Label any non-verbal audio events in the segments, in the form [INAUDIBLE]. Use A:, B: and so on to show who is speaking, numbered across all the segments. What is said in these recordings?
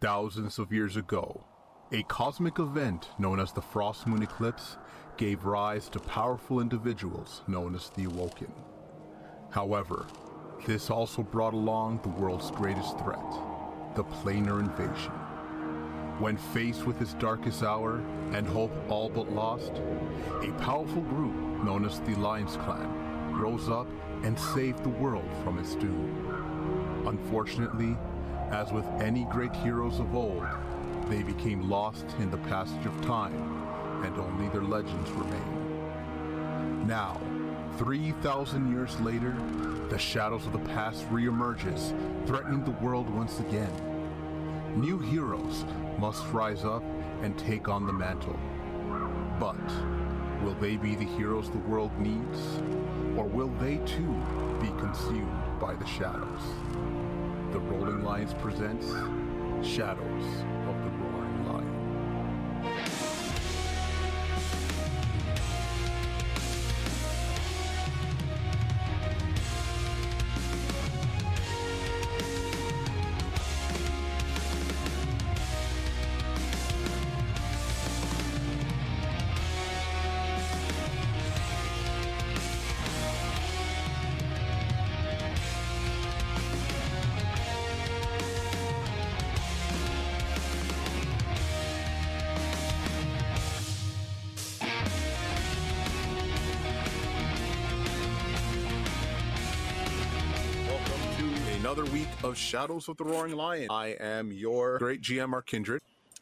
A: Thousands of years ago, a cosmic event known as the Frost Moon Eclipse gave rise to powerful individuals known as the Awoken. However, this also brought along the world's greatest threat the planar invasion. When faced with its darkest hour and hope all but lost, a powerful group known as the Lions Clan rose up and saved the world from its doom. Unfortunately, as with any great heroes of old, they became lost in the passage of time, and only their legends remain. Now, 3,000 years later, the shadows of the past reemerges, threatening the world once again. New heroes must rise up and take on the mantle. But will they be the heroes the world needs? Or will they too be consumed by the shadows? The Rolling Lions presents Shadows of the Roaring Lion. another week of Shadows of the Roaring Lion. I am your great GM, Mark Kindred,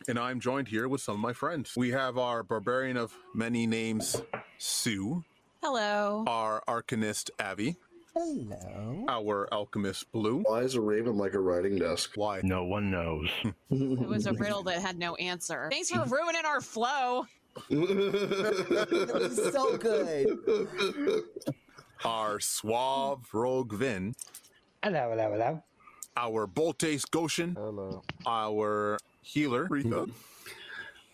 A: and I'm joined here with some of my friends. We have our barbarian of many names, Sue.
B: Hello.
A: Our arcanist, Abby.
C: Hello.
A: Our alchemist, Blue.
D: Why is a raven like a writing desk?
A: Why?
E: No one knows.
B: it was a riddle that had no answer. Thanks for ruining our flow.
C: that was so good.
A: Our suave rogue Vin.
F: Hello, hello, hello.
A: Our Boltes Goshen.
G: Hello.
A: Our healer, Retha.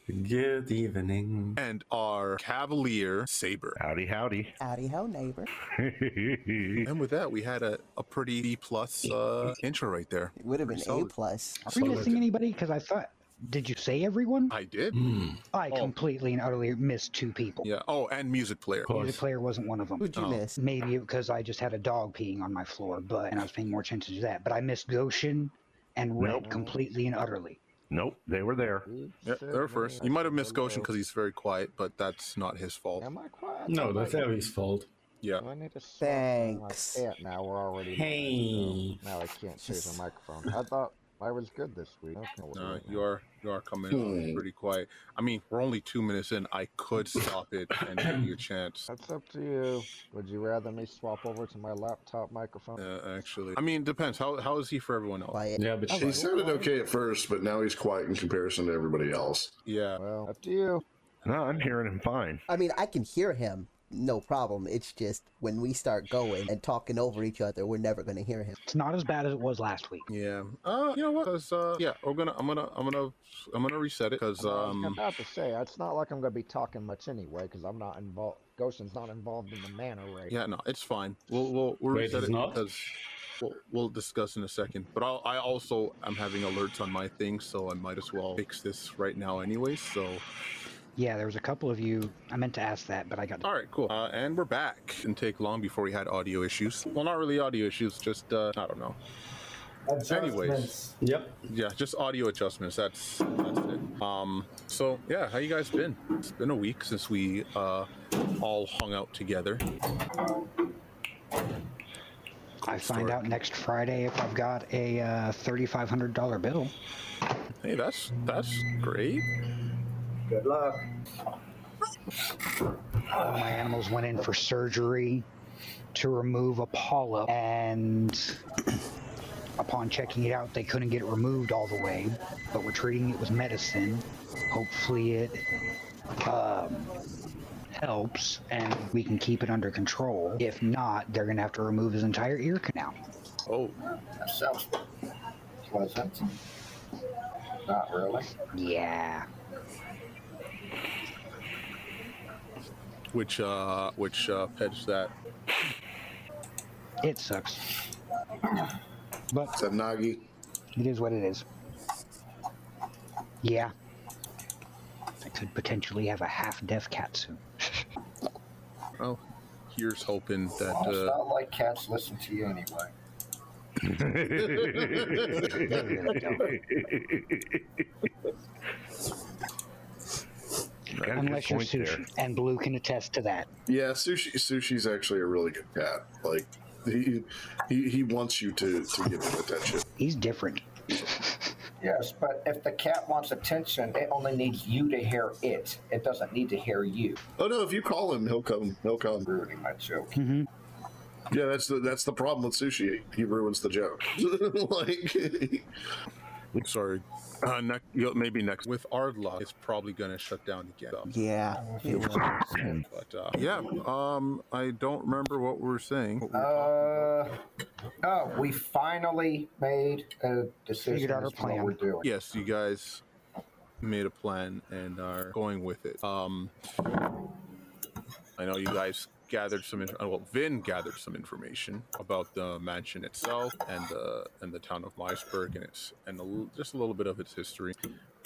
H: Good evening.
A: And our cavalier, Saber.
E: Howdy, howdy. [LAUGHS]
C: Howdy, ho, neighbor.
A: and with that, we had a, a pretty B plus uh, intro right there.
C: It would have been solid. A plus.
F: Are we missing anybody? Because I thought did you say everyone?
A: I did.
F: Mm. I oh. completely and utterly missed two people.
A: Yeah. Oh, and music player.
F: Music player wasn't one of them.
C: Who'd you oh. miss?
F: Maybe because I just had a dog peeing on my floor, but and I was paying more attention to that. But I missed Goshen and Red nope. completely and utterly.
E: Nope, they were there.
A: Yeah, they were first. You might have missed Goshen because he's very quiet, but that's not his fault.
G: Am I quiet?
H: No, that's Abby's fault.
A: Yeah.
G: Do I need to
C: Thanks.
F: Oh,
G: Like now we're already.
H: Hey.
G: There, so now I can't see the microphone. I
A: [LAUGHS]
G: thought I was good this week.
A: Uh, you are you are coming hmm. pretty quiet. I mean, we're only two minutes in. I could stop it and give you a chance.
G: That's up to you. Would you rather me swap over to my laptop microphone?
A: Uh, actually, I mean, depends. How how is he for everyone else?
C: Quiet.
H: Yeah, but
D: she like, sounded okay at first, but now he's quiet in comparison to everybody else.
A: Yeah.
G: Well, up to you.
E: No, I'm hearing him fine. [LAUGHS]
C: I mean, I can hear him. No problem. It's just when we start going and talking over each other, we're never going to hear him.
F: It's not as bad as it was last week.
A: Yeah. Uh, you know what? Cause, uh, yeah, we're gonna. I'm gonna. I'm gonna. I'm gonna reset it because. Um,
G: I'm about to say it's not like I'm gonna be talking much anyway because I'm not involved. Goshen's not involved in the manor right.
A: Yeah. No, it's fine. We'll we'll, we'll
H: Wait,
A: reset it
H: not?
A: because. We'll, we'll, discuss in a second. But I'll, i also am having alerts on my thing, so I might as well fix this right now, anyway. So
F: yeah, there was a couple of you. I meant to ask that, but I got.
A: All right, cool. Uh, and we're back. Didn't take long before we had audio issues. Well, not really audio issues, just uh, I don't know. Anyways,
H: yep.
A: Yeah, just audio adjustments. That's that's it. Um. So yeah, how you guys been? It's been a week since we uh, all hung out together.
F: Cool I find story. out next Friday if I've got a uh, thirty-five hundred dollar bill.
A: Hey, that's that's great.
H: Good luck.
F: All my animals went in for surgery to remove a polyp, and upon checking it out, they couldn't get it removed all the way, but we're treating it with medicine. Hopefully, it um, helps and we can keep it under control. If not, they're going to have to remove his entire ear canal.
A: Oh,
H: that sounds pleasant. Not really.
F: Yeah.
A: Which uh which uh pet's that?
F: It sucks.
D: But Subnagi.
F: It is what it is. Yeah. I could potentially have a half deaf cat soon.
A: Well, here's hoping that.
G: Well, it's
A: Uh,
G: not like cats listen to you anyway.
E: Got a good
F: Unless you're
E: point there.
F: sushi. And Blue can attest to that.
D: Yeah, sushi. Sushi's actually a really good cat. Like he he, he wants you to to give him attention.
F: He's different.
G: Yes, but if the cat wants attention, it only needs you to hear it. It doesn't need to hear you.
D: Oh no, if you call him, he'll come. He'll come.
G: Ruining my joke.
D: Yeah, that's the that's the problem with sushi. He ruins the joke. [LAUGHS] like, [LAUGHS]
A: sorry. Uh, nec- you know, maybe next. With Ardla, it's probably going to shut down again. though.
C: Yeah. It was.
A: But uh, yeah, um, I don't remember what we were saying. What we were
G: Uh, oh, we finally made a decision.
F: Figured out
G: as
F: our
G: to what
F: plan.
G: We're doing.
A: yes, you guys made a plan and are going with it. Um, I know you guys gathered some. Inf- well, Vin gathered some information about the mansion itself and the and the town of Meisberg and its and a l- just a little bit of its history.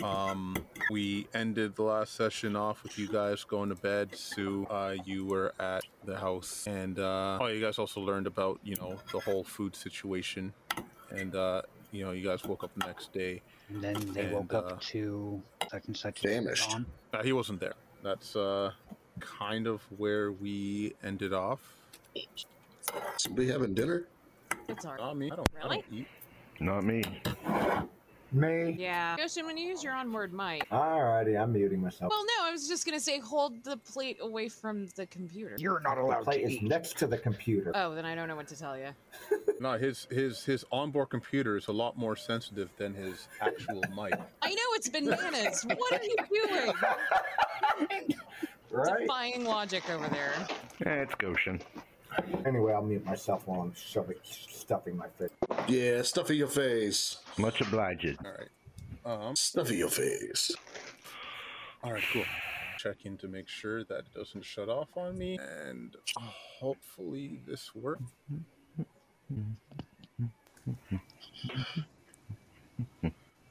A: Um, we ended the last session off with you guys going to bed. Sue, uh, you were at the house, and uh, oh, you guys also learned about you know the whole food situation, and uh, you know you guys woke up the next day
F: And then they
A: And,
F: woke
A: uh,
F: up to such and such.
D: Famished.
F: dawn.
A: Uh, he wasn't there. That's uh, kind of where we ended off.
D: somebody having dinner?
B: It's alright.
A: Not me. I don't, I
B: Really?
A: don't eat.
E: Not me.
H: Me?
B: Yeah. Goshen, when you use your unword mic.
H: Alrighty, I'm muting myself.
B: Well, no, I was just gonna say hold the plate away from the computer.
F: You're not
H: The
F: allowed
H: plate
F: to
H: is
F: eat.
H: next to the computer.
B: Oh, then I don't know what to tell you.
A: No, his his his onboard computer is a lot more sensitive than his actual mic.
B: I know it's bananas. what are you doing?
H: right?
B: Defying logic over there.
E: Eh, it's Goshen.
H: Anyway, I'll mute myself while I'm shoving, stuffing my face.
D: Yeah, stuffy your face.
E: Much obliged.
A: All right. Um.
D: Stuffy your face.
A: All right. Cool. Checking to make sure that it doesn't shut off on me, and hopefully this works.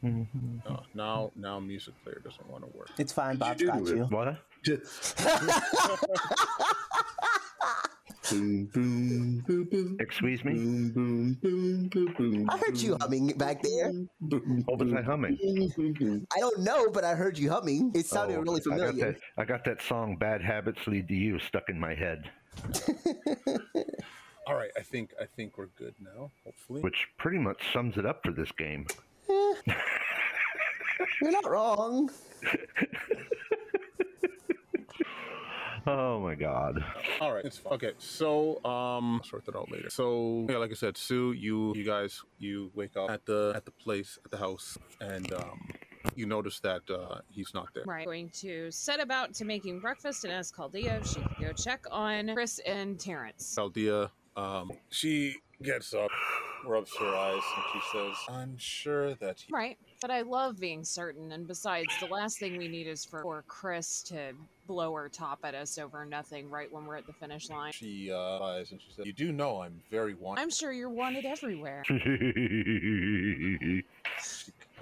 A: Oh, now, now, music player doesn't want to work.
C: It's fine. Bob's
D: do
C: got
D: it?
C: you.
E: What?
D: boom, boom, boom, boom.
E: Excuse me?
D: Boom, boom, boom, boom, boom.
C: I heard you humming back there.
D: Boom,
E: What was I
D: boom,
E: humming?
D: boom, boom, boom.
C: I don't know, but I heard you humming. It sounded
E: Oh,
C: really
E: I got,
C: familiar.
E: that, I got that song "Bad Habits Lead to You" stuck in my head,
A: All right, I think I think we're good now. Hopefully,
E: which pretty much sums it up for this game.
C: You're not wrong.
E: [LAUGHS] Oh my god! [LAUGHS]
A: all right, it's fine. okay. So, um, I'll sort that out later. So, yeah, like I said, Sue, you you guys you wake up at the at the place at the house, and um, you notice that uh, he's not there.
B: Right. Going to set about to making breakfast and ask Caldea if she can go check on Chris and Terrence.
A: Chaldea, um, she gets up, rubs her eyes, and she says, "I'm sure that he
B: Right. But I love being certain. And besides, the last thing we need is for, for Chris to blow her top at us over nothing right when we're at the finish line.
A: She uh, lies, and she says, "You do know I'm very wanted."
B: I'm sure you're wanted everywhere.
A: She,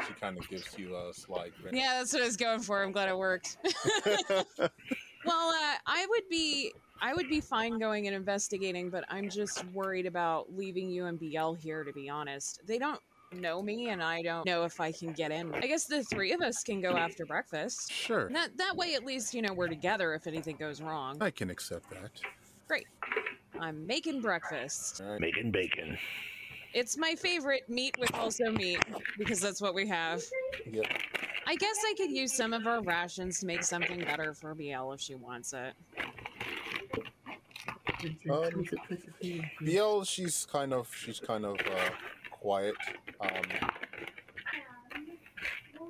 A: she kind of gives you a sly grin.
B: Yeah, that's what I was going for. I'm glad it worked. [LAUGHS]
A: [LAUGHS]
B: well, uh, I would be I would be fine going and investigating, but I'm just worried about leaving you and BL here. To be honest, they don't know me, and I don't know if I can get in. I guess the three of us can go after breakfast.
A: Sure,
B: That that way, at least you know we're together if anything goes wrong.
A: I can accept that.
B: I'm making breakfast.
A: All right.
E: Making bacon.
B: It's my favorite meat with also meat because that's what we have.
A: Yep.
B: I guess I could use some of our rations to make something better for BL if she wants it. [LAUGHS]
A: Um, BL, she's kind of she's kind of uh, quiet, um,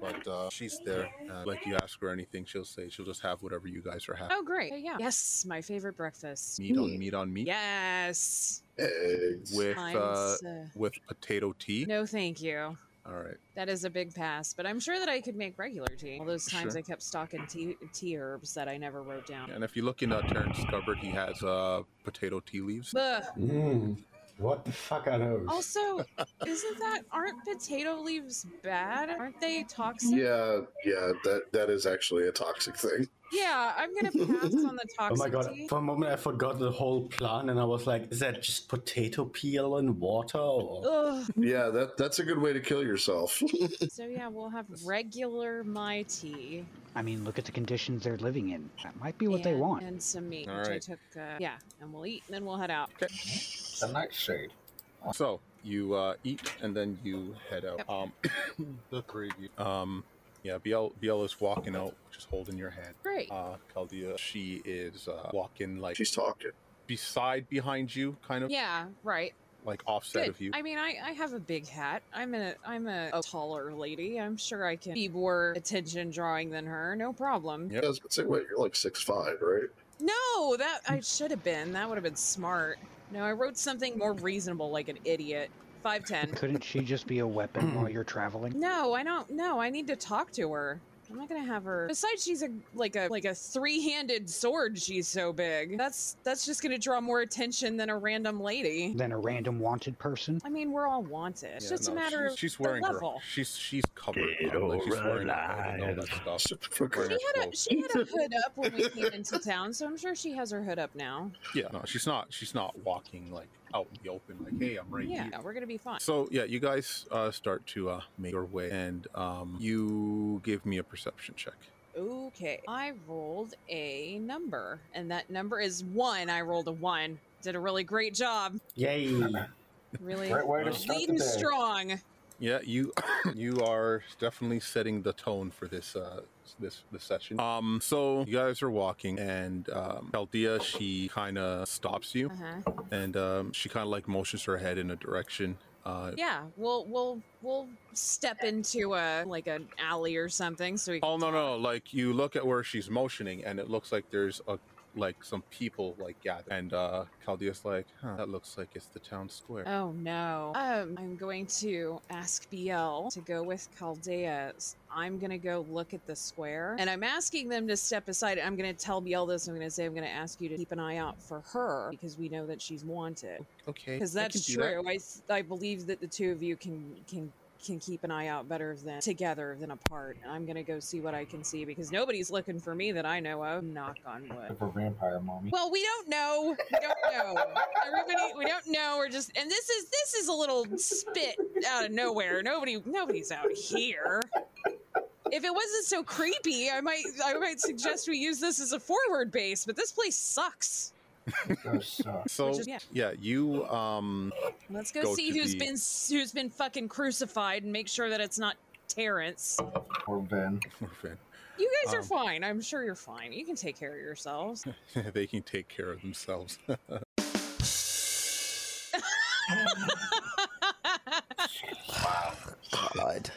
A: but uh, she's there. Uh, like you ask her anything, she'll say she'll just have whatever you guys are having.
B: Oh, great. Yeah. Yes, my favorite breakfast.
A: Meat on meat on meat
B: Yes.
D: Eggs.
A: with
B: Mine's,
A: uh,
B: uh,
A: with potato tea.
B: no, thank you.
A: All right,
B: That is a big pass, but I'm sure that I could make regular tea. All those times
A: Sure.
B: I kept stocking tea, tea herbs that I never wrote down.
A: and if you look in uh, Terrence's cupboard, he has uh, potato tea leaves.
B: Ugh,
H: Mm.
I: Hmm. What the fuck are those?
B: Also, isn't that aren't potato leaves bad? Aren't they toxic?
D: Yeah, yeah, that that is actually a
C: [LAUGHS]
D: toxic thing.
B: Yeah, I'm gonna pass on the
I: [LAUGHS] Oh
B: toxic
I: my god!
B: tea.
I: For a moment, I forgot the whole plan, and I was like, "Is that just potato peel and water?" Or...
B: Ugh.
D: Yeah, that that's a good way to kill yourself. [LAUGHS]
B: So yeah, we'll have regular my tea.
F: I mean, look at the conditions they're living in. That might be what they
B: and-
F: want.
B: And some meat,
A: All
B: which I
A: right.
B: took. Uh, yeah, and we'll eat, and then we'll head out.
J: The nightshade.
A: So you uh, eat and then you head out. Um, [COUGHS] the three of you. Um, yeah, BL, BL is walking out, just holding your hand.
B: Great.
A: Uh, Caldia, she is uh, walking like
D: She's talking.
A: beside behind you, kind of
B: Yeah, right.
A: like offset
B: Good.
A: of you.
B: I mean, I, I have a big hat. I'm a I'm a, a taller lady. I'm sure I can be more attention drawing than her. No problem.
D: Yeah, I was gonna say, wait, you're like six five, right?
B: No, that I should have been. That would have been smart. No, I wrote something more reasonable, like an idiot. Five ten.
F: Couldn't she just be a weapon while
B: [CLEARS THROAT]
F: you're traveling?
B: No, I don't. No, I need to talk to her. I'm not gonna have her. Besides, she's a like a like a three-handed sword. She's so big. That's that's just gonna draw more attention than a random lady.
F: Then a random wanted person?
B: I mean, we're all wanted. It's
A: Yeah,
B: just a
A: no,
B: matter
A: she's,
B: of
A: she's
B: the
A: wearing her-
B: level.
A: she's she's covered
E: Get
A: up, like she's
E: over
A: wearing a hood and all
C: Oh,
D: [LAUGHS]
A: that stuff.
D: Shut the fuck
B: She
D: up.
B: had a
A: [LAUGHS]
B: she had a hood up when we came into town, so I'm sure she has her hood up now.
A: Yeah, no, she's not. She's not walking like out in the open. Like, hey, I'm right
B: Yeah,
A: here.
B: no, we're gonna be fine.
A: So yeah, you guys uh, start to uh, make your way, and um, you give me a perception check.
B: Okay, I rolled a number, and that number is one. I rolled a one. Did a really great job.
I: Yay! [LAUGHS]
B: Really
G: Right way
A: Wow.
G: to start the
B: leading
G: day.
B: strong.
A: Yeah, you [COUGHS] you are definitely setting the tone for this uh this this session. Um, so you guys are walking, and um, Chaldea she kind of stops you,
B: Uh huh.
A: and um, she kind of like motions her head in a direction. Uh,
B: Yeah, we'll we'll we'll step into a like an alley or something. So we.
A: oh no no! Like you look at where she's motioning, and it looks like there's a like some people like gathered, and uh, Chaldea's like, huh, that looks like it's the town square.
B: Oh no. Um, I'm going to ask BL to go with Caldea. S- I'm gonna go look at the square, and I'm asking them to step aside. I'm gonna tell BL this. I'm gonna say I'm gonna ask you to keep an eye out for her because we know that she's wanted.
A: okay,
B: Because
A: I
B: that's
A: can do that.
B: true. I s I I believe that the two of you can can can keep an eye out better than together than apart. I'm gonna go see what I can see because nobody's looking for me that I know of. Knock on wood.
G: For vampire mommy.
B: Well, we don't know. We don't know. Everybody, we don't know. We're just, and this is this is a little spit out of nowhere. Nobody, nobody's out here. If it wasn't so creepy, I might, I might suggest we use this as a forward base. But this place sucks.
G: Those, uh,
A: So
B: Which is- yeah.
A: yeah, you um [LAUGHS]
B: Let's go,
A: Go
B: see
A: to
B: who's
A: the-
B: been who's been fucking crucified and make sure that it's not Terrence.
G: or Vin.
A: Orphan.
B: You guys are
A: Oh. Um,
B: fine. I'm sure you're fine. You can take care of yourselves.
A: they can take care of themselves. [LAUGHS]
C: God.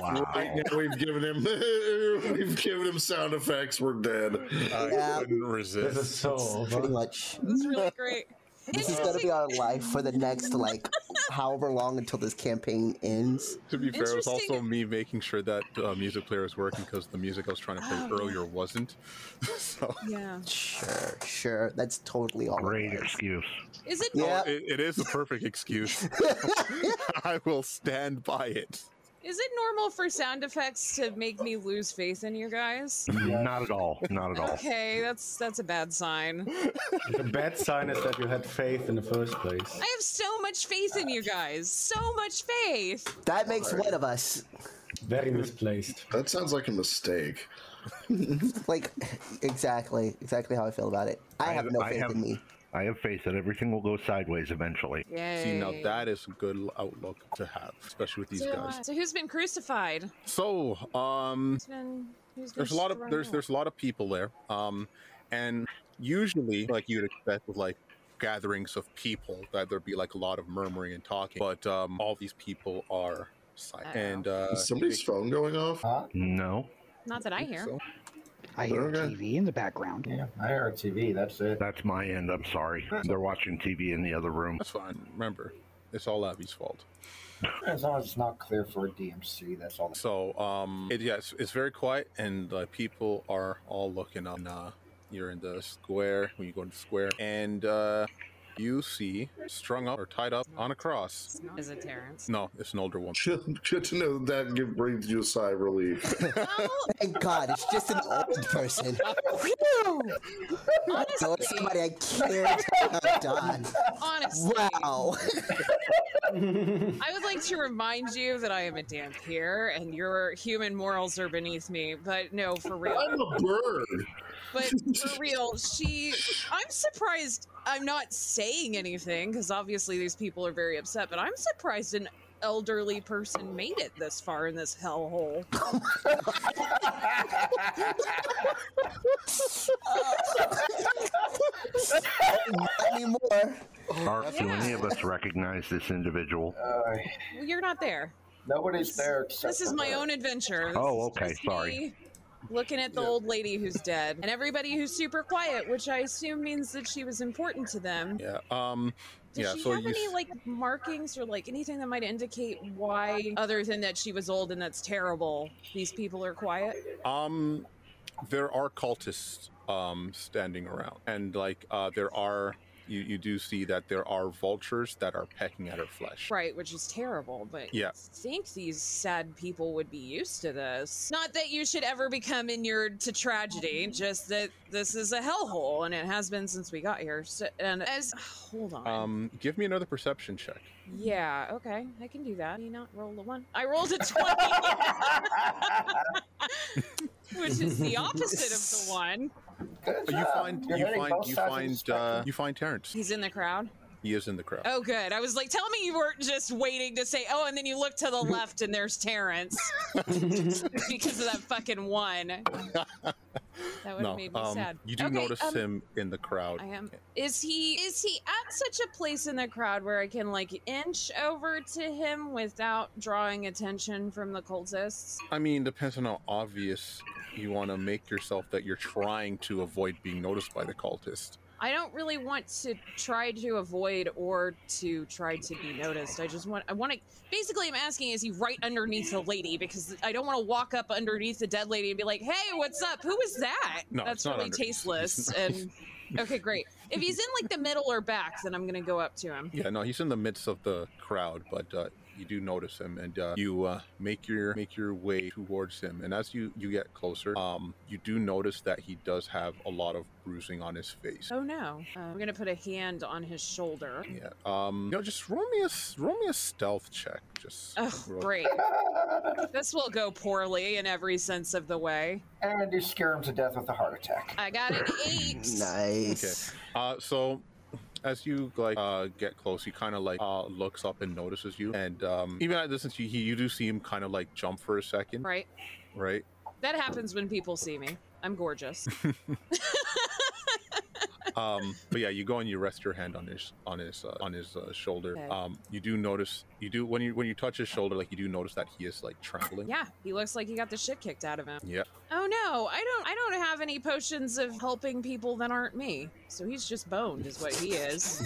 D: Right now we've given him [LAUGHS] we've given him sound effects. We're dead.
A: I
C: Yeah.
A: couldn't
I: This
A: resist.
I: is so [LAUGHS]
C: Pretty
I: over.
C: much.
B: That's really great.
C: This is gonna be our life for the next like however long until this campaign ends.
A: to be fair, it was also
B: Interesting.
A: me making sure that uh, music player is working because the music I was trying to play
B: Oh, yeah.
A: earlier wasn't. so
B: Yeah.
C: Sure, sure. That's totally all. it
E: Great
C: was.
E: excuse.
B: Is it
C: Yeah.
A: Oh, it, it is a perfect
B: [LAUGHS]
A: excuse. [LAUGHS] I will stand by it.
B: Is it normal for sound effects to make me lose faith in you guys?
E: Not at all. Not at all.
B: Okay, that's that's a bad sign.
I: the bad sign is that you had faith in the first place.
B: I have so much faith in you guys. So much faith.
C: That makes one of us.
I: Very misplaced.
D: That sounds like a mistake.
C: Like [LAUGHS] exactly, exactly how I feel about it. I,
E: I
C: have
E: have-
C: no
E: I
C: faith
E: have-
C: in me.
E: I have faith that everything will go sideways eventually.
B: Yay.
A: See, now that is a good outlook to have, especially with these
B: so,
A: guys.
B: uh, so who's been crucified?
A: So, um,
B: Who's been, who's been
A: there's a lot of
B: thrown
A: there's
B: out?
A: there's a lot of people there um and usually like you'd expect with like gatherings of people that there'd be like a lot of murmuring and talking but um all these people are silent
B: Uh-oh.
A: and uh
D: Is somebody's
A: they-
D: phone going off? [LAUGHS]
G: Huh?
E: No,
B: not that I hear.
A: so-
F: I hear
D: Okay.
F: TV in the background.
G: Yeah, I heard TV. That's it.
E: that's my end. I'm sorry. They're watching TV in the other room.
A: that's fine remember it's all abby's fault
G: As long as it's not clear for a DMC, that's all.
A: so um it, yeah it's, it's very quiet and uh, people are all looking on uh you're in the square when you go in the square and uh you see strung up or tied up on a cross.
B: Is it Terrence?
A: No, it's an older woman.
D: Good to know that give, brings you a sigh of relief.
C: [LAUGHS]
A: [LAUGHS]
C: Thank God, it's just an old person. Phew! I know it's somebody I care about dying.
B: Honestly.
C: Wow. [LAUGHS]
B: I would like to remind you that I am a dampier and your human morals are beneath me. But no, for real.
D: I'm a bird. [LAUGHS]
B: But for real, she. I'm surprised. I'm not saying anything because obviously these people are very upset. But I'm surprised an elderly person made it this far in this hellhole.
C: Not anymore.
E: Are
B: Yeah.
E: any of us recognize this individual?
J: Uh,
B: You're not there.
J: nobody's there. Except
B: This is
J: for
B: my
J: her.
B: own adventure. This
E: Oh,
B: is
E: okay,
B: just
E: sorry.
B: me Looking at the old lady who's dead, and everybody who's super quiet, which I assume means that she was important to them.
A: Yeah. Um.
B: Did
A: yeah.
B: she
A: So
B: have
A: you.
B: any
A: s-
B: like markings or like anything that might indicate why, other than that she was old and that's terrible? These people are quiet.
A: Um, there are cultists um standing around, and like uh, there are you you do see that there are vultures that are pecking at her flesh.
B: Right, which is terrible, but
A: Yeah.
B: I think these sad people would be used to this. Not that you should ever become inured to tragedy, just that this is a hellhole and it has been since we got here. So, and as hold on,
A: Um, give me another perception check.
B: yeah, okay, I can do that. Can you not roll a one? I rolled a twenty, [LAUGHS] which is the opposite
A: [LAUGHS]
B: of the one.
J: Good
A: you
J: job.
A: find
J: You're
A: you
J: hitting
A: find
J: both
A: you
J: sides of the
A: find
J: spectrum.
A: uh, you find Terrence.
B: He's in the crowd.
A: He is in the crowd.
B: Oh, good. I was like, tell me you weren't just waiting to say, oh, and then you look to the left and there's Terrence because of that fucking one. That would have
A: no,
B: made me
A: um,
B: sad.
A: you do
B: Okay,
A: notice
B: um,
A: him in the crowd.
B: I am. Is he is he at such a place in the crowd where I can like inch over to him without drawing attention from the cultists?
A: I mean, depends on how obvious you want to make yourself that you're trying to avoid being noticed by the cultist.
B: I don't really want to try to avoid or to try to be noticed. I just want I want to basically I'm asking is he right underneath the lady because I don't want to walk up underneath the dead lady and be like, "Hey, what's up? Who is that?"
A: No,
B: That's
A: it's not
B: really
A: under-
B: tasteless.
A: [LAUGHS] it's not-
B: And okay, great. If he's in like the middle or back, then I'm going to go up to him.
A: Yeah, no, he's in the midst of the crowd, but uh, you do notice him, and uh, you uh, make your make your way towards him. And as you you get closer, um, you do notice that he does have a lot of bruising on his face.
B: Oh no. Uh, I'm going to put a hand on his shoulder.
A: Yeah. Um. You know, just roll me a s- roll me a stealth check. Just
B: Oh,
A: real-
B: great. this will go poorly in every sense of the way.
J: And you scare him to death with a heart attack.
B: I got an 8.
C: Nice.
A: Uh, so as you like uh, get close, he kind of like uh, looks up and notices you, and um, even at a distance, you, he, you do see him kind of like jump for a second,
B: Right. [LAUGHS]
A: right?
B: That happens when people see me. I'm
I: [LAUGHS]
B: gorgeous.
A: Um, but yeah, you go and you rest your hand on his on his uh, on his uh, shoulder.
B: Okay.
A: Um, you do notice you do when you when you touch his shoulder, like you do notice that he is like trembling.
B: Yeah, he looks like he got the shit kicked out of him.
A: Yeah.
B: Oh no, I don't I don't have any potions of helping people that aren't me. So he's just boned is what
I: [LAUGHS]
B: he is.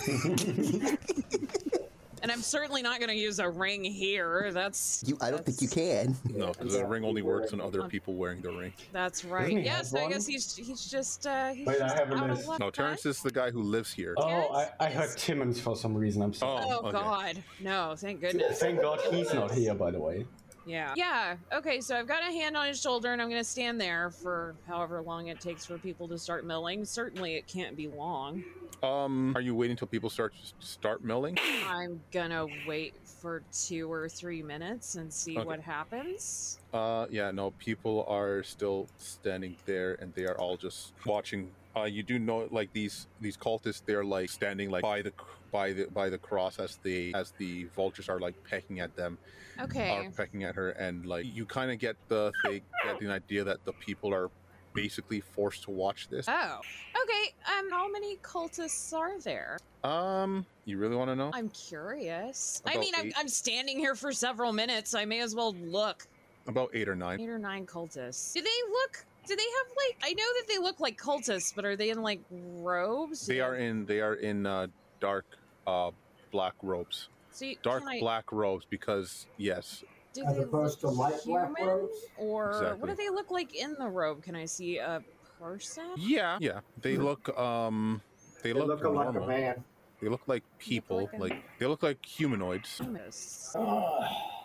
B: and I'm certainly not going to use a ring here. That's
C: You, I don't think you can.
A: No, 'cause the ring only works on other people wearing the ring.
B: That's right.
I: Doesn't he
B: Yes,
I: have
B: I
I: one?
B: guess he's he's just uh he's
I: Wait, I
B: just
I: have a
B: out of
I: list.
B: luck,
A: No,
B: huh?
A: Terrence is the guy who lives here.
I: Oh, I,
B: Terrence
I: I
B: is-
I: heard Timmons for some reason. I'm sorry.
A: Oh,
B: Oh
A: okay.
B: god. No, thank
F: Oh,
B: goodness.
I: Thank God he's not here, by the way.
B: Yeah. Yeah. Okay, so I've got a hand on his shoulder and I'm going to stand there for however long it takes for people to start milling. Certainly it can't be long.
A: Um, are you waiting till people start start milling?
B: I'm going to wait for 2 or 3 minutes and see
A: Okay.
B: what happens.
A: Uh, yeah, no, people are still standing there, and they are all just watching. Uh, you do know, like these these cultists, they're like standing like by the by the by the cross as the as the vultures are like pecking at them,
B: Okay.
A: are pecking at her, and like you kind of get the they get the idea that the people are basically forced to watch this.
B: Oh. Okay. Um how many cultists are there?
A: Um, you really want to know?
B: I'm curious. I
A: About
B: mean, I'm,
A: eight.
B: I'm standing here for several minutes. I may as well look.
A: About eight or nine.
B: eight or nine cultists. Do they look? Do they have like? I know that they look like cultists, but are they in like robes?
A: They are in they are in uh, dark uh black robes,
B: So you-
A: dark
B: can I-
A: black robes because yes,
B: Do
G: As
B: they
G: opposed
B: look
G: to light black
B: human?
G: robes?
B: or what
A: Exactly.
B: do they look like in the robe? Can I see a person?
A: Yeah, yeah. They look um they,
G: They
A: look,
G: look like
A: normal.
G: a man.
A: They look like people.
B: like a-
A: Like they look like humanoids.
G: [SIGHS]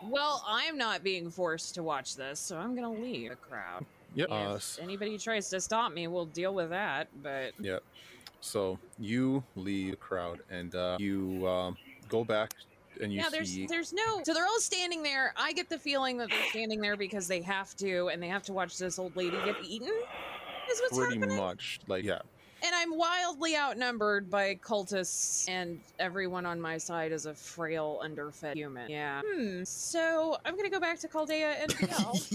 B: well, I'm not being forced to watch this, so I'm gonna leave the crowd.
A: Yep.
B: If
A: Uh, s-
B: anybody tries to stop me, we'll deal with that. But
A: Yeah. So you leave the crowd and uh, you um, go back and you
B: yeah, there's
A: see.
B: there's no. So they're all standing there. I get the feeling that they're standing there because they have to, and they have to watch this old lady get eaten. Is what's
A: pretty
B: happening.
A: much like yeah
B: And I'm wildly outnumbered by cultists, and everyone on my side is a frail, underfed human. Yeah. Hmm. So I'm gonna go back to Caldea and
J: [LAUGHS]
B: Biel.
C: [LAUGHS]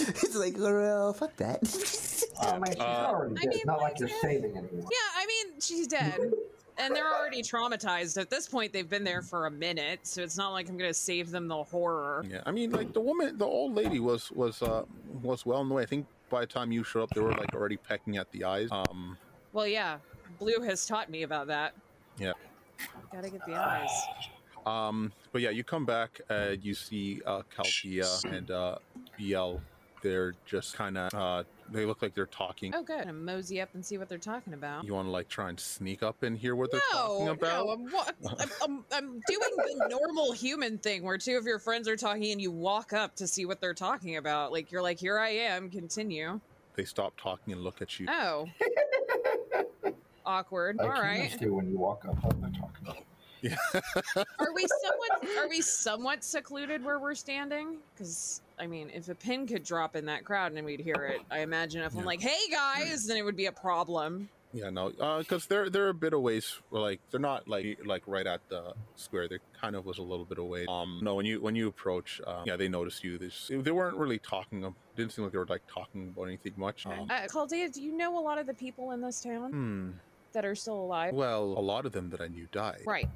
C: it's like, well, fuck that. [LAUGHS]
G: Oh,
J: I mean, she's
A: Uh,
J: already
B: I
J: dead.
B: mean,
J: It's not
B: like
J: like you're
B: that-
J: saving anyone.
B: Yeah, I mean, she's dead. And they're already traumatized. At this point, they've been there for a minute, so it's not like I'm gonna save them the horror.
A: yeah. I mean like the woman, the old lady was was uh was well in the way. I think by the time you showed up, they were like already pecking at the eyes. Um
B: Well, yeah, Blue has taught me about that.
A: yeah.
B: Gotta get the eyes.
A: Um but yeah, you come back and you see uh Calpia and uh Biel. They're just kind of uh they look like they're talking.
B: Oh, good. I'm gonna mosey up and see what they're talking about.
A: You want to like try and sneak up and hear what they're talking
B: No,
A: about?
B: no, I'm,
A: [LAUGHS]
B: wa- I'm, I'm, I'm doing the normal human thing where two of your friends are talking and you walk up to see what they're talking about. Like, you're like, here I am, continue.
A: They stop talking and look at you. [LAUGHS]
B: Oh. Awkward.
J: Like
B: All right.
J: humans do when you walk up and they're talking about.
B: Are we somewhat are we somewhat secluded where we're standing? Because I mean, if a pin could drop in that crowd and we'd hear it, I imagine if I'm
A: Yeah.
B: like, "Hey guys," then it would be a problem.
A: Yeah, no, because they're they're a bit away. s- Like they're not like like right at the square. They kind of was a little bit away. Um, no, when you when you approach, um, yeah, they notice you. They, just, they weren't really talking. ab- Didn't seem like they were like talking about anything much. Um,
B: Uh, Caldea, do you know a lot of the people in this town
A: hmm.
B: that are still alive?
A: Well, a lot of them that I knew died.
B: Right.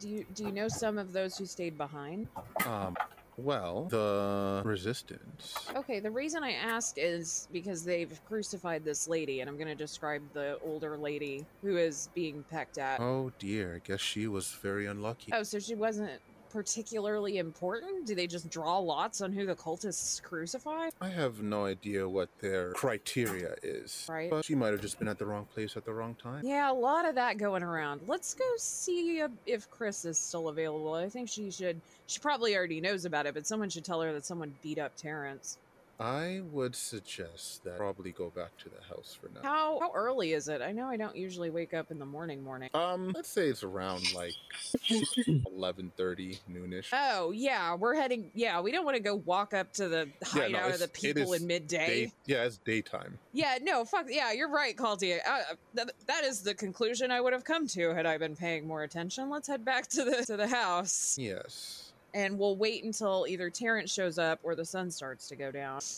B: Do you do you know some of those who stayed behind?
A: Um, well, the resistance.
B: Okay, the reason I ask is because they've crucified this lady, and I'm going to describe the older lady who is being pecked at.
A: Oh dear, I guess she was very unlucky.
B: Oh, so she wasn't particularly important? Do they just draw lots on who the cultists crucify?
A: I have no idea what their criteria is.
B: Right.
A: But she might have just been at the wrong place at the wrong time.
B: Yeah, a lot of that going around. Let's go see if- if Chris is still available. I think she should. She probably already knows about it, but someone should tell her that someone beat up Terrence.
A: I would suggest that probably go back to the house for now.
B: How how early is it? I know I don't usually wake up in the morning morning.
A: Um, let's say it's around
B: [LAUGHS]
A: like 11:30 noonish.
B: Oh yeah, we're heading. Yeah, we don't want to go walk up to the
A: Yeah, no,
B: hideout of
A: it's-
B: the
A: it
B: people
A: is
B: in midday.
A: day- yeah, it's daytime.
B: Yeah, no, fuck. Yeah, you're right, Caldia. Uh, th- that is the conclusion I would have come to had I been paying more attention. Let's head back to the to the house,
A: Yes.
B: and we'll wait until either Terrence shows up or the sun starts to go
C: [LAUGHS]
B: down. [LAUGHS]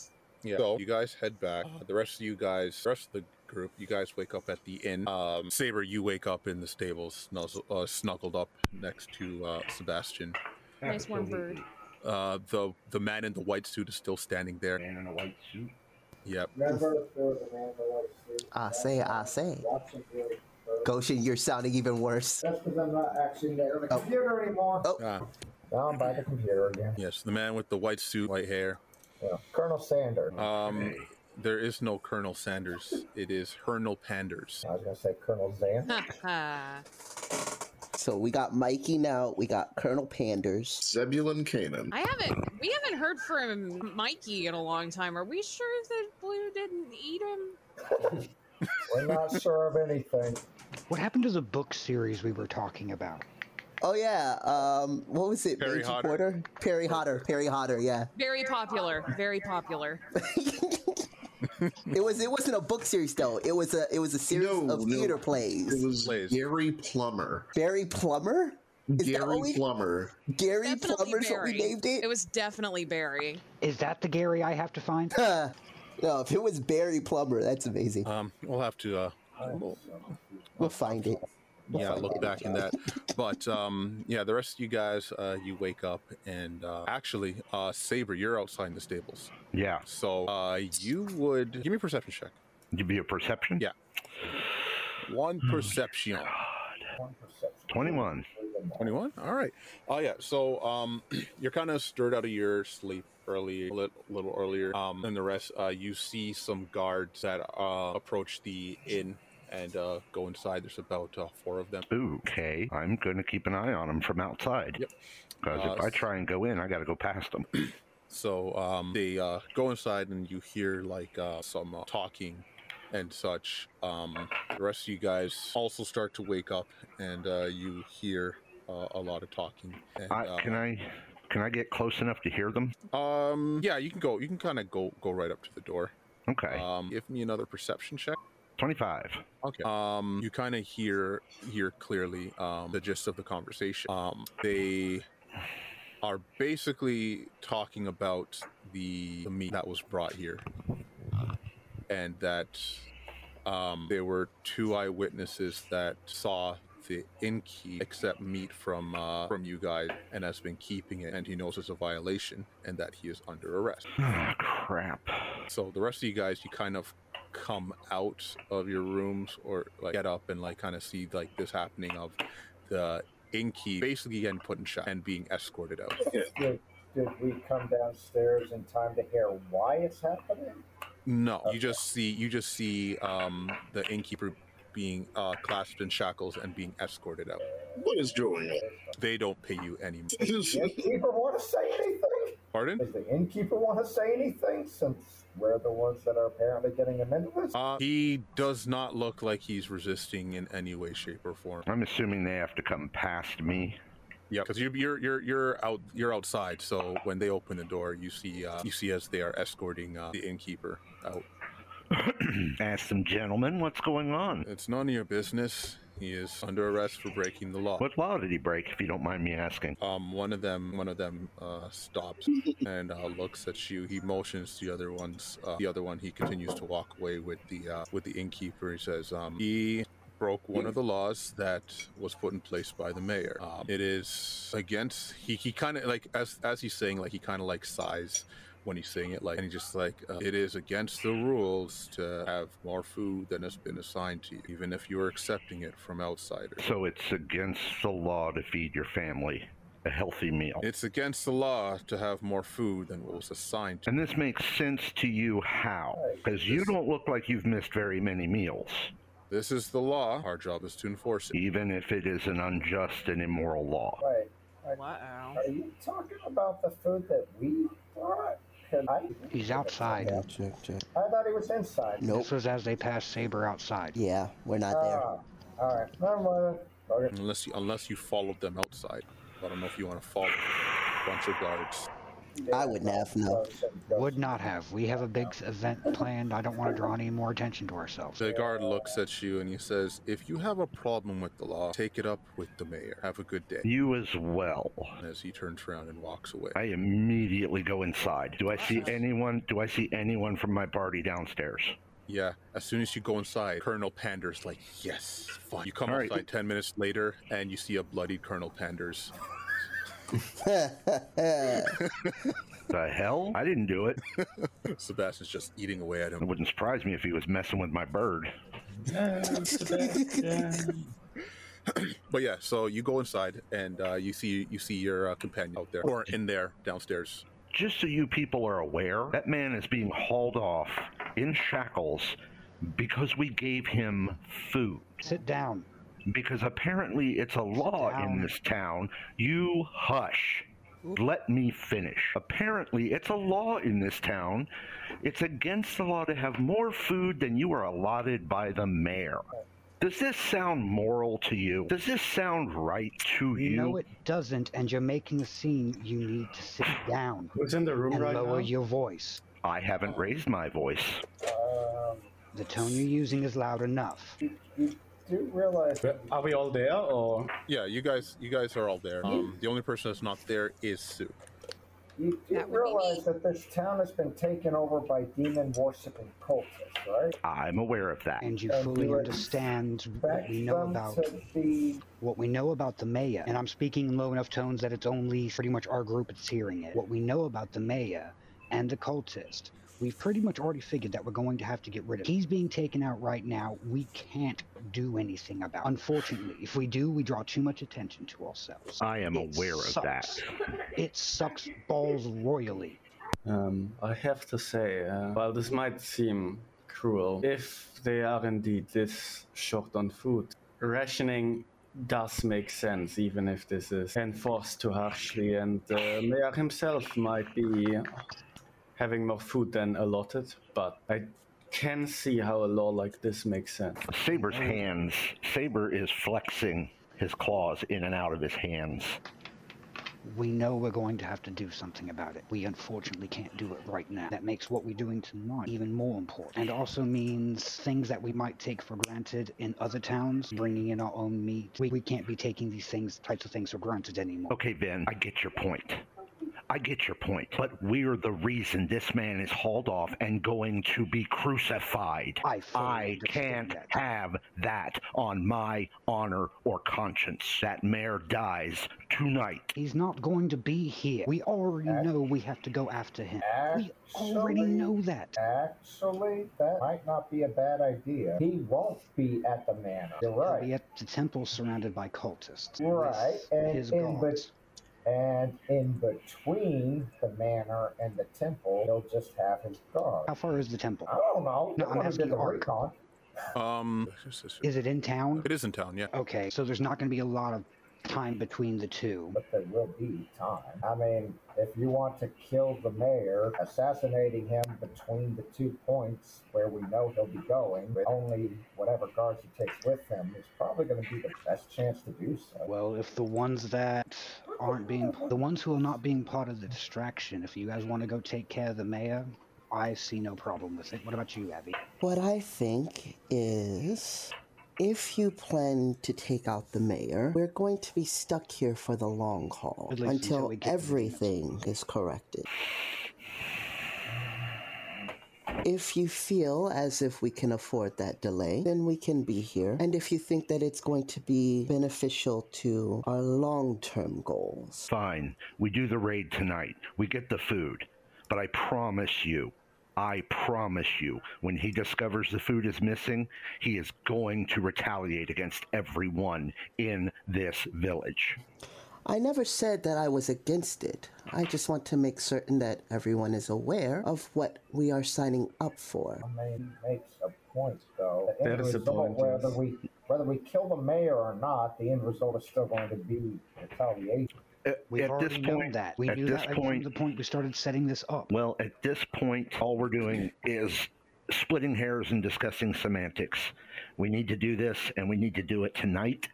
A: Yeah. So you guys head back. The rest of you guys, the rest of the group, you guys wake up at the inn. Um, Saber, you wake up in the stables, snuzzle, uh, snuggled up next to uh, Sebastian.
B: Nice warm bird.
A: Uh, the the man in the white suit is still standing there.
E: Man in a white suit.
A: Yep.
G: Remember, there was a man in the white suit.
C: I Ah, say, I say.
G: Watching you.
C: Goshen, you're sounding even worse.
G: That's because I'm not actually near
F: Oh.
G: the computer anymore.
A: Ah,
G: Now I'm by the computer again.
A: yes, the man with the white suit, white hair.
G: Yeah. Colonel Sander.
A: Um, there is no Colonel Sanders. It is Colonel Panders.
G: I was gonna say Colonel Zan.
B: Ha ha.
C: So we got Mikey now. We got Colonel Panders.
D: Zebulon Canaan.
B: I haven't. We haven't heard from Mikey in a long time. Are we sure that Blue didn't eat him?
G: We're not sure of anything.
F: What happened to the book series we were talking about?
C: Oh yeah. Um, what was it?
A: Perry
C: Benji
A: Hodder.
C: Porter. Perry Hodder. Perry Hodder. Yeah.
B: Very popular. Very popular.
C: It was. It wasn't a book series though. It was a. It was a series
D: No,
C: of
D: no.
C: theater
D: It
C: plays.
D: was
A: Plays.
D: Gary Plummer.
C: Barry Plummer. Is that
D: Gary
C: what we-
D: Plummer.
C: Gary
B: Definitely
C: Plummer's what we
B: Barry.
C: named it.
B: It was definitely Barry.
F: Is that the Gary I have
H: [LAUGHS]
F: to find?
C: no, if it was Barry Plummer, that's amazing.
A: Um, we'll have to uh, we'll-
C: We'll find it. We'll
A: yeah
C: find
A: look
C: it.
A: back in that. But um, yeah, the rest of you guys, uh, you wake up and uh, actually, uh, Saber, you're outside the stables,
E: Yeah.
A: so uh, you would give me a perception check.
E: Give me a perception.
A: Yeah. One perception.
E: Twenty-one.
A: 21 all right oh yeah so um [CLEARS THROAT] you're kind of stirred out of your sleep early a little, little earlier um than the rest uh you see some guards that uh approach the inn and uh, go inside. There's about uh, four of them.
E: Ooh, okay. I'm going to keep an eye on them from outside.
A: Yep.
E: Because if
A: Uh,
E: I try and go in, I got to go past them.
A: So um, they uh, go inside, and you hear like uh, some uh, talking and such. Um, the rest of you guys also start to wake up, and uh, you hear uh, a lot of talking. And,
E: I,
A: uh,
E: can I? Can I get close enough to hear them?
A: Um, yeah, you can go. You can kind of go go right up to the door.
E: Okay.
A: Um, give me another perception check.
E: Twenty-five.
A: Okay. Um, you kind of hear hear clearly um, the gist of the conversation. Um, they are basically talking about the, the meat that was brought here, and that um, there were two eyewitnesses that saw the innkeep accept meat from uh, from you guys and has been keeping it, and he knows it's a violation, and that he is under arrest.
E: Ah, Crap.
A: So the rest of you guys, you kind of come out of your rooms or like get up and like kind of see like this happening of the innkeep basically getting put in shot and being escorted out.
G: Did, did we come downstairs in time to hear why it's happening?
A: No, you just see you just see um, the innkeeper being uh, clasped in shackles and being escorted out.
D: What is going on?
A: They don't pay you any.
G: Does the innkeeper want to say anything?
A: Pardon?
G: Does the innkeeper want to say anything since we're the ones that are apparently getting him into this?
A: Uh, he does not look like he's resisting in any way, shape, or form.
E: I'm assuming they have to come past me. [CLEARS THROAT]
A: Yeah, because you're you're you're you're out you're outside. So when they open the door, you see uh, you see as they are escorting uh, the innkeeper out.
E: Ask them, gentlemen, what's going on?
A: It's none of your business. He is under arrest for breaking the law.
E: What law did he break? If you don't mind me asking.
A: Um, one of them, one of them, uh, stops and uh, looks at you. He motions the other ones. Uh, the other one, he continues to walk away with the uh, with the innkeeper. He says, um, he broke one of the laws that was put in place by the mayor. Um, it is against. He he kind of like as as he's saying like he kind of like sighs when he's saying it like and he's just like uh, it is against the rules to have more food than has been assigned to you even if you're accepting it from outsiders
E: So it's against the law to feed your family a healthy meal.
A: It's against the law to have more food than what was assigned to
E: And this makes sense to you how? Because you don't look like you've missed very many meals,
A: This is the law. Our job is to enforce it.
E: even if it is an unjust and immoral law.
G: Right.
B: Wow.
G: Are you talking about the food that we brought tonight?
F: He's outside.
C: Check, check.
G: I thought he was inside.
C: Nope.
F: This was as they passed Saber outside.
C: Yeah, we're not
G: Ah, all right. Never mind. Okay.
A: Unless you, unless you followed them outside. I don't know if you want to follow a bunch of guards.
C: there. I wouldn't have, no.
F: Would not have. We have a big event planned. I don't want to draw any more attention to ourselves.
A: The guard looks at you and he says, "If you have a problem with the law, take it up with the mayor. Have a good day."
E: You as well.
A: And as he turns around and walks away.
E: I immediately go inside. Do I see anyone? Do I see anyone from my party downstairs?
A: Yeah. As soon as you go inside, Colonel Pander's like, "Yes, fuck." You come
E: All right.
A: outside ten minutes later and you see a bloodied Colonel Pander's. [LAUGHS]
C: there.
E: The hell? I didn't do it.
A: Sebastian's just eating away at
E: It
A: him.
E: wouldn't surprise me if he was messing with my bird.
A: But yeah, so you go inside and uh, you see you see your uh, companion out there or in there downstairs.
E: Just so you people are aware, that man is being hauled off in shackles because we gave him food.
F: Sit down.
E: Because apparently it's a law in this town. You hush. Let me finish. Apparently it's a law in this town. It's against the law to have more food than you are allotted by the mayor. Does this sound moral to you? Does this sound right to you?
F: No, it doesn't. And you're making a scene. You need to sit down
I: Who's in the room
F: and
I: right now?
F: lower your voice.
E: I haven't raised my voice.
F: The tone you're using is loud enough.
G: Do you realize
I: Are we all there or?
A: Yeah, you guys, you guys are all there. Um, the only person that's not there is Sue.
G: you do
B: That would be
G: realize that this town has been taken over by demon worshipping cultists, right?
E: I'm aware of that.
F: And you
G: And
F: fully
G: you are
F: understand what
G: Back
F: we know
G: them
F: about
G: to the
F: what we know about the Maya, and I'm speaking in low enough tones that it's only pretty much our group that's hearing it. What we know about the Maya and the cultist, we've pretty much already figured that we're going to have to get rid of. He's being taken out right now. We can't do anything about. It. Unfortunately, if we do, we draw too much attention to ourselves.
E: I am
F: It
E: aware of that.
F: sucks. It sucks balls royally.
I: Um, I have to say, uh, while this might seem cruel if they are indeed this short on food. Rationing does make sense, even if this is enforced too harshly, and the mayor himself might be having more food than allotted, but I can see how a law like this makes sense.
E: Saber's hands. Saber is flexing his claws in and out of his hands.
F: We know we're going to have to do something about it. We unfortunately can't do it right now. That makes what we're doing tonight even more important. And also means things that we might take for granted in other towns, bringing in our own meat. We, we can't be taking these things, types of things for granted anymore.
E: Okay, Ben, I get your point. I get your point, but we're the reason this man is hauled off and going to be crucified.
F: I fully
E: can't have that on my honor or conscience. That mayor dies tonight.
F: He's not going to be here. We already know we have to go after him. We already know that.
G: Actually, that might not be a bad idea. He won't be at the manor. You're
F: He'll
G: right.
F: be at the temple surrounded by cultists. with
G: Right, and
F: his
G: in
F: guards.
G: bet- and in between the manor and the temple, he'll just have his guard.
F: How far is the temple?
G: I don't know.
F: No, I'm
G: Wanna
F: asking
G: do the
F: Ark.
G: recon?
A: Um,
F: Is it in town?
A: it is in town. Yeah.
F: Okay, so there's not going to be a lot of time between the two.
G: But there will be time. I mean, if you want to kill the mayor, assassinating him between the two points where we know he'll be going, with only whatever guards he takes with him, is probably going to be the best chance to do so.
F: Well, if the ones that aren't being, the ones who are not being part of the distraction, if you guys want to go take care of the mayor, I see no problem with it. What about you, Abby?
C: What I think is if you plan to take out the mayor, we're going to be stuck here for the long haul
F: At
C: until,
F: least until we get to the
C: everything is corrected. If you feel as if we can afford that delay, then we can be here. And if you think that it's going to be beneficial to our long term goals,
E: Fine. We do the raid tonight. We get the food. But I promise you, I promise you, when he discovers the food is missing, he is going to retaliate against everyone in this village.
C: I never said that I was against it. I just want to make certain that everyone is aware of what we are signing up for.
G: I mean, he makes a point, though. The
C: That
G: end
C: is a
G: result,
C: point,
G: whether
C: yes.
G: we whether we kill the mayor or not, the end result is still going to be retaliation.
F: Uh, We've
E: at this
F: already known
E: point-
F: that. We
E: at
F: knew
E: this
F: that like,
E: point-
F: from the point we started setting this up.
E: Well, at this point, all we're doing is splitting hairs and discussing semantics. We need to do this, and we need to do it tonight.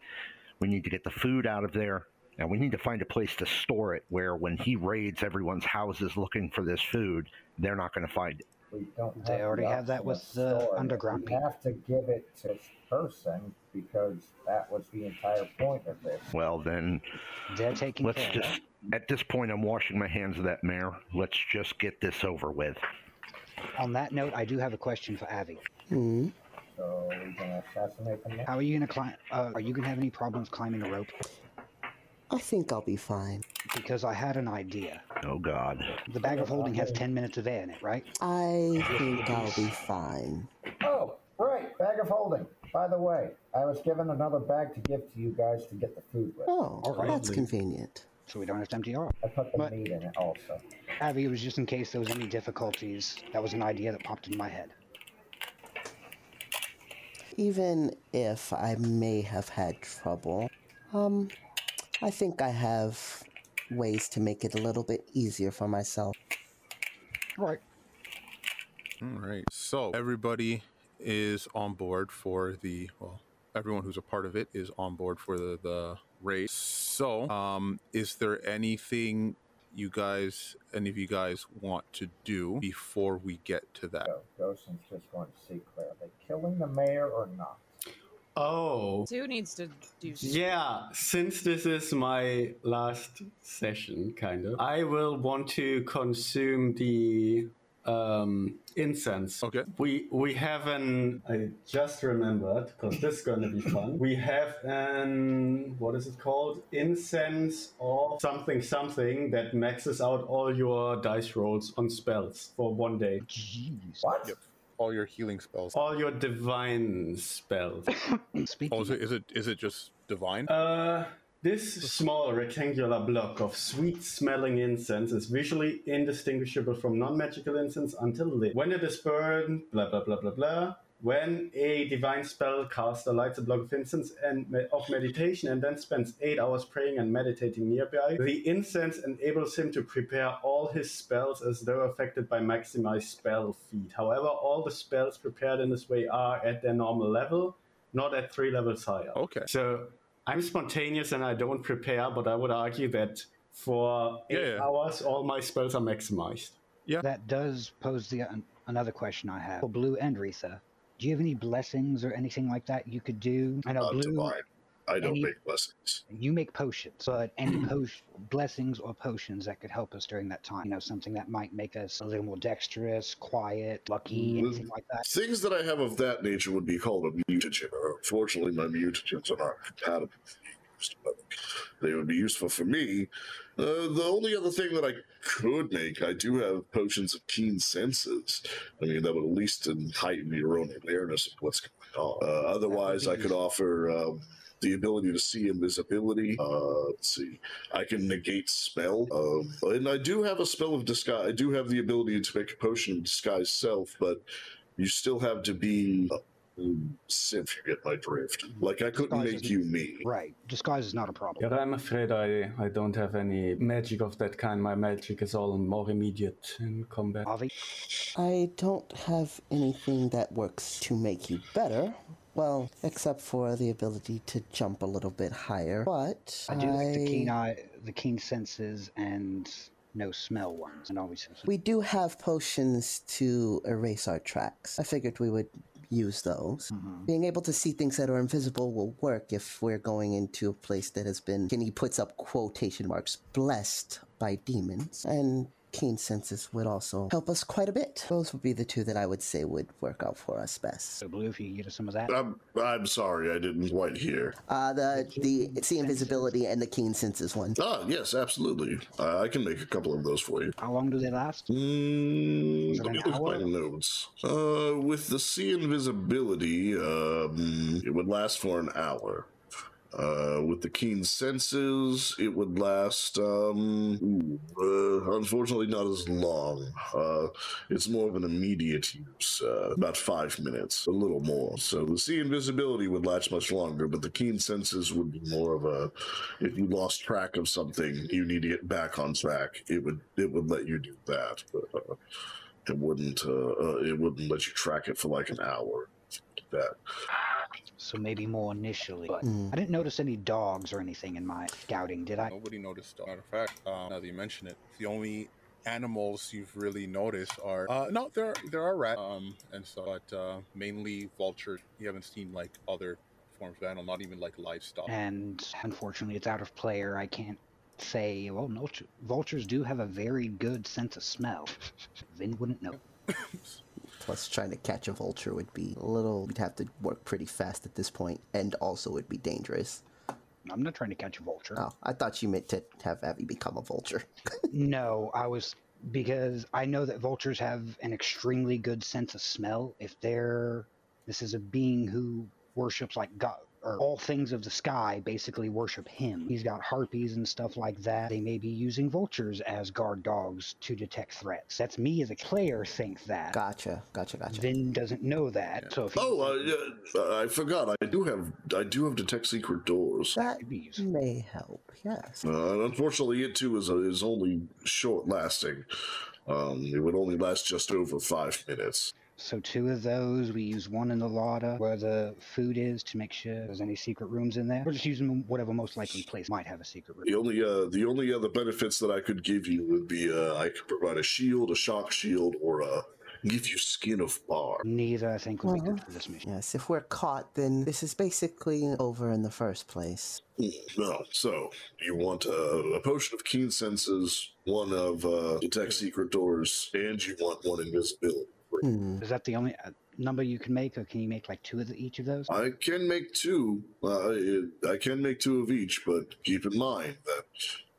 E: We need to get the food out of there, and we need to find a place to store it where when he raids everyone's houses looking for this food, they're not going to find it.
G: We don't.
F: They already
G: enough
F: have that
G: in
F: with the
G: store.
F: underground
G: We have to give it to this person because that was the entire point of this.
E: Well, then,
F: they're taking
E: let's
F: care of
E: just. At this point, I'm washing my hands of that mayor. Let's just get this over with.
F: On that note, I do have a question for Abby.
C: Hmm.
G: So we're gonna assassinate the mayor.
F: How are you going to climb? Uh, are you going to have any problems climbing a rope?
C: I think I'll be fine.
F: Because I had an idea.
E: Oh, God.
F: The bag of holding has 10 minutes of air in it, right?
C: I think I'll be fine.
G: Oh, right, bag of holding. By the way, I was given another bag to give to you guys to get the food with.
C: Oh,
F: All right.
C: that's convenient.
F: So we don't have to empty our.
G: I put the
F: But-
G: meat in it also.
F: Abby, it was just in case there was any difficulties. That was an idea that popped in my head.
C: Even if I may have had trouble, um, I think I have ways to make it a little bit easier for myself.
F: Right.
A: All right. So everybody is on board for the well. Everyone who's a part of it is on board for the the race. So, um, is there anything you guys, any of you guys, want to do before we get to that?
G: So Gosens just wanted to see Claire. Are they killing the mayor or not?
I: Oh.
B: Zoo needs to do.
I: Yeah, since this is my last session, kind of, I will want to consume the um, incense.
A: Okay.
I: We we have an. I just remembered because this is gonna be fun. We have an what is it called? Incense or something something that maxes out all your dice rolls on spells for one day.
F: Jeez.
G: What?
A: Yep. All your healing spells.
I: All your divine spells.
A: Oh,
F: [CLEARS THROAT] Speaking
H: [LAUGHS]
A: is it is it is it just divine?
I: Uh, This small rectangular block of sweet smelling incense is visually indistinguishable from non magical incense until lit. When it is burned, blah blah blah blah blah. When a divine spell caster lights a block of incense and me- of meditation and then spends eight hours praying and meditating nearby, the incense enables him to prepare all his spells as though affected by maximized spell feat. However, all the spells prepared in this way are at their normal level, not at three levels higher.
A: Okay.
I: So I'm spontaneous and I don't prepare, but I would argue that for eight
F: Yeah, yeah.
I: hours, all my spells are maximized.
A: Yeah.
F: That does pose the an- another question I have. For Blue and Retha, do you have any blessings or anything like that you could do? I know
D: Not
F: Blue.
D: divine. I don't
F: any-
D: make blessings.
F: You make potions, but any potion, blessings or potions that could help us during that time? You know, something that might make us a little more dexterous, quiet, lucky, anything like that.
D: Things that I have of that nature would be called a mutagen. Unfortunately, my mutagens are not compatible with being used, but they would be useful for me. Uh, the only other thing that I could make, I do have potions of keen senses. I mean, that would at least heighten your own awareness of what's going on. Uh, otherwise, I could offer. Um, the ability to see invisibility. Uh, let's see. I can negate spell. Um, and I do have a spell of disguise. I do have the ability to make a potion of disguise self, but you still have to be uh, synth. You get my drift. Like I couldn't
F: Disguise
D: make
F: is-
D: you me.
F: Right. Disguise is not a problem.
I: Yeah, but I'm afraid I, I don't have any magic of that kind. My magic is all more immediate in combat.
C: I don't have anything that works to make you better. Well, except for the ability to jump a little bit higher. But
F: I do like the keen
C: I-
F: eye, the keen senses, and no smell ones, and obviously
C: We do have potions to erase our tracks. I figured we would use those.
F: Mm-hmm.
C: Being able to see things that are invisible will work if we're going into a place that has been, and he puts up quotation marks, blessed by demons. And keen senses would also help us quite a bit. Those would be the two that I would say would work out for us best.
F: So, Blue, if you can get us some of that.
D: I'm, I'm sorry, I didn't quite hear.
C: Uh, the, the, it's the invisibility and the keen senses one.
D: Ah, yes, absolutely. Uh, I can make a couple of those for you.
F: How long do they last?
D: Mm,
F: it
D: let me
F: an
D: look at my
F: hour?
D: notes. Uh, with the sea invisibility, um, it would last for an hour. Uh, with the keen senses, it would last. Um, ooh, uh, unfortunately, not as long. Uh, it's more of an immediate use, uh, about five minutes, a little more. So the sea invisibility would last much longer, but the keen senses would be more of a. If you lost track of something, you need to get back on track. It would it would let you do that, but uh, it wouldn't uh, uh, it wouldn't let you track it for like an hour. That
F: So maybe more initially. But
D: Mm.
F: I didn't notice any dogs or anything in my scouting, did I?
A: Nobody noticed. Matter of fact, um, now that you mention it, the only animals you've really noticed are uh, no, there there are rats um, and so, but uh, mainly vultures. You haven't seen like other forms of animal, not even like livestock.
F: And unfortunately, it's out of player. I can't say. Well, no, vultures do have a very good sense of smell. Vin wouldn't know.
C: Plus, trying to catch a vulture would be a little. We'd have to work pretty fast at this point, and also would be dangerous.
F: I'm not trying to catch a vulture.
C: Oh, I thought you meant to have Abby become a vulture.
F: no, I was because I know that vultures have an extremely good sense of smell. If they're this is a being who worships like God or all things of the sky basically worship him. He's got harpies and stuff like that. They may be using vultures as guard dogs to detect threats. That's me as a player think that.
C: Gotcha, gotcha, gotcha.
F: Vin doesn't know that. So if he
D: oh, uh, yeah, I forgot. I do have I do have detect secret doors.
C: That may help, yes.
D: Uh, and unfortunately, it too is uh, is only short lasting. Um, it would only last just over five minutes.
F: So two of those. We use one in the larder where the food is to make sure there's any secret rooms in there. We're just using whatever most likely place might have a secret room.
D: The only uh, the only other benefits that I could give you would be uh, I could provide a shield, a shock shield, or uh, give you skin of bar.
F: Neither, I think, would be good
C: Well,
F: for this mission.
C: Yes, if we're caught, then this is basically over in the first place.
D: No, so you want a, a potion of keen senses, one of uh, detect secret doors, and you want one invisibility.
C: Mm,
F: Is that the only uh, number you can make, or can you make like two of the, each of those?
D: I can make two. Uh, I- I can make two of each, but keep in mind that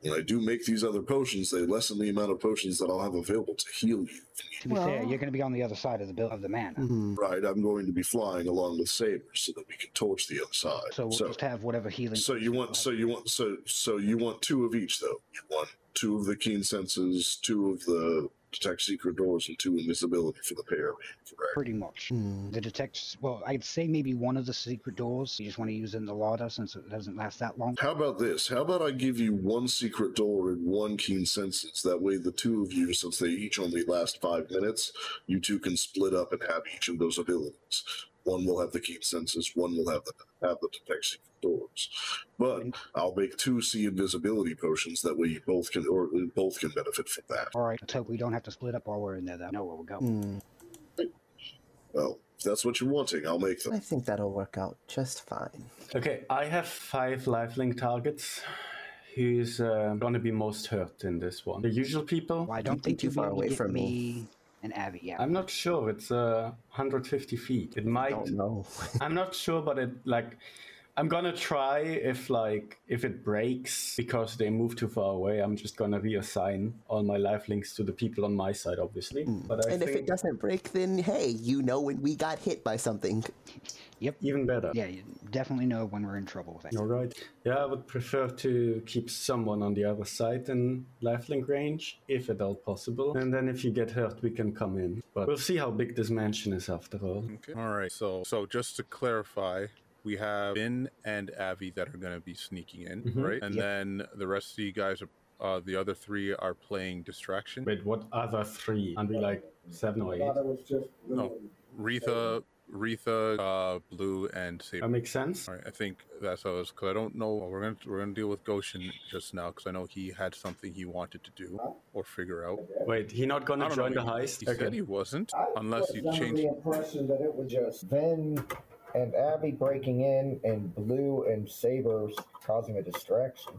D: When I do make these other potions, they lessen the amount of potions that I'll have available to heal you.
F: To be fair, you're going to be on the other side of the bill of the man.
C: Mm-hmm. mm,
D: Right, I'm going to be flying along with Saber so that we can torch the other side.
F: So we'll just have whatever healing.
D: So you want, so you want, so so you want two of each though. You want two of the keen senses, two of the detect secret doors, and two invisibility for the pair. Correct.
F: Pretty much.
C: mm,
F: The detect. Well, I'd say maybe one of the secret doors. You just want to use in the larder since it doesn't last that long.
D: How about this? How about I give you one secret door and one keen senses? That way, the two of you, since they each only last five minutes, you two can split up and have each of those abilities. One will have the keen senses, one will have the have the detect secret doors. But I'll make two C invisibility potions. That way, you both can or both can benefit from that.
F: All right. Let's hope we don't have to split up while we're in there. Though. Know where we're going.
C: mm.
D: Well, if that's what you're wanting, I'll make them.
C: I think that'll work out just fine.
H: Okay, I have five lifelink targets. Who's uh, going to be most hurt in this one? The usual people?
F: I don't think you've far away from me. And Abby, yeah.
H: I'm not sure. It's uh, 150 feet. It might.
F: don't know.
H: I'm not sure, but it like. I'm gonna try if like if it breaks because they move too far away. I'm just gonna reassign all my lifelinks to the people on my side, obviously. But I
C: Mm. and
H: think
C: if it doesn't break, then hey, you know when we got hit by something.
F: Yep.
H: Even better.
F: Yeah, you definitely know when we're in trouble with that.
H: All right. Yeah, I would prefer to keep someone on the other side in lifelink range, if at all possible. And then if you get hurt, we can come in. But we'll see how big this mansion is after all.
A: [LAUGHS] Okay. All right. So so just to clarify, we have Vin and Avi that are going to be sneaking in,
H: Mhm.
A: right? And
H: Yep.
A: then the rest of you guys are. Uh, the other three are playing distraction.
H: Wait, what other three? Aren't we like seven or eight?
G: thought it was just
A: No, Retha, Retha, uh, Blue, and Saber.
H: That makes sense.
A: All right, I think that's how it's because I don't know. We're gonna we're gonna deal with Goshen just now because I know he had something he wanted to do or figure out.
H: Wait, he not
A: I
H: gonna
A: don't
H: join
A: know,
H: the
A: he-
H: heist?
A: He said he wasn't, unless you
G: was under
A: change.
G: the impression that it was just Vin and Abby breaking in and Blue and Sabers causing a distraction.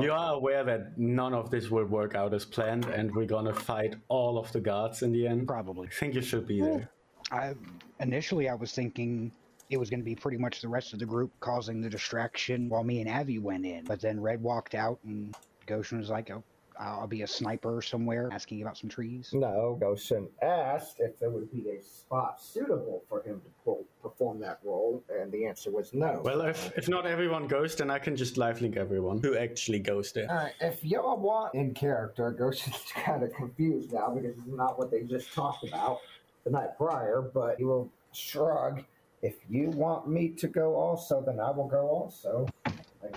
H: You are aware that none of this will work out as planned, and we're gonna fight all of the guards in the end.
F: Probably.
H: I think you should be there.
F: I initially I was thinking it was going to be pretty much the rest of the group causing the distraction while me and Avi went in, but then Red walked out and Goshen was like, "Oh, I'll be a sniper somewhere," asking about some trees.
G: No, Goshen asked if there would be a spot suitable for him to pull, perform that role, and the answer was no.
H: Well, if, if not everyone goes, then I can just lifelink everyone who actually goes there.
G: All right, Uh, if y'all want in character, [LAUGHS] Goshen's kind of confused now because it's not what they just talked about the night prior, but he will shrug. If you want me to go also, then I will go also. I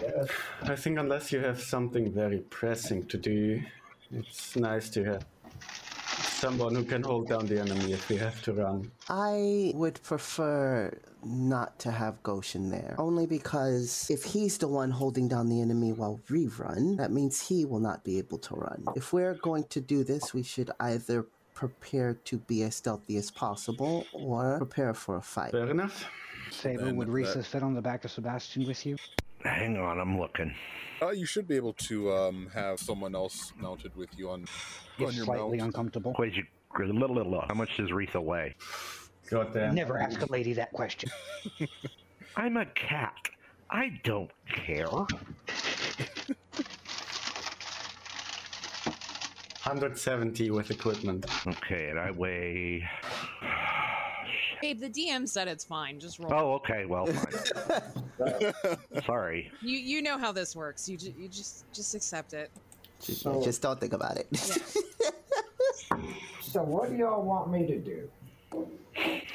G: guess.
H: I think unless you have something very pressing to do, it's nice to have someone who can hold down the enemy if we have to run.
C: I would prefer not to have Goshen there, only because if he's the one holding down the enemy while we run, that means he will not be able to run. If we're going to do this, we should either prepare to be as stealthy as possible or prepare for a fight.
H: Fair enough.
F: Saber,
A: Then
F: would
A: that-
F: Risa fit on the back of Sebastian with you?
E: Hang on, I'm looking.
A: Uh, you should be able to um, have someone else mounted with you on on
F: It's
A: your
F: slightly
A: mount.
F: uncomfortable.
E: Wait, you, little, little, little. How much does Retha weigh?
H: Goddamn.
F: Never ask a lady that question.
E: I'm a cat. I don't care.
H: 170 with equipment.
E: Okay, and I weigh.
B: Babe, the DM said it's fine. Just roll.
E: Oh, okay. Well, fine. Sorry.
B: You you know how this works. You ju- you just just accept it.
G: So,
C: Just don't think about it.
G: so what do y'all want me to do?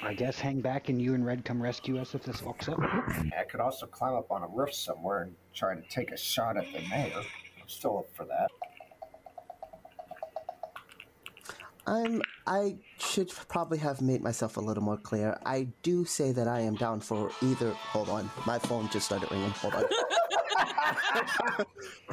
F: I guess hang back and you and Red come rescue us if this fucks up.
K: I could also climb up on a roof somewhere and try to take a shot at the mayor. I'm still up for that.
C: [LAUGHS] I'm. I should probably have made myself a little more clear. I do say that I am down for either. Hold on, my phone just started ringing. Hold on.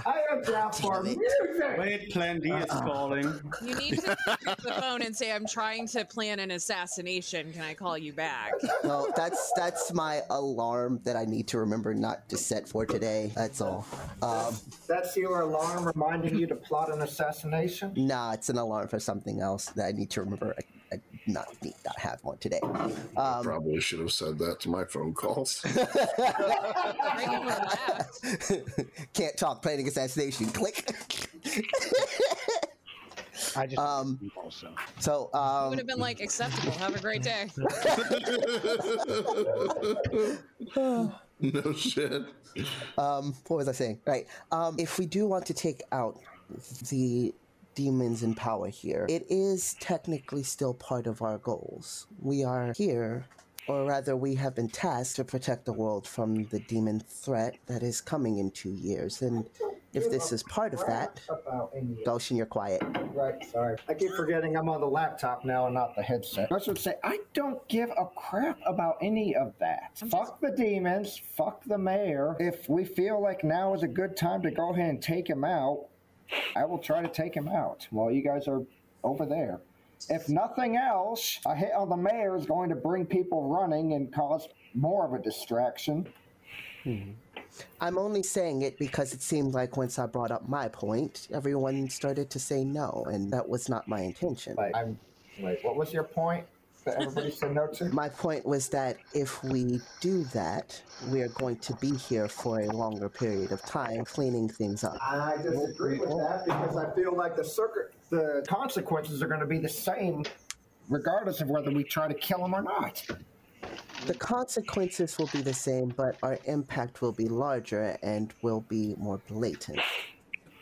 G: I am down for
C: Damn it.
G: music!
H: Wait, Plan D is calling.
B: You need to pick up the phone and say, "I'm trying to plan an assassination. Can I call you back?"
C: No, that's that's my alarm that I need to remember not to set for today. That's all. Um,
G: That's your alarm reminding you to plot an assassination?
C: nah, it's an alarm for something else that I need to remember. I, I not need not have one today.
D: I
C: Um, [LAUGHS]
D: probably should have said that to my phone calls. [LAUGHS]
C: can't talk. Planning assassination. Click. [LAUGHS]
F: I just
C: um,
F: also.
C: So um,
B: would have been like acceptable. Have a great day.
D: no
I: [LAUGHS]
D: shit.
C: Um, what was I saying? Right. Um, if we do want to take out the demons in power here, it is technically still part of our goals. We are here, or rather, we have been tasked to protect the world from the demon threat that is coming in two years. And if this is part of that,
G: About any
C: Goshen, you're quiet.
G: Right, sorry. I keep forgetting I'm on the laptop now and not the headset. I should say, I don't give a crap about any of that. Fuck the demons, fuck the mayor. If we feel like now is a good time to go ahead and take him out, I will try to take him out while you guys are over there. If nothing else, a hit on the mayor is going to bring people running and cause more of a distraction.
C: I'm only saying it because it seemed like once I brought up my point, everyone started to say no, and that was not my intention.
G: I'm, wait, what was your point that everybody said no [LAUGHS] to?
C: My point was that if we do that, we are going to be here for a longer period of time cleaning things up.
G: I disagree with that because I feel like the circuit, the consequences are going to be the same, regardless of whether we try to kill him or not.
C: The consequences will be the same, but our impact will be larger and will be more blatant.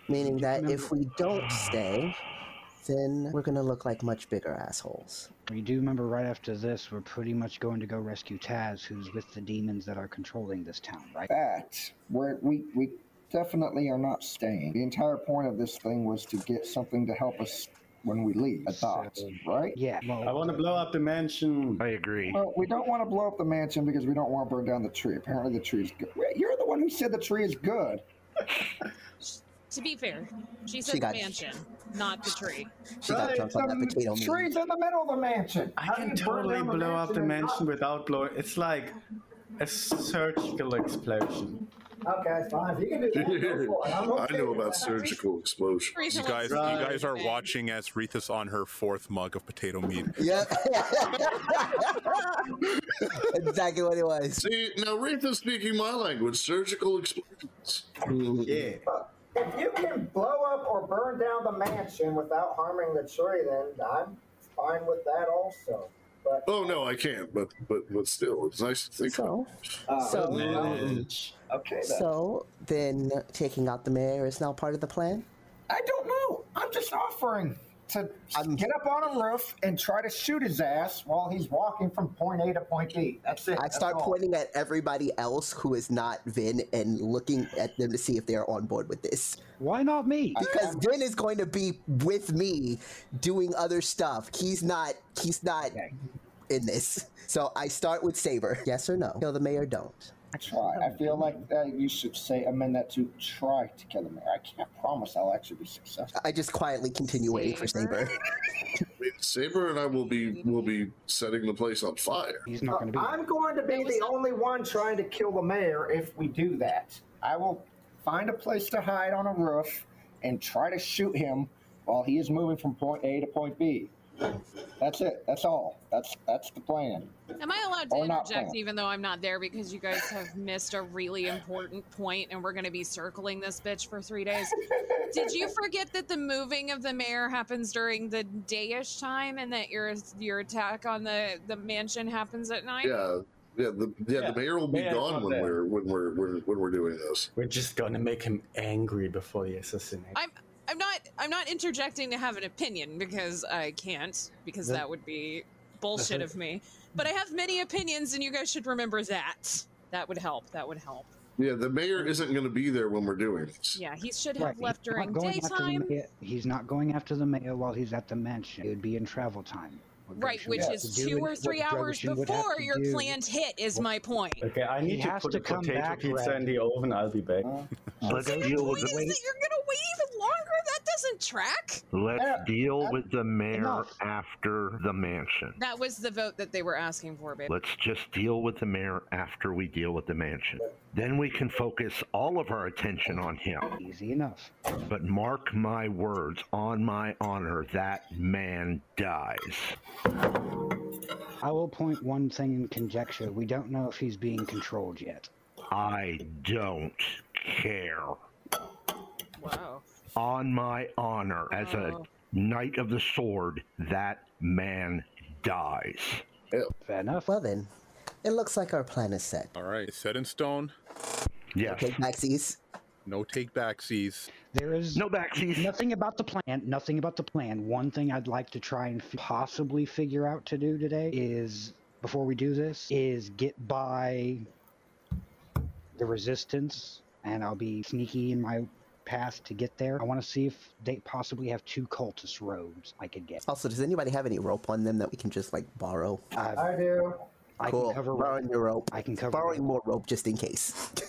C: Meaning that if we don't stay, then we're going to look like much bigger assholes.
F: We do remember right after this, we're pretty much going to go rescue Taz, who's with the demons that are controlling this town, right?
G: That where we we definitely are not staying. The entire point of this thing was to get something to help us when we leave. I thought, right?
F: Yeah.
I: I want to blow up the mansion.
E: I agree.
G: Well, we don't want to blow up the mansion because we don't want to burn down the tree. Apparently, the tree is good. Wait, You're the one who said the tree is good.
B: To be fair, she said the
C: She got-
B: mansion, not the tree.
C: She got drunk on that potato meat.
G: Trees in the middle of the mansion.
I: I can totally blow up the mansion without blowing. It's like a surgical explosion.
G: Okay, fine. If you can do that, go for
I: [LAUGHS]
G: it. I'm
D: I
G: okay
D: know
G: with
D: about
G: that.
D: surgical explosion.
B: Reason
A: You
B: why
A: guys, you
I: Right.
A: guys are watching as Rethus on her fourth mug of potato meat.
C: Yep. [LAUGHS] exactly what it was.
D: See, now Retha's speaking my language. Surgical explosions.
I: Yeah.
G: If you can blow up or burn down the mansion without harming the tree, then I'm fine with that also. But
D: Oh no, I can't. But but but still, it's nice to think.
C: So,
G: uh,
C: so,
G: okay, then.
C: so then taking out the mayor is now part of the plan?
G: I don't know. I'm just offering to get up on a roof and try to shoot his ass while he's walking from point A to point B. That's it.
C: I
G: That's
C: start
G: all.
C: pointing at everybody else who is not Vin and looking at them to see if they are on board with this.
F: Why not me?
C: Because Vin is going to be with me doing other stuff. He's not. He's not in this. So I start with Saber. Yes or no? Kill the mayor. Don't.
G: Try. I feel like uh, you should say amend that to try to kill him. I can't promise I'll actually be successful.
C: I just quietly continue waiting for Saber.
D: Saber and I will be will be setting the place on fire.
F: He's not going to be.
G: I'm going to be the only one trying to kill the mayor if we do that. I will find a place to hide on a roof and try to shoot him while he is moving from point A to point B. That's it. That's all. That's that's the plan.
B: Am I allowed to
C: Oh,
G: Or not
B: interject
G: plan.
B: even though I'm not there because you guys have missed a really important point and we're going to be circling this bitch for three days? Did you forget that the moving of the mayor happens during the dayish time and that your your attack on the the mansion happens at night?
D: Yeah, yeah. The yeah,
I: Yeah,
D: the mayor will be
I: mayor's
D: gone
I: not
D: when
I: there.
D: we're when we're when, when we're doing this.
I: We're just gonna make him angry before he assassinates.
B: I'm I'm not I'm not interjecting to have an opinion because I can't because
F: The-
B: that would be bullshit
F: the-
B: of
F: [LAUGHS]
B: me. But I have many opinions and you guys should remember that. That would help. That would help.
D: Yeah, the mayor isn't going to be there when we're doing this.
B: Yeah, he should
F: Right,
B: have left
F: he's
B: during
F: not going after the
B: daytime.
F: mayor- He's not going after the mayor while he's at the mansion. It would be in travel time. What
B: Right,
F: Gershon
B: which
F: would
B: is
F: have to do
B: two
F: and
B: or
F: what
B: three hours
F: Gershon would have
B: before
F: to
B: your
F: do-
B: planned hit is my point.
I: Okay, I
F: He
I: need to
F: has
I: put
F: to
I: a
F: come
I: potato
F: back,
I: pizza
F: Red.
I: in the oven. I'll be back.
E: Let's
B: So your
E: deal
B: point
E: with
B: is that
E: the
B: you're gonna wait even longer? That doesn't track?
E: Let's
B: Yeah,
E: deal with the mayor
B: enough.
E: after the mansion.
B: That was the vote that they were asking for, babe.
E: Let's just deal with the mayor after we deal with the mansion. Then we can focus all of our attention on him.
F: Easy enough.
E: But mark my words, on my honor, that man dies.
F: I will point one thing in conjecture. We don't know if he's being controlled yet.
E: I don't care.
B: Wow.
E: On my honor, as a
F: Oh.
E: knight of the sword, that man dies.
F: Fair enough.
C: Well then, it looks like our plan is set.
A: All right, it's set in stone.
E: Yes.
C: Okay, Maxis.
A: No take backsies.
F: There is
E: no backsies.
F: Nothing about the plan. Nothing about the plan. One thing I'd like to try and f- possibly figure out to do today is before we do this is get by the resistance, and I'll be sneaky in my path to get there. I want to see if they possibly have two cultist robes I could get.
C: Also, does anybody have any rope on them that we can just like borrow?
F: Uh,
G: I do.
F: I
C: cool.
F: can cover
C: Borrowing your rope.
F: I can cover.
C: Borrowing more rope just in case. [LAUGHS]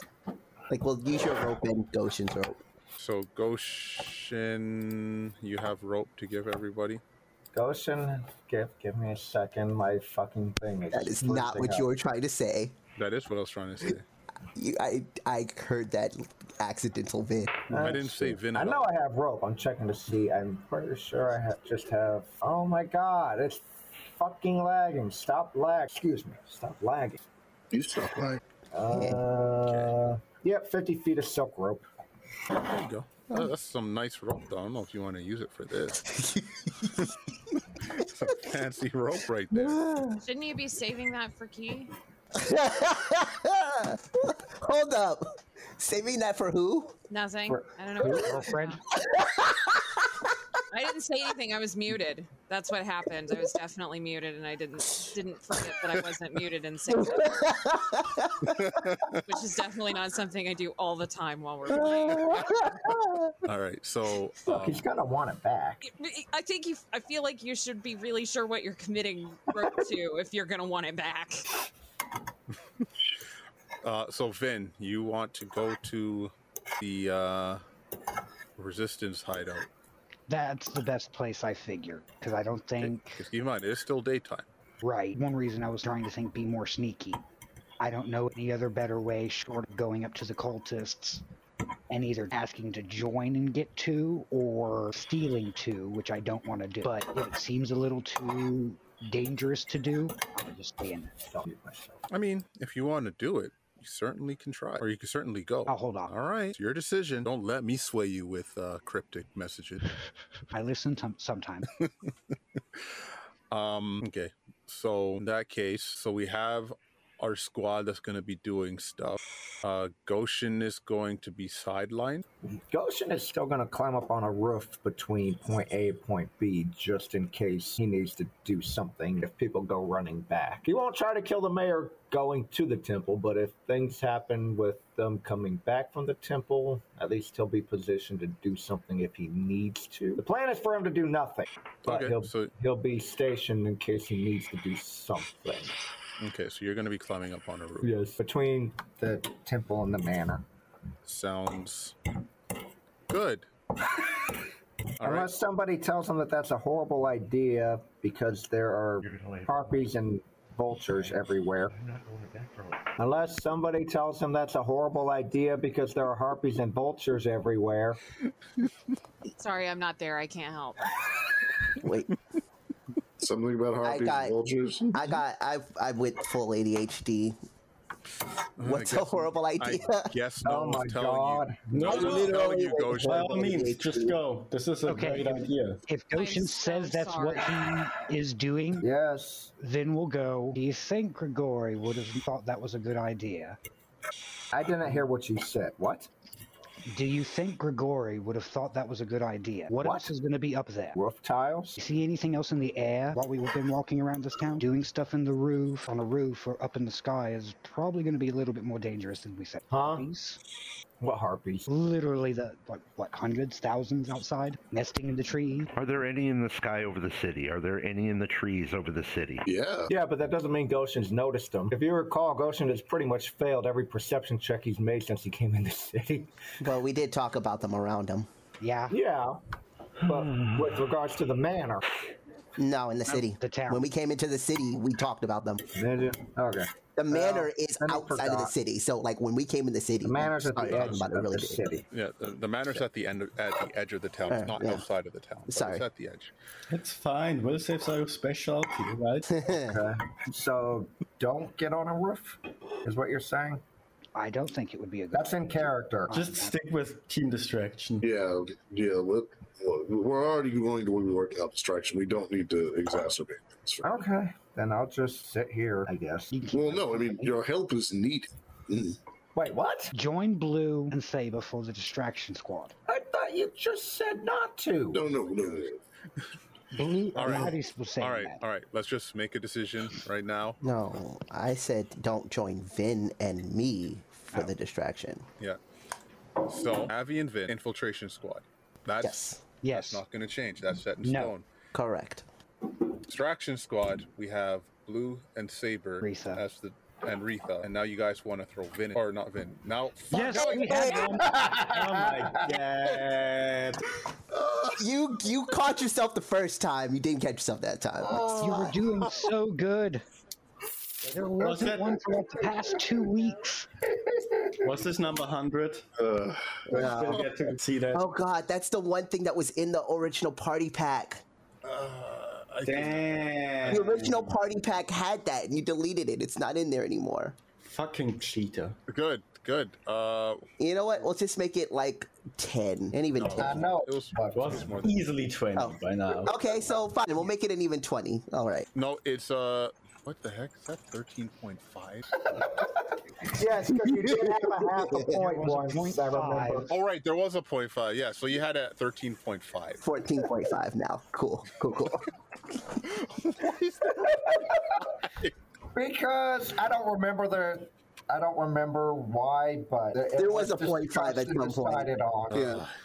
C: like we'll use your rope and Goshen's rope.
A: So Goshen, you have rope to give everybody.
G: Goshen, give give me a second. My fucking thing is.
C: That is not what you were trying to say.
A: That is what I was trying to say.
C: You, I I heard that accidental vid.
A: I didn't say Vin
G: I
A: at
G: know
A: all.
G: I have rope. I'm checking to see. I'm pretty sure I have just have. Oh my god, it's fucking lagging. Stop lag. Excuse me. Stop lagging.
D: You stop lying.
G: Uh, Yep, 50 feet of silk rope.
A: There you go. That- That's some nice rope, though. I don't know if you want to use it for this. It's a fancy rope right there.
B: Shouldn't you be saving that for key?
C: [LAUGHS] Hold up. Saving that for who?
B: Nothing.
C: For-
B: I don't know. What [LAUGHS]
C: for
B: you're
C: girlfriend?
B: talking about. I didn't say anything. I was muted. That's what happened. I was definitely muted, and I didn't didn't forget that I wasn't muted and say, which is definitely not something I do all the time while we're playing.
A: All right, so
G: Look,
A: um,
G: he's gonna want it back.
B: I think you. I feel like you should be really sure what you're committing rope to if you're gonna want it back.
A: uh, so Vin, you want to go to the uh, resistance hideout?
F: That's the best place I figure because I don't think.
A: Because keep in mind, it's still daytime.
F: Right. One reason I was trying to think be more sneaky. I don't know any other better way short of going up to the cultists and either asking to join and get two or stealing two, which I don't want to do. But if it seems a little too dangerous to do, I'll just stay in.
G: I'll mute myself.
A: I mean, if you want to do it, you certainly can try, or you can certainly go.
F: I'll Oh, hold on.
A: All right, it's your decision. Don't let me sway you with uh, cryptic messages.
F: I listen to sometimes.
A: Um, okay. So in that case, so we have our squad that's going to be doing stuff. Uh, Goshen is going to be sidelined.
G: Goshen is still gonna climb up on a roof between point A and point B just in case he needs to do something if people go running back. He won't try to kill the mayor going to the temple, but if things happen with them coming back from the temple, at least he'll be positioned to do something if he needs to. The plan is for him to do nothing, but
A: Okay,
G: he'll
A: so-
G: he'll be stationed in case he needs to do something.
A: Okay, so you're going to be climbing up on a roof.
G: Yes, between the temple and the manor.
A: Sounds good. All right.
G: Unless somebody tells them that that's a horrible idea because there are harpies and vultures everywhere. Unless somebody tells them that's a horrible idea because there are harpies and vultures everywhere.
B: Sorry, I'm not there. I can't help.
C: Wait,
D: Something about
C: I
D: harpies
C: got
D: and vultures.
C: I got I I went full
A: Mm,
C: ADHD.
A: I
C: What's a
A: guess-
C: horrible idea?
A: [LAUGHS]
C: [LAUGHS]
A: I guess no
G: Oh
A: one's
G: my
A: telling
G: god.
A: you. No
C: I
A: one's telling
C: literally
A: you,
C: went
I: By
A: Goshen.
I: all means, just go. This is a
F: Okay.
I: great idea.
F: If
B: so
F: Goshen says that's what he is doing,
G: Yes.
F: then we'll go. Do you think Grigori would have thought that was a good idea?
G: I didn't hear what you said. What?
F: Do you think Grigori would have thought that was a good idea? What,
G: What?
F: else is going to be up there?
G: Roof tiles?
F: You see anything else in the air while we've been walking around this town? Doing stuff in the roof, on a roof, or up in the sky is probably going to be a little bit more dangerous than we said.
G: Huh?
F: Harpies,
G: What harpies?
F: literally the what, what hundreds, thousands outside, nesting in the trees.
E: Are there any in the sky over the city? Are there any in the trees over the city?
D: Yeah.
G: Yeah, but that doesn't mean Goshen's noticed them. If you recall, Goshen has pretty much failed every perception check he's made since he came in the [LAUGHS] city.
C: Well, we did talk about them around him.
F: Yeah,
G: Yeah.
A: [SIGHS]
G: But with regards to the manor,
C: No, in the city.
F: The town.
C: When we came into the city, we talked about them.
G: did you? Okay.
C: The manor is
G: then I
C: outside of the
G: forgot.
C: city. So, like, when we came in the city, we
G: Manor's at
C: started
G: the
C: talking
G: edge
C: about the
G: of
C: really
G: the
C: big- [LAUGHS]
G: city.
A: Yeah, the, the manor's at the end, at the edge of the town.
C: Uh,
A: It's not
C: yeah.
A: outside of the town. But
C: Sorry.
A: it's at the edge.
H: It's fine. We'll save our specialty, right?
G: So don't get on a roof, is what you're saying?
F: I don't think it would be a good.
G: That's in character.
H: Just stick with team
F: [LAUGHS]
H: distraction.
D: Yeah, yeah. Let, look, we're already going to work out distraction. We don't need to exacerbate things.
G: Okay. Then I'll just sit here, I guess.
D: Well, no, I mean your help is needed. Mm.
G: Wait, what?
F: Join Blue and Saber for the distraction squad.
G: I thought you just said not to.
D: No, no, no. no.
F: Blue,
A: All right.
F: how do you suppose saying
A: all right,
F: that?
A: all right. Let's just make a decision right now.
C: No, I said don't join Vin and me for the distraction.
A: Yeah. So Avi and Vin, infiltration squad. That's
C: Yes,
F: Yes.
A: not going to change. That's set in
F: No.
A: stone.
C: correct.
A: Distraction squad. We have Blue and Saber
F: Retha.
A: as the and Retha, and now you guys want to throw Vin in, or not Vin? Now,
H: Yes, we have them. Oh my god.
C: You you caught yourself the first time. You didn't catch yourself that time.
F: You were doing so good. There wasn't
H: that-
F: one for like the past two weeks.
H: Was this number 100?
D: Uh,
H: We'll get to see that.
C: Oh god, that's the one thing that was in the original party pack.
A: Uh,
H: Damn.
C: The original party pack had that, and you deleted it. It's not in there anymore.
H: Fucking cheater.
A: good, good. Uh,
C: You know what? We'll just make it like ten, and even
G: I
C: ten.
G: know.
A: it was,
G: but
A: it was more than
H: Easily 20
C: Oh.
H: by now.
C: Okay, so fine. We'll make it an even twenty. All right.
A: no. It's uh, what the heck is that? Thirteen point five. [LAUGHS]
G: Yes, because you did have a half a
C: [LAUGHS]
G: point
F: was a
G: once,
F: point
G: I remember.
F: five.
A: Oh right, there was a point five. Yeah, so you had a thirteen point five.
C: Fourteen point five now. Cool. Cool.
G: [LAUGHS]
C: Cool.
G: Because I don't remember the. I don't remember why, but it
C: There was a
G: just
C: point five at
G: discussed
C: some point.
G: and decided on.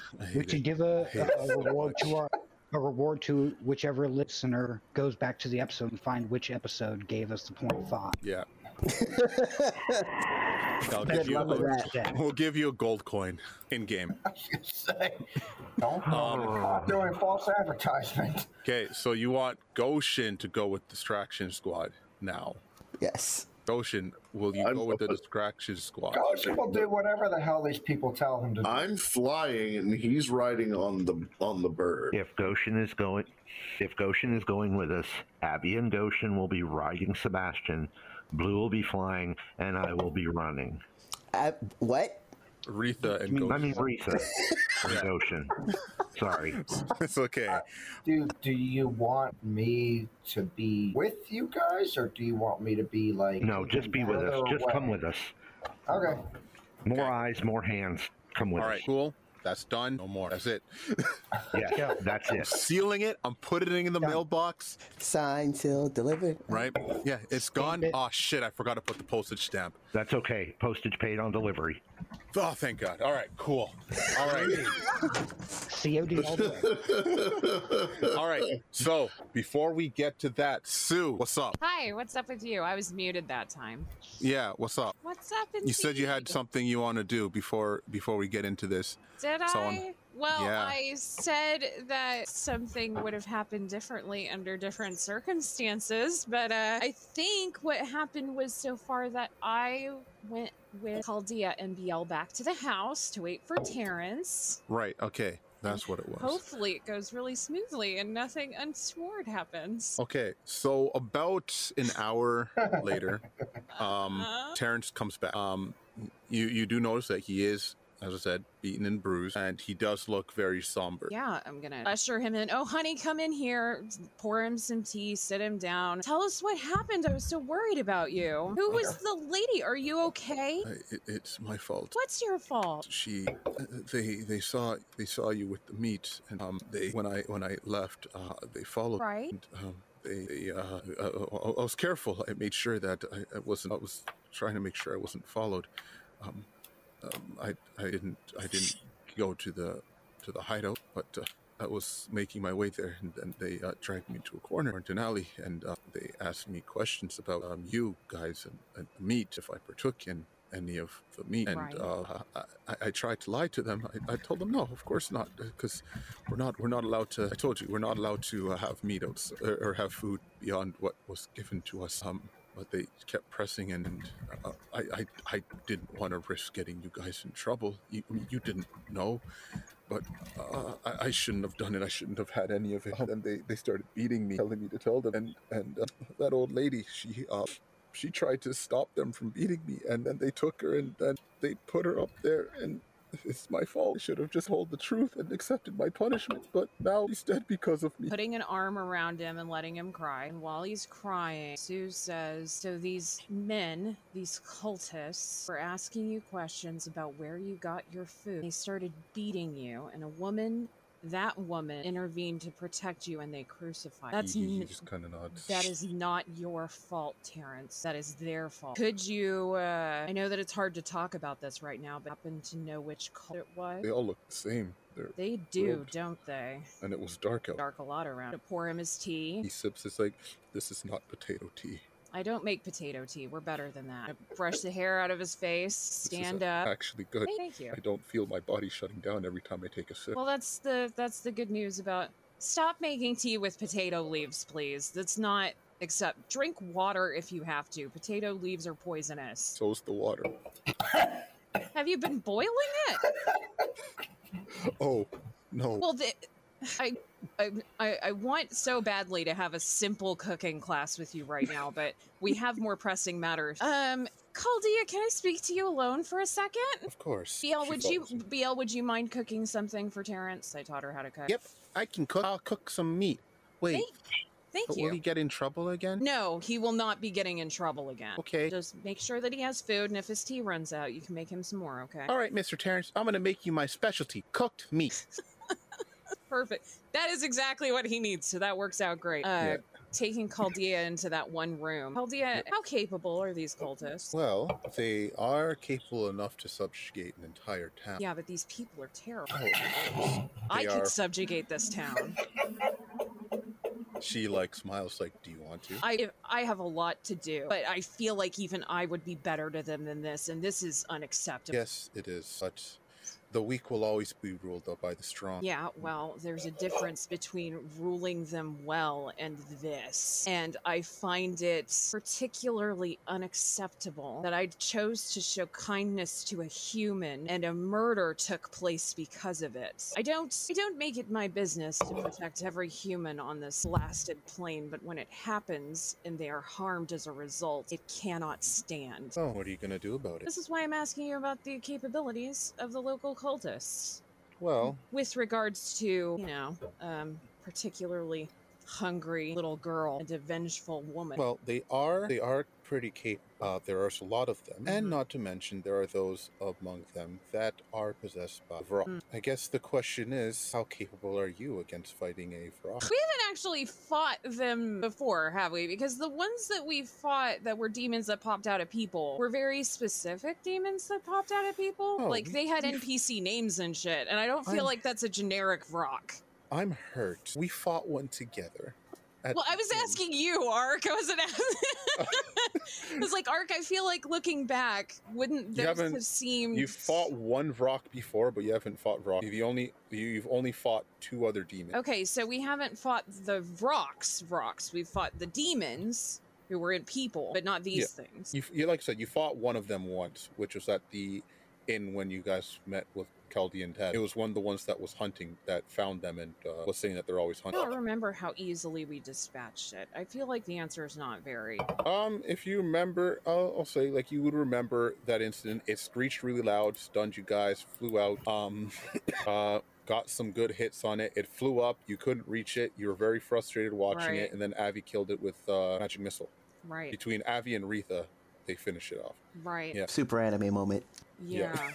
G: [LAUGHS]
D: yeah.
F: We should give a, a, reward to our a reward to whichever listener goes back to the episode and find which episode gave us the point five.
C: [LAUGHS]
A: Yeah. I'll give you
C: luck with
A: a,
C: that.
F: Yeah.
A: [LAUGHS] we'll give you a gold coin in game.
G: Say, don't stop doing false advertisement. [LAUGHS]
A: Okay, so you want Goshen to go with distraction squad now.
C: Yes.
A: Goshen, will you
D: I'm-
A: go with the distraction squad?
G: Gosh, will do whatever the hell these people tell him to do.
D: I'm flying and he's riding on the on the bird.
E: If Goshen is going, if Goshen is going with us, Abby and Goshen will be riding Sebastian. Blue will be flying, and I will be running.
C: Uh, what?
A: Aretha and
E: I
A: Goshen.
E: mean, Rita
A: [LAUGHS]
E: and Goshen. Sorry.
A: it's okay.
G: Do Do you want me to be with you guys, or do you want me to be like?
E: No, just be with us. Just come with us.
G: Okay.
E: More eyes, more hands. Come with
A: All
E: us.
A: right, cool. That's done. No more. That's it.
E: Yes, that's it.
A: Sealing it. I'm putting it in the mailbox.
C: Sign till delivered.
A: Right? Yeah, it's gone.
F: it.
A: Oh shit! I forgot to put the postage stamp.
E: That's okay. Postage paid on delivery.
A: Oh, thank God. All right, cool. All right,
C: [LAUGHS]
A: [LAUGHS]
F: COD
D: [LAUGHS]
F: all the way.
A: all right. So before we get to that, Sue, what's up?
B: Hi, what's up with you? I was muted that time.
A: Yeah, what's up?
B: What's up?
A: You said you had
B: indeed?
A: something you want to do before before we get into this.
B: Did
A: so on.
B: I? Well,
A: Yeah.
B: I said that something would have happened differently under different circumstances, but uh, I think what happened was so far that I went with Chaldea and BL back to the house to wait for
A: Oh.
B: Terrence.
A: Right. Okay. That's what it was.
B: Hopefully, it goes really smoothly and nothing untoward happens.
A: Okay. So about an hour
B: [LAUGHS]
A: later, um,
B: Uh-huh.
A: Terrence comes back. Um, you you do notice that he is, as I said, beaten and bruised, and he does look very somber.
B: Yeah, I'm gonna usher him in. Oh, honey, come in here. Pour him some tea. Sit him down. Tell us what happened. I was so worried about you. Who was the lady? Are you okay?
A: Oh, I, it, it's my fault.
B: What's your fault?
A: She, they, they saw, they saw you with the meat, and um, they when I when I left, uh, they followed.
B: Right?
A: And, um, they, they, uh, I, I, I was careful. I made sure that I, I wasn't. I was trying to make sure I wasn't followed. Um, um, I, I didn't. I didn't go to the to the hideout, but uh, I was making my way there, and then they uh, dragged me into a corner, into an alley, and uh, they asked me questions about um, you guys and, and the meat if I partook in any of the meat. And
H: Right.
A: uh, I, I- I tried to lie to them. I, I told them, no, of course not, because we're not we're not allowed to. I told you we're not allowed to uh, have meat outs or, or have food beyond what was given to us. Um, but they kept pressing, and, and uh, I, I I didn't want to risk getting you guys in trouble. You, you didn't know. But uh, I, I shouldn't have done it. I shouldn't have had any of it. And they, they started beating me, telling me to tell them. And and uh, that old lady, she uh, she tried to stop them from beating me and then they took her and then they put her up there and it's my fault. I should have just told the truth and accepted my punishment, but now he's dead because of me.
B: Putting an arm around him and letting him cry. And while he's crying, Sue says, So these men, these cultists, were asking you questions about where you got your food. They started beating you, and a woman. That woman intervened to protect you, and they crucified. you. That's
A: he, he
B: n-
A: just kind of nods.
B: that is not your fault, Terrence. That is their fault. Could you? Uh, I know that it's hard to talk about this right now, but happen to know which cult it was?
A: They all look the same. They're
B: They do,
A: robed,
B: don't they?
A: and it was dark out.
B: Dark a lot around. To pour him his
A: He
B: tea.
A: sips. It's like this is not potato tea.
B: I don't make potato tea. We're better than that. I brush the hair out of his face.
A: This is
B: Stand
A: a-
B: up.
A: Actually, good.
B: Hey, thank you.
A: I don't feel my body shutting down every time I take a sip.
B: Well, that's the that's the good news about. Stop making tea with potato leaves, please. That's not. Except drink water if you have to. Potato leaves are poisonous.
A: So's the water.
B: Have you been boiling it?
A: Oh no.
B: Well, the, I, I, I I want so badly to have a simple cooking class with you right now, but we have more pressing matters. Um, Caldia, can I speak to you alone for a second?
A: Of course.
B: BL,
A: She
B: would you
A: follows him.
B: BL, would you mind cooking something for Terrence? I taught her how to cook.
L: Yep, I can cook. I'll cook some meat. Wait,
B: Thank
L: but
B: you.
L: will he get in trouble again?
B: No, he will not be getting in trouble again. Okay. Just make sure that he has food, and if his tea runs out, you can make him some more. Okay.
L: All right, Mr. Terrence, I'm gonna make you my specialty: cooked meat.
B: Perfect. That is exactly what he needs, so that works out great. Uh,
L: Yeah.
B: Taking Chaldea into that one room. Chaldea, how capable are these
A: Oh,
B: cultists?
A: Well, they are capable enough to subjugate an entire town.
B: Yeah, but these people are terrible.
A: Oh, They
B: I
A: are-
B: could subjugate this town.
A: She like smiles, like, "Do you want to?"
B: I if- I have a lot to do, but I feel like even I would be better to them than this, and this is unacceptable.
A: Yes, it is. But the weak will always be ruled up by the strong.
B: Yeah, well, there's a difference between ruling them well and this. And I find it particularly unacceptable that I chose to show kindness to a human and a murder took place because of it. I don't I don't make it my business to protect every human on this blasted plane, but when it happens and they are harmed as a result, it cannot stand.
A: So Oh, what are you gonna do about it?
B: This is why I'm asking you about the capabilities of the local cultists
A: Well,
B: with regards to you know um, particularly hungry little girl and a vengeful woman
A: well, they are. Mm-hmm. They are pretty capable. Uh, there are a lot of them, and not to mention there are those among them that are possessed by Vrock.
B: Mm.
A: I guess the question is, how capable are you against fighting a Vrock?
B: we haven't actually fought them before have we because the ones that we fought that were demons that popped out of people were very specific demons that popped out of people
A: Oh,
B: like
A: we-
B: they had
A: we've-
B: npc names and shit and i don't feel
A: I'm-
B: like that's a generic rock
A: I'm hurt. We fought one together. At
B: well, I was asking you, Ark. [LAUGHS] I wasn't asking.
A: [LAUGHS]
B: I was like, Ark, I feel like looking back, wouldn't
A: you
B: theirs
A: haven't
B: have seemed.
A: you fought one Vrock before, but you haven't fought Vrock. You've only you, you've only fought two other demons.
B: Okay, so we haven't fought the rocks, rocks. We've fought the demons who were in people, but not these
A: Yeah.
B: things.
A: You, you like I said, you fought one of them once, which was at the inn when you guys met with Chaldean Ted. It was one of the ones that was hunting that found them and uh, was saying that they're always
B: I
A: hunting.
B: don't remember how easily we dispatched it. I feel like the answer is not very.
A: Um, if you remember, I'll, I'll say like you would remember that incident. It screeched really loud, stunned you guys, flew out. Um, [COUGHS] uh, got some good hits on it. It flew up. You couldn't reach it. You were very frustrated watching
B: Right.
A: it, and then Avi killed it with uh, magic missile.
B: Right.
A: Between Avi and Retha, they finish it off.
B: Right.
A: Yeah.
C: Super anime
G: [LAUGHS]
C: moment.
B: Yeah.
A: Yeah.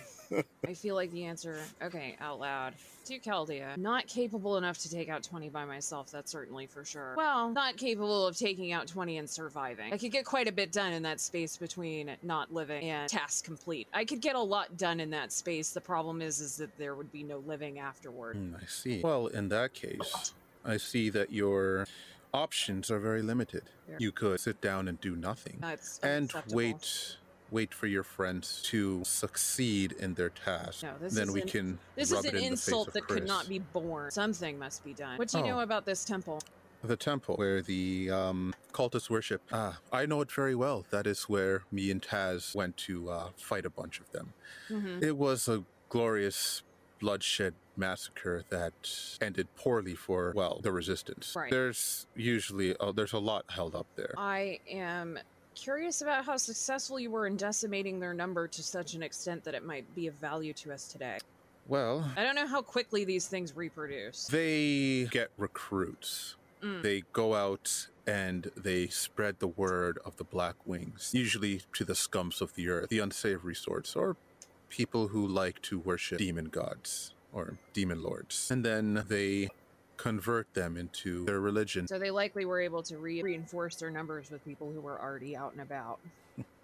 B: I feel like the answer. Okay, out loud. To Chaldea. Not capable enough to take out 20 by myself, that's certainly for sure. Well, not capable of taking out 20 and surviving. I could get quite a bit done in that space between not living and task complete. I could get a lot done in that space. The problem is is that there would be no living afterward.
A: Hmm, I see. Well, in that case, I see that your options are very limited.
B: Yeah.
A: You could sit down and do nothing
B: That's
A: and
B: unacceptable.
A: wait wait for your friends to succeed in their task.
B: No, this
A: then
B: is
A: we
B: an-
A: can.
B: This
A: rub
B: is
A: it
B: an
A: in the face
B: insult
A: of
B: that could
A: Chris.
B: not be borne. Something must be done. What do you know
A: Oh.
B: about this temple?
A: The temple where the um, cultists worship. Ah, I know it very well. That is where me and Taz went to uh, fight a bunch of them.
B: Mhm.
A: It was a glorious bloodshed massacre that ended poorly for well the resistance.
B: Right. Uh,
A: There's usually uh, there's a lot held up there.
B: I am curious about how successful you were in decimating their number to such an extent that it might be of value to us today.
A: Well,
B: I don't know how quickly these things reproduce.
A: They get recruits.
B: Mm.
A: They go out and they spread the word of the Black Wings, usually to the scums of the earth, the unsavory sorts, or people who like to worship demon gods or demon lords. And then they convert them into their religion.
B: So they likely were able to re- reinforce their numbers with people who were already out and about.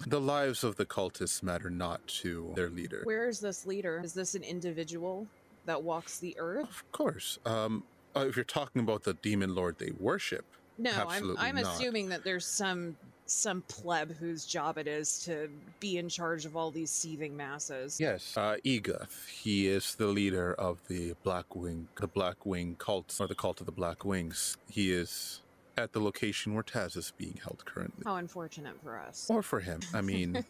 A: The lives of the cultists matter not to their leader.
B: Where is this leader? Is this an individual that walks the earth?
A: Of course. Um, uh, if you're talking about the demon lord they worship,
B: No, I'm,
A: absolutely
B: I'm
A: not.
B: assuming that there's some some pleb whose job it is to be in charge of all these seething masses.
A: Yes, uh, Egoth. He is the leader of the Black Wing, the Black Wing cult, or the cult of the Black Wings. He is at the location where Taz is being held currently,
B: How unfortunate for us.
A: or for him. I
B: [LAUGHS]
A: mean,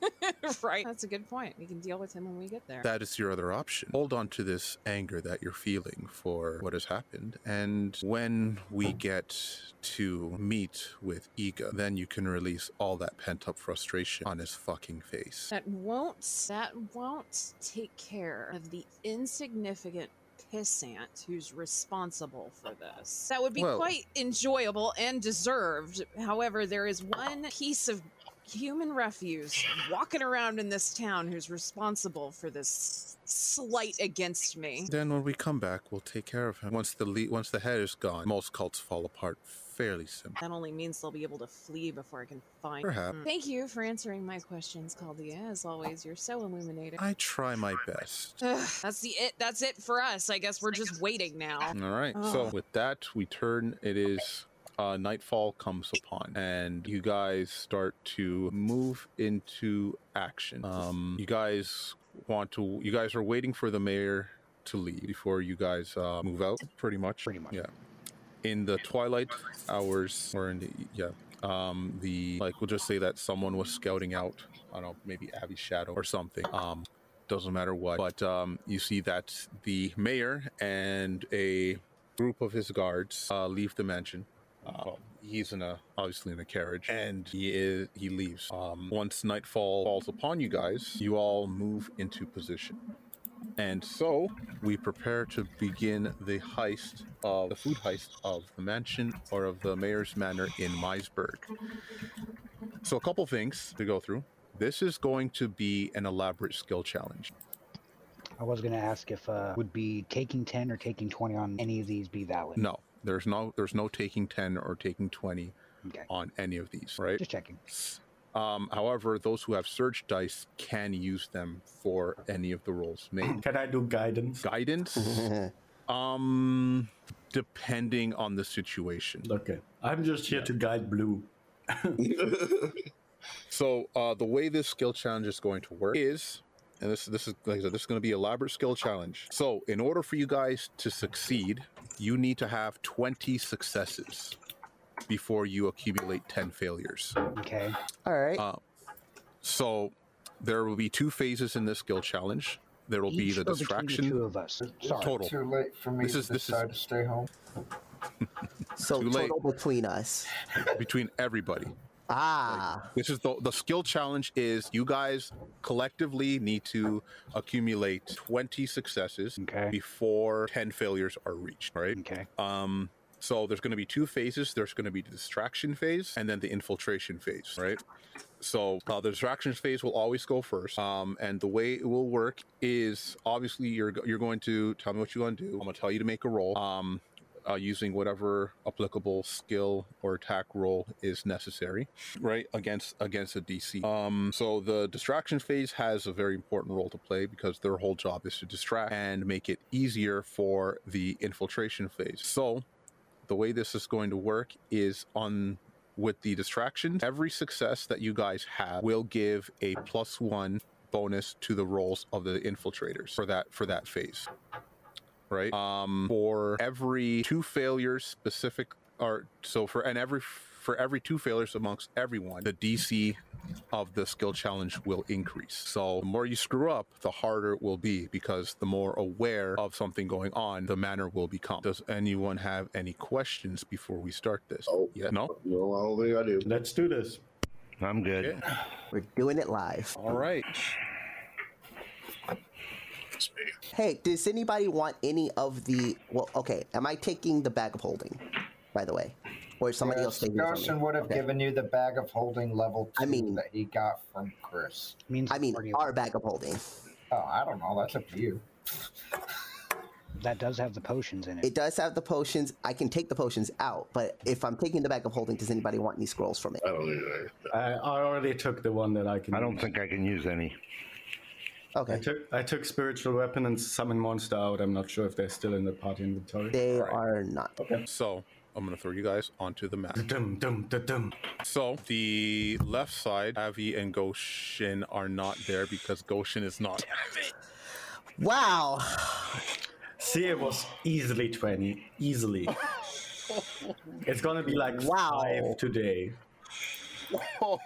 B: right. That's a good point. We can deal with him when we get there.
A: that is your other option. Hold on to this anger that you're feeling for what has happened, and when we get to meet with Egoth, then you can release all that pent up frustration on his fucking face.
B: That won't that won't take care of the insignificant pissant who's responsible for this. That would be
A: Well-
B: quite enjoyable and deserved. However, there is one piece of human refuse walking around in this town who's responsible for this slight against me.
A: Then when we come back, we'll take care of him. Once the le- once the head is gone, most cults fall apart fairly simply.
B: That only means they'll be able to flee before I can find
A: Perhaps.
B: Mm. Thank you for answering my questions, Caldia. As always, you're so illuminating.
A: I try my best.
B: Ugh, that's the it. That's it for us. I guess we're just waiting now.
A: All right. So
B: Ugh.
A: with that, we turn. It is uh, nightfall comes upon, and you guys start to move into action. Um, you guys want to. You guys are waiting for the mayor to leave before you guys uh, move out. Pretty much. Pretty much. Yeah. In the twilight hours, or in the yeah. Um, the like, we'll just say that someone was scouting out. I don't know, maybe Abby's shadow or something. Um, doesn't matter what. But um, you see that the mayor and a group of his guards uh, leave the mansion. Uh, well, he's in a obviously in a carriage, and he is he leaves. Um, once nightfall falls upon you guys, you all move into position, and so we prepare to begin the heist of the food heist of the mansion or of the mayor's manor in Meisburg. So a couple things to go through. This is going to be an elaborate skill challenge.
F: I was gonna ask if uh, would be taking ten or taking twenty on any of these be valid.
A: No, there's no there's no taking 10 or taking 20 on any of these, right?
F: Just checking.
A: Um, however, those who have search dice can use them for any of the rolls made.
I: Can I do guidance?
C: [LAUGHS]
A: Guidance? um depending on the situation.
H: Okay. I'm just here to guide Blue.
A: So uh, the way this skill challenge is going to work is, and this this is like I said, this is going to be elaborate skill challenge. So in order for you guys to succeed, you need to have twenty successes before you accumulate ten failures.
F: Okay.
C: All right.
A: Uh, so there will be two phases in this skill challenge. There will be
F: Each
A: the
F: or between the
A: distraction.
F: two of us?
J: Sorry.
A: Total.
J: Too late for me
A: This
J: to
A: is- this is-
J: decide to stay home.
C: So
A: Too late.
C: total between us.
A: between everybody.
C: Ah.
A: This is the the skill challenge is you guys collectively need to accumulate 20 successes before 10 failures are reached, right?
F: Okay.
A: Um so there's going to be two phases. There's going to be the distraction phase and then the infiltration phase, right? So uh, the distraction phase will always go first. Um, and the way it will work is obviously you're go- you're going to tell me what you want to do. I'm going to tell you to make a roll. Um, uh, using whatever applicable skill or attack roll is necessary, right against against a DC. Um, so the distraction phase has a very important role to play because their whole job is to distract and make it easier for the infiltration phase. So the way this is going to work is on with the distractions, every success that you guys have will give a plus one bonus to the rolls of the infiltrators for that for that phase. Right. Um, for every two failures specific, or so for and every for every two failures amongst everyone, the DC of the skill challenge will increase. So the more you screw up, the harder it will be because the more aware of something going on, the manner will become. Does anyone have any questions before we start this? Oh yeah, no.
D: No, I don't think I do.
A: Let's do this. I'm good.
C: We're doing it live.
A: All right.
C: Hey, does anybody want any of the? Well, okay. Am I taking the bag of holding? By the way, or is somebody else taking it from me?
G: Gerson would have
C: Okay.
G: given you the bag of holding level two
C: I mean-
G: that he got from Chris.
C: I mean, our bag of holding.
G: Oh, I don't know. That's up to you.
F: That does have the potions in it.
C: It does have the potions. I can take the potions out, but if I'm taking the bag of holding, does anybody want any scrolls from it?
D: I don't either.
H: I, I already took the one that I can. I don't
E: think I can use any.
C: Okay.
H: I took I took spiritual weapon and summon monster out. I'm not sure if they're still in the party inventory.
C: They are not.
H: Okay.
A: So I'm gonna throw you guys onto the map. So the left side, Avi and Goshen are not there because Goshen is not.
C: Wow.
H: See, it was easily twenty. Easily.
C: [LAUGHS]
H: it's gonna be like five today.
A: Oh.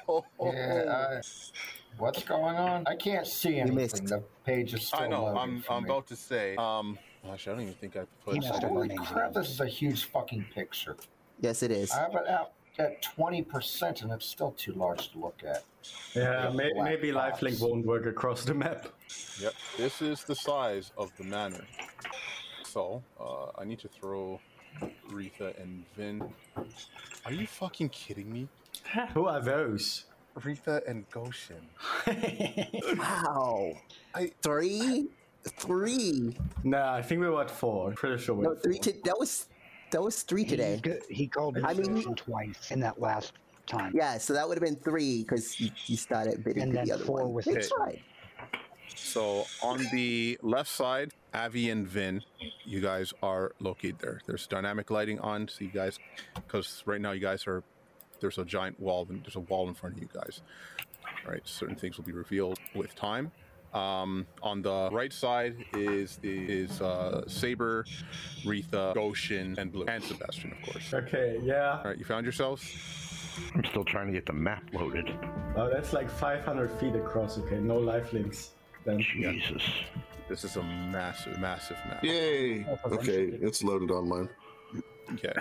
G: Yeah, I- what's going on? I can't see anything. The page is still
A: I know.
G: loading
A: I'm
G: for
A: I'm
G: me.
A: about to say. Um, gosh, I don't even think I put.
G: Holy crap! This is a huge fucking picture.
C: Yes, it is.
G: I have it out at twenty percent, and it's still too large to look at.
H: Yeah, may,
G: Black
H: maybe
G: box.
H: lifelink won't work across
C: [LAUGHS]
H: the map.
A: Yep. This is the size of the manor. So uh, I need to throw Retha and Vin. Are you fucking kidding me?
H: Who are those?
A: Retha and
H: [LAUGHS]
A: Goshen.
C: wow. three, three.
H: Nah, I think we were at four. Pretty sure we
C: No,
H: were
C: three. To, that was that was three today.
F: He, he called
C: I
F: I
C: mean-
F: twice in that last time.
C: Yeah, so that would have been three because you, you started bidding
F: And
C: for
F: then
C: the other
F: four
C: one.
F: with
C: That's
A: it.
C: right.
A: So on the left side, Avi and Vin, you guys are located there. There's dynamic lighting on, so you guys, because right now you guys are there's a giant wall. There's a wall in front of you guys. All right, certain things will be revealed with time. Um, on the right side is the is uh, Saber, Retha, Goshen, and Blue, and Sebastian, of course.
H: Okay, yeah.
A: All right, you found yourselves.
E: I'm still trying to get the map loaded.
H: Oh, that's like 500 feet across. Okay, no lifelinks.
C: [LAUGHS]
H: Then
E: Jesus.
A: This is a massive, massive map.
D: Yay! Okay, it's loaded on mine.
A: Okay.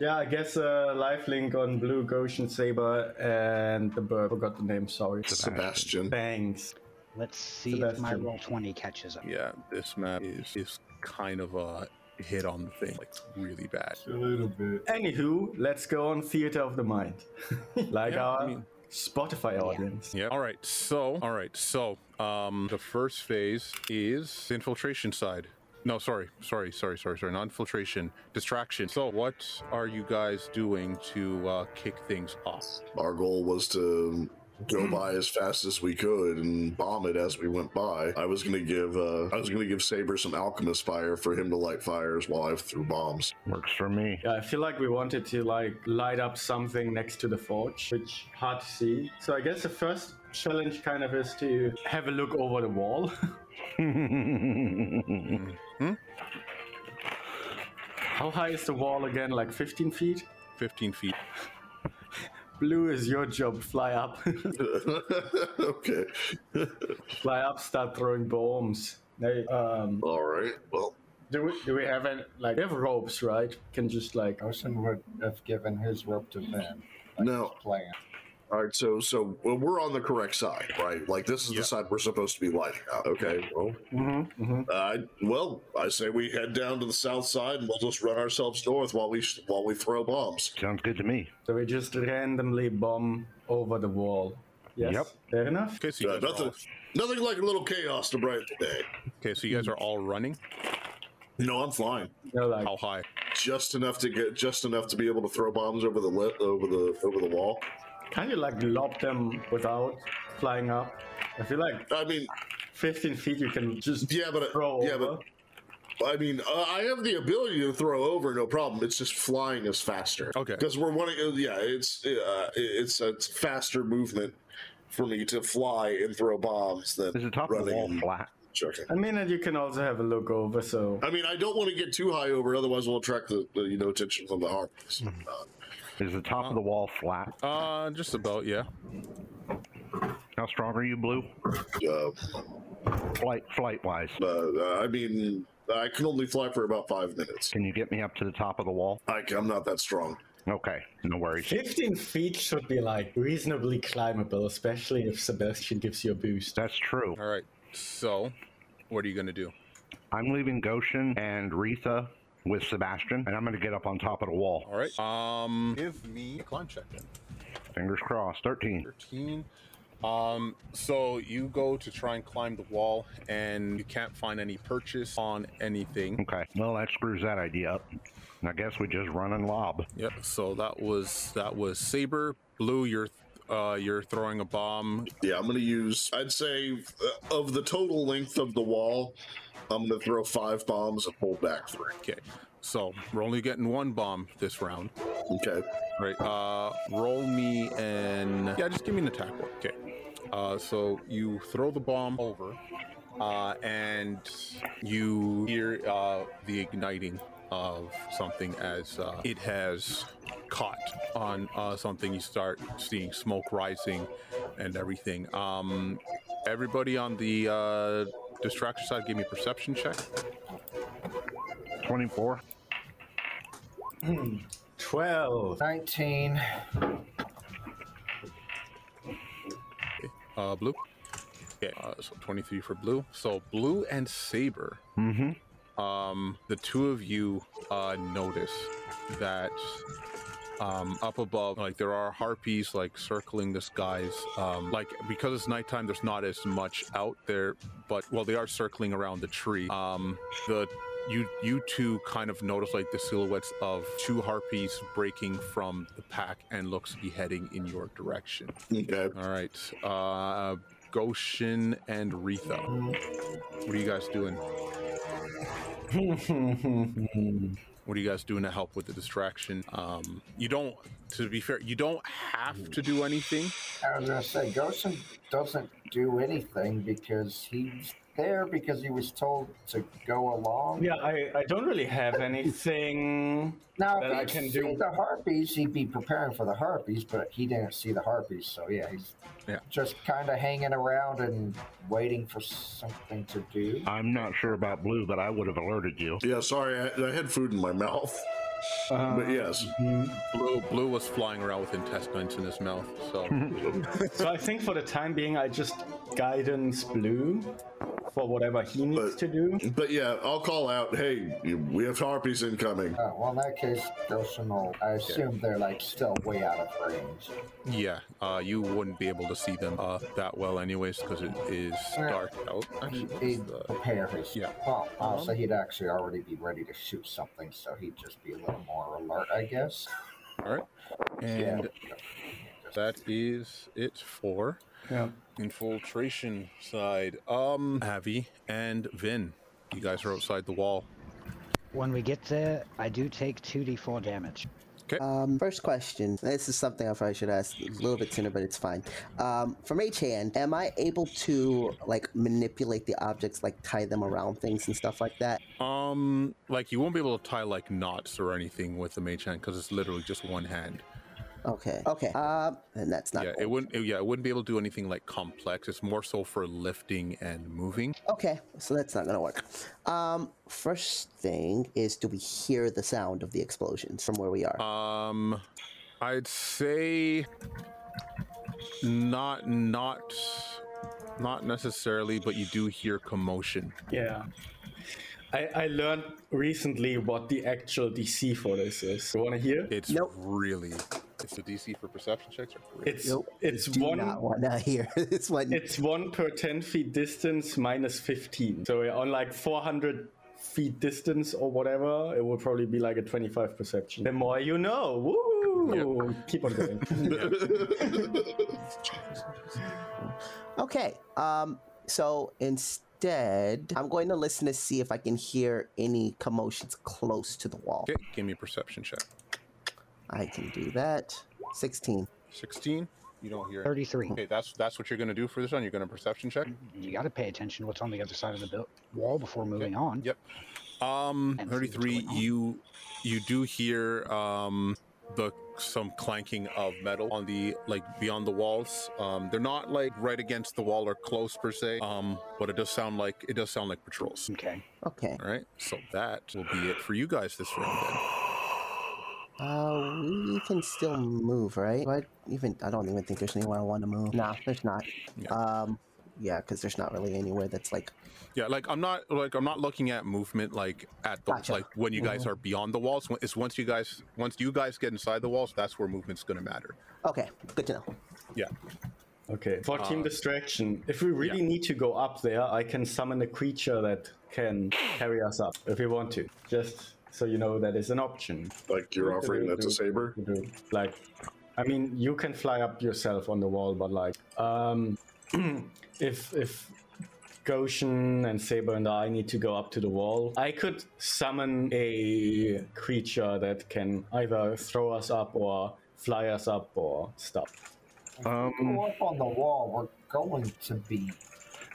H: Yeah, I guess uh, lifelink on blue Goshen saber and the bird. Forgot the name. Sorry.
D: Sebastian.
H: Thanks.
F: Let's see if my
H: Sebastian.
F: roll twenty catches up.
A: Yeah, this map is is kind of a hit on the thing, like really bad.
H: little bit. Anywho, let's go on theater of the mind, [LAUGHS] like
A: Yeah,
H: our
A: I mean-
H: Spotify audience.
A: Yeah. All right. So, all right. So, um, the first phase is the infiltration side. No, sorry, sorry, sorry, sorry, sorry. Not infiltration, distraction. So, what are you guys doing to uh, kick things off?
D: Our goal was to go by as fast as we could and bomb it as we went by. I was gonna give uh, I was gonna give Saber some alchemist fire for him to light fires while I threw bombs. [LAUGHS]
E: Works for me.
H: [LAUGHS] Yeah, I feel like we wanted to like light up something next to the forge, which hard to see. So I guess the first challenge kind of is to have a look over the wall. [LAUGHS] How high is the wall again? Like 15 feet?
A: 15 feet.
H: Blue is your job. Fly up. [LAUGHS]
D: okay.
H: Fly up, start throwing bombs. Hey, um,
D: All right. Well,
H: do we, do we have any, like, we have ropes, right? Can just like. uh,
G: Ocean would have given his rope to Vin.
D: no.
G: Plan.
D: All right. So so well, we're on the correct side, right? Like this is the side we're supposed to be lighting up. Okay. Well.
H: Mm-hmm,
D: Uh, well, I say we head down to the south side and we'll just run ourselves north while we sh- while we throw bombs.
E: Sounds good to me.
H: So we just randomly bomb over the wall. Yes.
A: Yep.
H: Fair enough.
A: Okay, so you
D: Uh,
A: guys are
D: nothing,
A: all,
D: nothing like a little chaos to brighten the day.
A: okay, so you guys are all running.
D: No, I'm flying.
H: No, like,
A: How high?
D: Just enough to get, just enough to be able to throw bombs over the lip, over the over the wall.
H: can you like lob them without flying up? I feel like
D: I mean,
H: 15 feet you can just
D: yeah, but
H: throw
D: yeah,
H: over.
D: but I mean, uh, I have the ability to throw over, no problem. It's just flying is faster.
A: Okay.
D: Because we're wanting, uh, yeah, it's uh, it's a faster movement for me to fly and throw bombs than
E: Is the top of the wall flat?
D: Joking.
H: I mean, and you can also have a look over.
M: Uh,
H: So
D: I mean, I don't want to get too high over, otherwise we'll attract the, the you know attention from the Uh, harmless.
E: Mm-hmm. Is the top of the wall flat?
A: Uh, just about, yeah.
E: How strong are you, Blue?
D: Uh,
E: flight, flight wise.
D: Uh, I mean, I can only fly for about five minutes.
E: Can you get me up to the top of the wall?
D: I, I'm not that strong.
E: Okay, no worries.
M: 15 feet should be like reasonably climbable, especially if Sebastian gives you a boost.
E: That's true.
A: All right. So, what are you going to do?
E: I'm leaving Goshen and Retha with Sebastian, and I'm going to get up on top of the wall.
A: All right. Um, give me a climb check then.
E: Fingers crossed. 13.
A: 13. Um, so you go to try and climb the wall, and you can't find any purchase on anything.
E: Okay. Well, that screws that idea up. And I guess we just run and lob.
A: Yep. So that was that was saber blue. You're uh, you're throwing a bomb.
D: Yeah, I'm gonna use. I'd say uh, of the total length of the wall, I'm gonna throw five bombs and hold back three.
A: Okay. So we're only getting one bomb this round.
D: Okay.
A: Right. Uh, roll me an yeah. Just give me an attack roll. Okay. Uh, so you throw the bomb over, uh, and you hear uh, the igniting of something as uh, it has caught on uh, something. You start seeing smoke rising and everything. Um, everybody on the uh, distraction side, give me a perception check.
E: 24.
M: 12.
G: 19.
A: Uh, blue. Okay, uh, so 23 for blue. So blue and saber.
E: Mm-hmm.
A: Um, the two of you uh, notice that um, up above, like there are harpies like circling this guy's. Um, like because it's nighttime, there's not as much out there, but well, they are circling around the tree. Um, the you you two kind of notice like the silhouettes of two harpies breaking from the pack and looks to be heading in your direction.
D: Okay.
A: All right. Uh, Goshen and Retha. What are you guys doing? What are you guys doing to help with the distraction? Um, you don't, to be fair, you don't have to do anything.
G: I was going to say, Goshen doesn't do anything because he's there because he was told to go along.
H: [LAUGHS] yeah, I, I don't really have anything
G: Now,
H: that I
G: if
H: can
G: he'd seen
H: do.
G: the harpies, he'd be preparing for the harpies, but he didn't see the harpies, so yeah, he's
A: Yeah.
G: just kind of hanging around and waiting for something to do.
E: I'm not sure about blue, but I would have alerted you.
D: Yeah, sorry, I, I had food in my [LAUGHS] mouth. but yes,
A: Blue, Blue was flying around with intestines in his mouth, so
H: So I think for the time being, I just guidance blue for whatever he needs to do.
D: but yeah, I'll call out. Hey, you- we have harpies incoming.
G: Oh, well, in that case, Goshen will. I assume they're like still way out of range.
A: yeah, uh, you wouldn't be able to see them uh, that well, anyways, because it is dark out. uh, Actually,
G: He'd
A: what's the-
G: prepare his.
A: yeah. Uh-huh.
G: Oh, oh, so he'd actually already be ready to shoot something, so he'd just be a little more alert, I guess.
A: all right, and that is it for
H: Yeah.
A: infiltration side. Um, Avi and Vin, you guys are outside the wall.
F: When we get there, I do take 2d4 damage.
C: Um, first question. This is something I probably should ask a little bit sooner, but it's fine. Um, from H hand, am I able to like manipulate the objects, like tie them around things and stuff like that?
A: Um, like you won't be able to tie like knots or anything with the mage hand because it's literally just one hand.
C: Okay. Okay. Um, and that's not.
A: yeah, it wouldn't. it- yeah, it wouldn't be able to do anything like complex. It's more so for lifting and moving.
C: Okay, so that's not gonna work. Um, first thing is, do we hear the sound of the explosions from where we are?
A: Um, I'd say not, not, not necessarily, but you do hear commotion.
H: Yeah. I, I learned recently what the actual DC for this is. You want to hear?
A: It's really. It's the DC for perception checks. Are really
H: It's
C: Nope,
H: it's
C: do
H: one
C: not want to [LAUGHS] hear this one.
H: it's one per ten feet distance minus fifteen. So yeah, on like four hundred feet distance or whatever, it will probably be like a twenty-five perception. The more you know. Woo! Keep
A: [LAUGHS]
H: on going.
C: Okay. Um, so instead dead, I'm going to listen to see if I can hear any commotions close to the wall.
A: Okay, give me a perception check.
C: I can do that. 16.
A: 16. You don't hear.
F: 33.
A: Okay, that's that's what you're gonna do for this one. You're gonna perception check.
F: You got to pay attention to what's on the other side of the buil- wall before moving on.
A: Yep. Um,
F: And see what's
A: 33.
F: going on.
A: You you do hear um the some clanking of metal on the like beyond the walls. Um, they're not like right against the wall or close per se. Um, but it does sound like it does sound like patrols.
F: Okay.
C: Okay.
A: All right. So that will be it for you guys this round. Then.
C: Uh, we can still move, right? Do I even I don't even think there's anywhere I want to move. Nah, there's not. Um, yeah, because there's not really anywhere that's like
A: Yeah, like I'm not like I'm not looking at movement like at the
C: Gotcha.
A: like when you guys
F: Mm-hmm.
C: Mhm.
A: are beyond the walls. When- It's once you guys once you guys get inside the walls, that's where movement's gonna matter.
C: okay, good to know.
A: Yeah.
H: Okay, for team
A: Uh,
H: distraction, if we really need to go up there, I can summon a creature that can carry us up if we want to. Just so you know that is an option.
D: Like you're offering that to
H: saber? Like, I mean, you can fly up yourself on the wall, but like, um, [CLEARS THROAT] if if Goshen and Saber and I need to go up to the wall, I could summon a creature that can either throw us up or fly us up or stuff.
G: Um, go up on the wall. We're going to be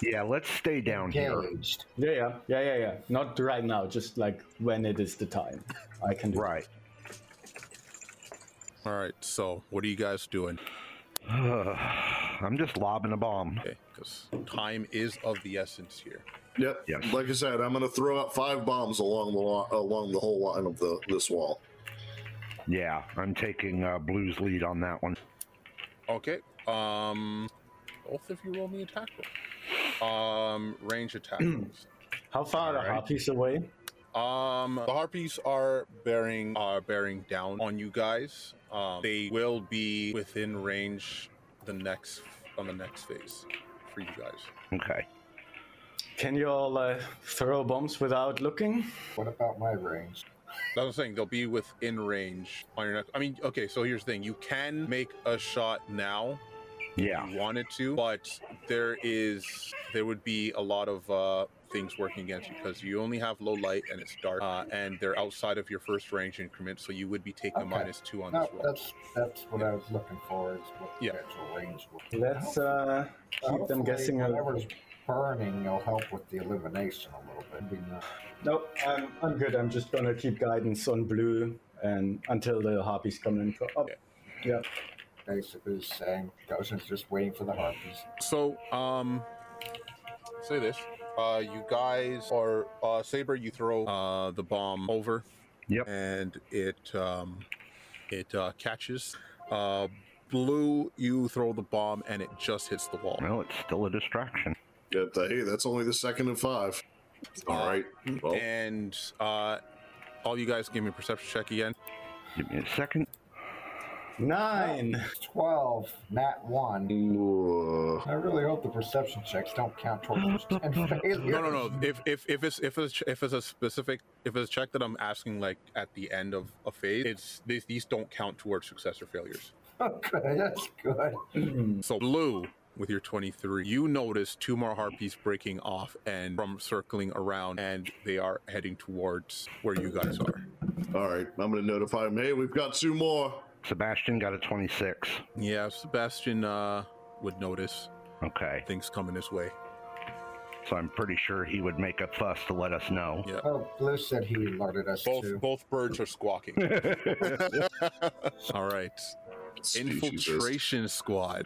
E: Yeah, let's stay down
G: engaged.
H: Yeah, yeah, yeah, yeah, yeah. Not right now, just like when it is the time. I can do
E: right. [SIGHS]
A: All right. So what are you guys doing?
E: I'm just lobbing a bomb.
A: Okay, because time is of the essence here.
D: Yep. Like I said, I'm gonna throw out five bombs along the lo- along the whole line of the this wall.
E: Yeah, I'm taking uh, Blue's lead on that one.
A: Okay. Um, both of you roll me attack roll. Um, range attack. rolls.
H: How far are the harpies away?
A: [CLEARS THROAT] Um, the harpies are bearing are bearing down on you guys. Um, they will be within range the next on the next phase for you guys.
E: Okay.
H: Can you all uh, throw bombs without looking?
G: What about my range?
A: That's what I'm saying. They'll be within range on your next. I mean, okay. So here's the thing: you can make a shot now
E: Yeah.
A: if you wanted to, but there is there would be a lot of uh, things working against you because you only have low light and it's dark, uh, and they're outside of your first range increment, so you would be taking a
G: Okay.
A: minus two on
G: No,
A: this roll.
G: that's that's what I was looking for. Is what
A: Yeah.
G: the actual range was.
H: Let's uh, keep them
G: Hopefully
H: guessing. A...
G: Whatever's burning, will help with the elimination a little bit. Be nice.
H: Nope, I'm, I'm good. I'm just gonna keep guidance on blue and until the harpies come in. Oh, yeah.
G: Basically, saying Goshen's just waiting for the harpies.
A: So, um, say this. Uh, you guys are uh, saber. You throw uh, the bomb over.
E: Yep.
A: And it um, it uh, catches. Uh, blue. You throw the bomb and it just hits the wall.
E: Well, it's still a distraction.
D: Yep. the- Hey, that's only the second of five. All right. Well,
A: And uh, all you guys give me a perception check again.
E: Give me a second.
H: Nine. [CLEARS THROAT]
G: Twelve, nat one. I really hope the perception checks don't
B: [LAUGHS]
G: count towards.
A: No,
J: [LAUGHS]
A: no, no. If if if it's if it's if it's a specific if it's a check that I'm asking like at the end of a phase, it's these these don't count towards success or failures.
G: Okay, that's good.
A: So blue with your 23, you notice two more harpies breaking off and from circling around, and they are heading towards where you guys are.
D: all right. I'm gonna notify him. Hey, we've got two more.
E: Sebastian got a 26.
A: Yeah, Sebastian uh, would notice
E: Okay.
A: things coming his way.
E: So I'm pretty sure he would make a fuss to let us know. [LAUGHS]
A: Yeah.
G: Oh, Blue said he alerted us
A: Both
G: too.
A: both birds are squawking. [LAUGHS] All right,
D: Speciesist.
A: infiltration squad.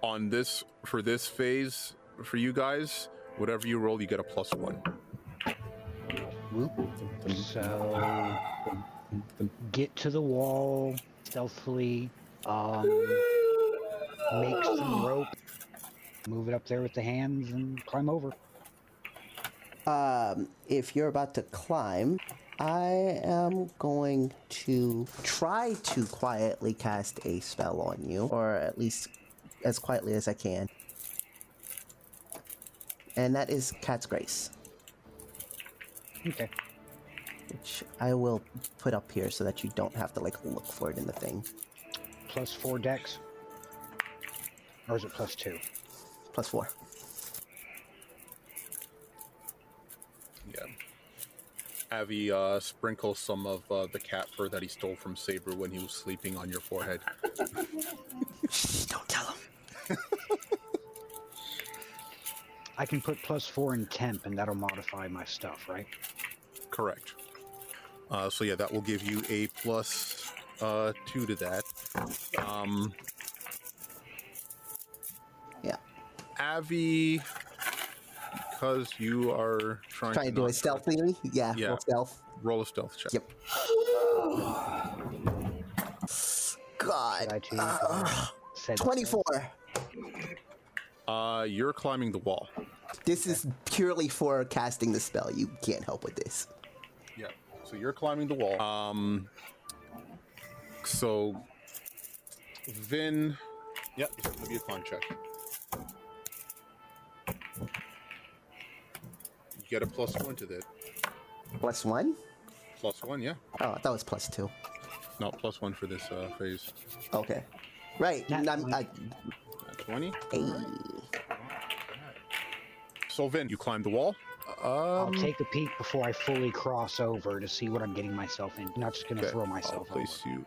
A: On this for this phase for you guys, whatever you roll, you get a plus one.
F: So get to the wall stealthily. Um, make some rope. Move it up there with the hands and climb over.
C: Um, if you're about to climb, I am going to try to quietly cast a spell on you, or at least as quietly as I can. And that is Cat's Grace,
F: Okay.
C: which I will put up here so that you don't have to like look for it in the thing.
F: Plus four decks. Or is it plus two?
C: Plus four.
A: Avi uh, sprinkle some of uh, the cat fur that he stole from Saber when he was sleeping on your forehead.
C: Don't tell him.
F: I can put plus four in temp, and that'll modify my stuff, right?
A: Correct. Uh, so yeah, that will give you a plus uh, two to that. Um,
C: yeah.
A: Avi, because you are trying,
C: Trying to do
A: not-
C: it stealthily? Yeah,
A: Yeah.
C: roll stealth.
A: Roll a stealth check.
C: Yep. God. Uh, 24.
A: Uh, you're climbing the wall.
C: This is purely for casting the spell. You can't help with this.
A: Yeah. So you're climbing the wall. Um. So, Vin. Yep. It's gonna be a climb check. You get a plus one to that.
C: Plus one?
A: Plus one, yeah.
C: Oh, that was plus two.
A: Not plus one for this uh, phase.
C: Okay. Right. and I'm, I,
A: Uh, Twenty. So Vin, you climb the wall. Um,
F: I'll take a peek before I fully cross over to see what I'm getting myself in. Not just gonna
A: Okay,
F: throw
A: I'll
F: myself over.
A: place you.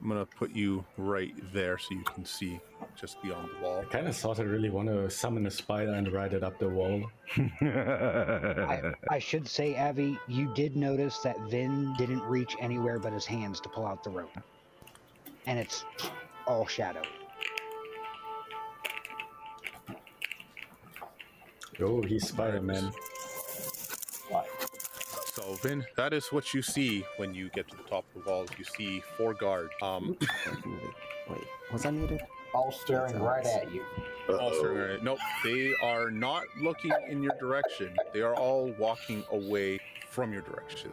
A: I'm gonna put you right there so you can see just beyond the wall.
H: I kind of sort of really want to summon a spider and ride it up the wall. I,
F: I should say, Avi, you did notice that Vin didn't reach anywhere but his hands to pull out the rope, and it's all shadow.
H: Oh, he's Spider Man.
A: So Vin, that is what you see when you get to the top of the wall. You see four guard. Um,
C: wait, was I muted?
J: All staring right at you.
A: all staring at it. Nope, they are not looking in your direction. They are all walking away from your direction.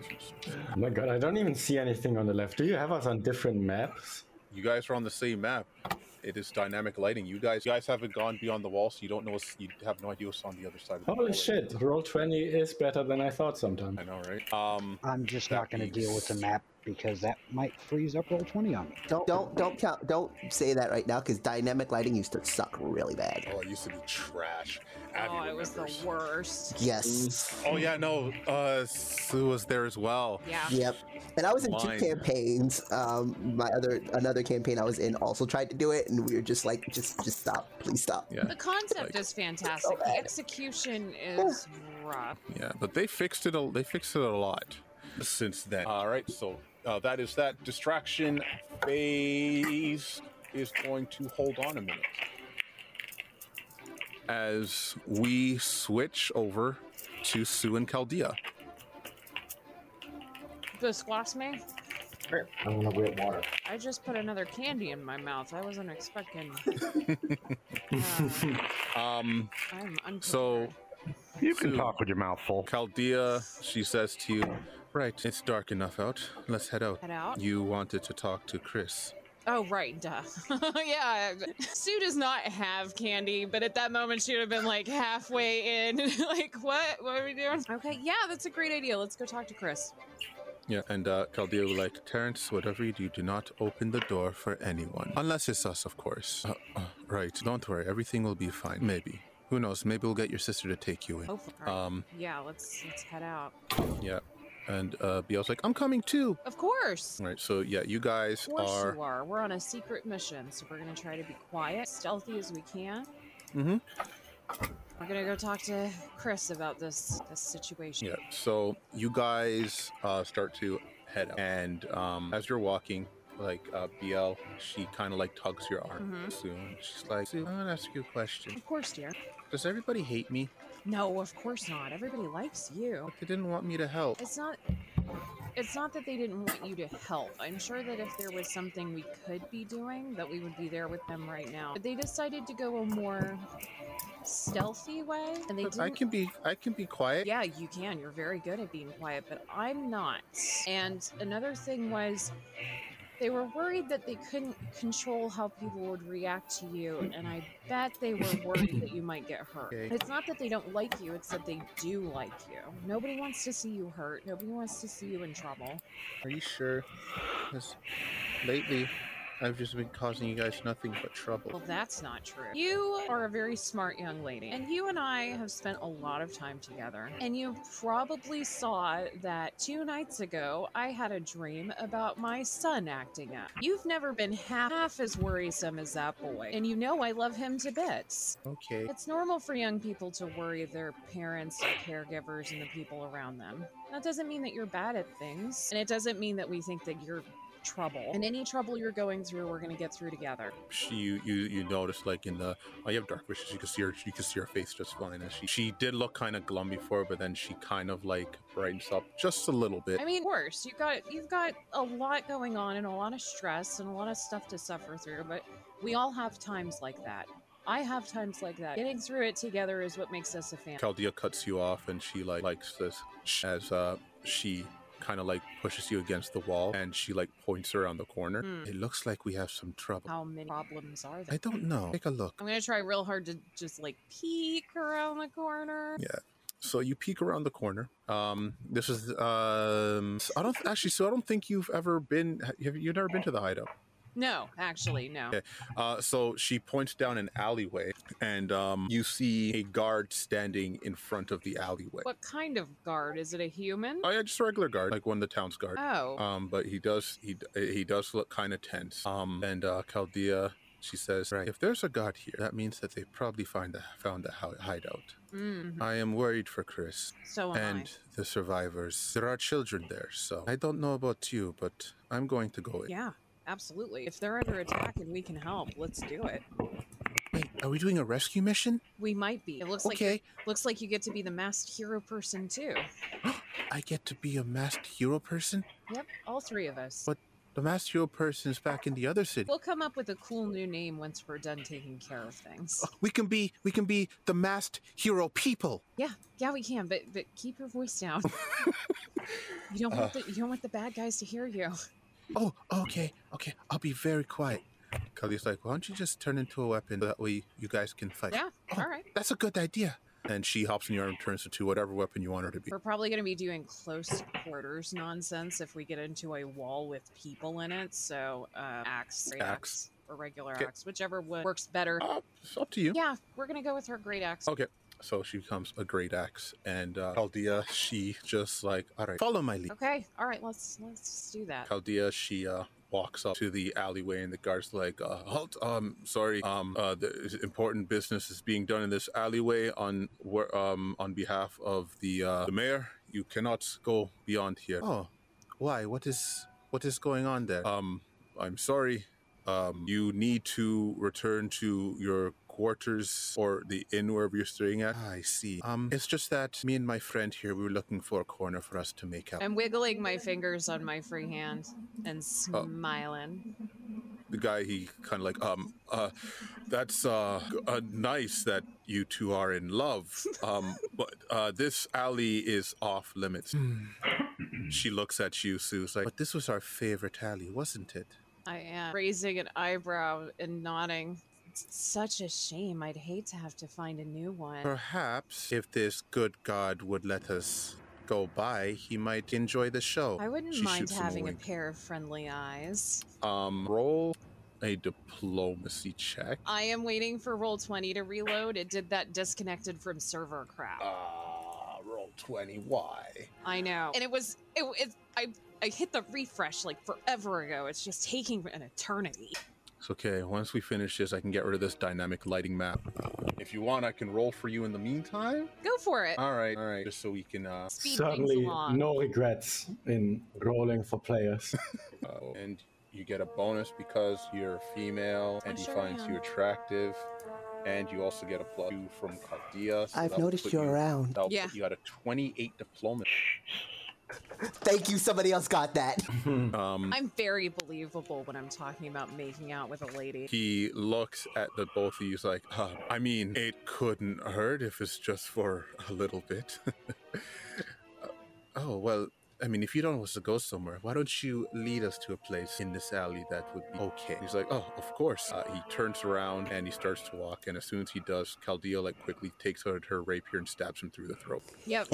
H: Oh my god, I don't even see anything on the left. Do you have us on different maps?
A: You guys are on the same map. It is dynamic lighting. You guys, you guys haven't gone beyond the wall, so you don't know. What's, you have no idea what's on the other side. Of the wall.
H: Holy shit, roll 20 is better than I thought sometimes.
A: I know, right? Um,
F: I'm just not gonna deal with the map because that might freeze up roll twenty on me.
C: Don't don't don't count. Don't say that right now because dynamic lighting used to suck really bad.
A: Oh, it used to be trash.
B: oh, it was the worst.
C: Yes.
A: Oh yeah, no. Uh, Sue was there as well.
B: Yeah.
C: Yep. And I was in
A: Mine.
C: two campaigns. Um, my other another campaign I was in also tried to do it, and we were just like, just just stop, please stop.
A: Yeah.
B: The concept is fantastic. the execution is rough.
A: Yeah, but they fixed it. A, they fixed it a lot since then. All right, so uh, that is that distraction phase is going to hold on a minute as we switch over to Sue and Chaldea.
B: This lost me.
J: I'm gonna wet water.
B: I just put another candy in my mouth. I wasn't expecting.
A: um,
B: I'm unprepared.
A: so
E: You can
A: Sue,
E: talk with your mouth full.
A: Chaldea, she says to you, "Right, it's dark enough out. Let's head out.
B: Head out?
A: You wanted to talk to Chris."
B: Oh right, duh. [LAUGHS] yeah, Sue does not have candy, but at that moment she would have been like halfway in, [LAUGHS] like what? What are we doing? Okay, yeah, that's a great idea. Let's go talk to Chris.
A: Yeah, and uh, Chaldea will like, Terrence, whatever you do, do not open the door for anyone. Unless it's us, of course. Uh, uh, right, don't worry, everything will be fine. Maybe. Who knows? Maybe we'll get your sister to take you in.
B: Hopefully.
A: Um,
B: Yeah, let's let's head out.
A: yeah. And uh, Biel's like, I'm coming too.
B: Of course.
A: Right, so yeah, you guys
B: Of course
A: are.
B: you are. We're on a secret mission, so we're gonna try to be quiet, stealthy as we can.
A: Mm-hmm.
B: We're gonna go talk to Chris about this this situation.
A: Yeah, so you guys uh, start to head out. And um, as you're walking, like uh, Biel, she kind of like tugs your arm
B: Mhm.
A: soon. She's like, Sue, I want to ask you a question.
B: Of course, dear.
A: Does everybody hate me?
B: No, of course not. Everybody likes you.
A: They didn't want me to help.
B: It's not. It's not that they didn't want you to help. I'm sure that if there was something we could be doing, that we would be there with them right now. But they decided to go a more stealthy way, and they
A: But
B: didn't.
A: I can be I can be quiet.
B: Yeah, you can. You're very good at being quiet, but I'm not. And another thing was they were worried that they couldn't control how people would react to you, and I bet they were worried that you might get hurt.
A: Okay.
B: It's not that they don't like you, it's that they do like you. Nobody wants to see you hurt. Nobody wants to see you in trouble.
A: Are you sure? Because lately
L: I've just been causing you guys nothing but trouble.
B: Well, that's not true. You are a very smart young lady, and you and I have spent a lot of time together. And you probably saw that two nights ago, I had a dream about my son acting up. You've never been half, half as worrisome as that boy, and you know I love him to bits.
L: Okay.
B: It's normal for young people to worry their parents, their caregivers, and the people around them. That doesn't mean that you're bad at things, and it doesn't mean that we think that you're trouble. And any trouble you're going through, we're going to get through together.
A: She, you, you, you notice like in the oh, you have dark vision. You can see her. You can see her face just fine. And she, she did look kind of glum before, but then she kind of like brightens up just a little bit.
B: I mean, worse. You've got you've got a lot going on and a lot of stress and a lot of stuff to suffer through. But we all have times like that. I have times like that. Getting through it together is what makes us a family.
A: Chaldea cuts you off, and she like likes this as uh she kind of like pushes you against the wall and she like points around the corner.
B: Hmm.
A: It looks like we have some trouble.
B: How many problems are there?
A: I don't know. Take a look.
B: I'm going to try real hard to just like peek around the corner.
A: Yeah. So you peek around the corner. Um, this is um, I don't actually. So I don't think you've ever been. Have you have never been to the hideout?
B: No, actually, no.
A: Okay. Uh, so she points down an alleyway, and um, you see a guard standing in front of the alleyway.
B: What kind of guard? Is it a human?
A: Oh yeah, just a regular guard, like one of the town's guard.
B: Oh.
A: Um, but he does he he does look kind of tense. Um, and uh, Chaldea, she says, right, if there's a guard here, that means that they probably find the found the hi- hideout.
B: Mhm.
A: I am worried for Chris.
B: So am I.
A: and the survivors. There are children there, so I don't know about you, but I'm going to go in.
B: Yeah, absolutely. If they're under attack and we can help, let's do it.
L: Wait, are we doing a rescue mission?
B: We might be. It looks like
L: Okay.
B: looks like you get to be the masked hero person too.
L: I get to be a masked hero person?
B: Yep, all three of us.
L: But the masked hero person is back in the other city.
B: We'll come up with a cool new name once we're done taking care of things.
L: We can be we can be the masked hero people.
B: Yeah, yeah, we can, but but keep your voice down. you don't want
L: Uh.
B: the you don't want the bad guys to hear you.
L: Oh, okay, okay. I'll be very quiet.
A: Kali's like, why don't you just turn into a weapon? That way you guys can fight.
B: Yeah, all right.
L: That's a good idea.
A: And she hops in your arm, turns into whatever weapon you want her to be.
B: We're probably going to be doing close quarters nonsense if we get into a wall with people in it. So uh, axe, great axe,
A: Axe. Oh,
B: or regular
A: Okay.
B: axe, whichever one works better.
A: Uh, it's up to you.
B: Yeah, we're going to go with her great axe.
A: Okay. So she becomes a great axe, and uh, Chaldea, she just like, all right, follow my lead.
B: Okay, all right, let's let's do that.
A: Chaldea, she uh, walks up to the alleyway, and the guard's like, uh, halt, um, sorry, um, uh, the important business is being done in this alleyway on where, um, on behalf of the, uh, the mayor. You cannot go beyond here.
L: Oh, why? What is what is going on there?
A: Um, I'm sorry. Um, you need to return to your quarters or the inn wherever you're staying at.
L: I see. Um, it's just that me and my friend here we were looking for a corner for us to make up.
B: I'm wiggling my fingers on my free hand
L: Oh.
B: and smiling.
A: The guy, he kind of like, um, uh, that's uh, g- uh, nice that you two are in love. Um, [LAUGHS] but uh, this alley is off limits. she looks at you, Sue's like,
L: But this was our favorite alley, wasn't it?
B: I am raising an eyebrow and nodding. It's such a shame. I'd hate to have to find a new one.
L: Perhaps if this good god would let us go by, he might enjoy the show.
B: I wouldn't
L: She
B: mind
L: shoots him a
B: having a
L: wink.
B: pair of friendly eyes.
A: um, roll a diplomacy check.
B: I am waiting for roll 20 to reload. It did that disconnected from server crap.
L: Uh.
A: Ah, roll 20. Why?
B: I know. And it was it, it I I hit the refresh like forever ago. It's just taking an eternity.
A: It's okay. Once we finish this, I can get rid of this dynamic lighting map. If you want, I can roll for you in the meantime.
B: Go for
L: Uh,
B: it.
A: All right, all right. Just so we can. Uh,
B: Speed
H: Certainly
B: things along.
H: no regrets in rolling for players. [LAUGHS]
A: uh, and you get a bonus because you're female and he
B: sure
A: finds
B: am.
A: you attractive. And you also get a plus two from Cardia.
C: I've noticed you're around.
B: Yeah.
A: yeah. You had a 28 diplomacy.
C: Thank you. Somebody else got that. [LAUGHS]
A: Um,
B: I'm very believable when I'm talking about making out with a lady.
A: he looks at the both of you he's like,
L: "Ah,
A: uh, I mean, it couldn't hurt if it's just for a little
L: [LAUGHS]
A: bit.
L: Oh, well, I mean, if you don't want us to go somewhere, why don't you lead us to a place in this alley that would be okay?
A: He's like, oh, of course. Uh, he turns around and he starts to walk. And as soon as he does, Chaldea like quickly takes out her rapier and stabs him through the throat.
B: Yep.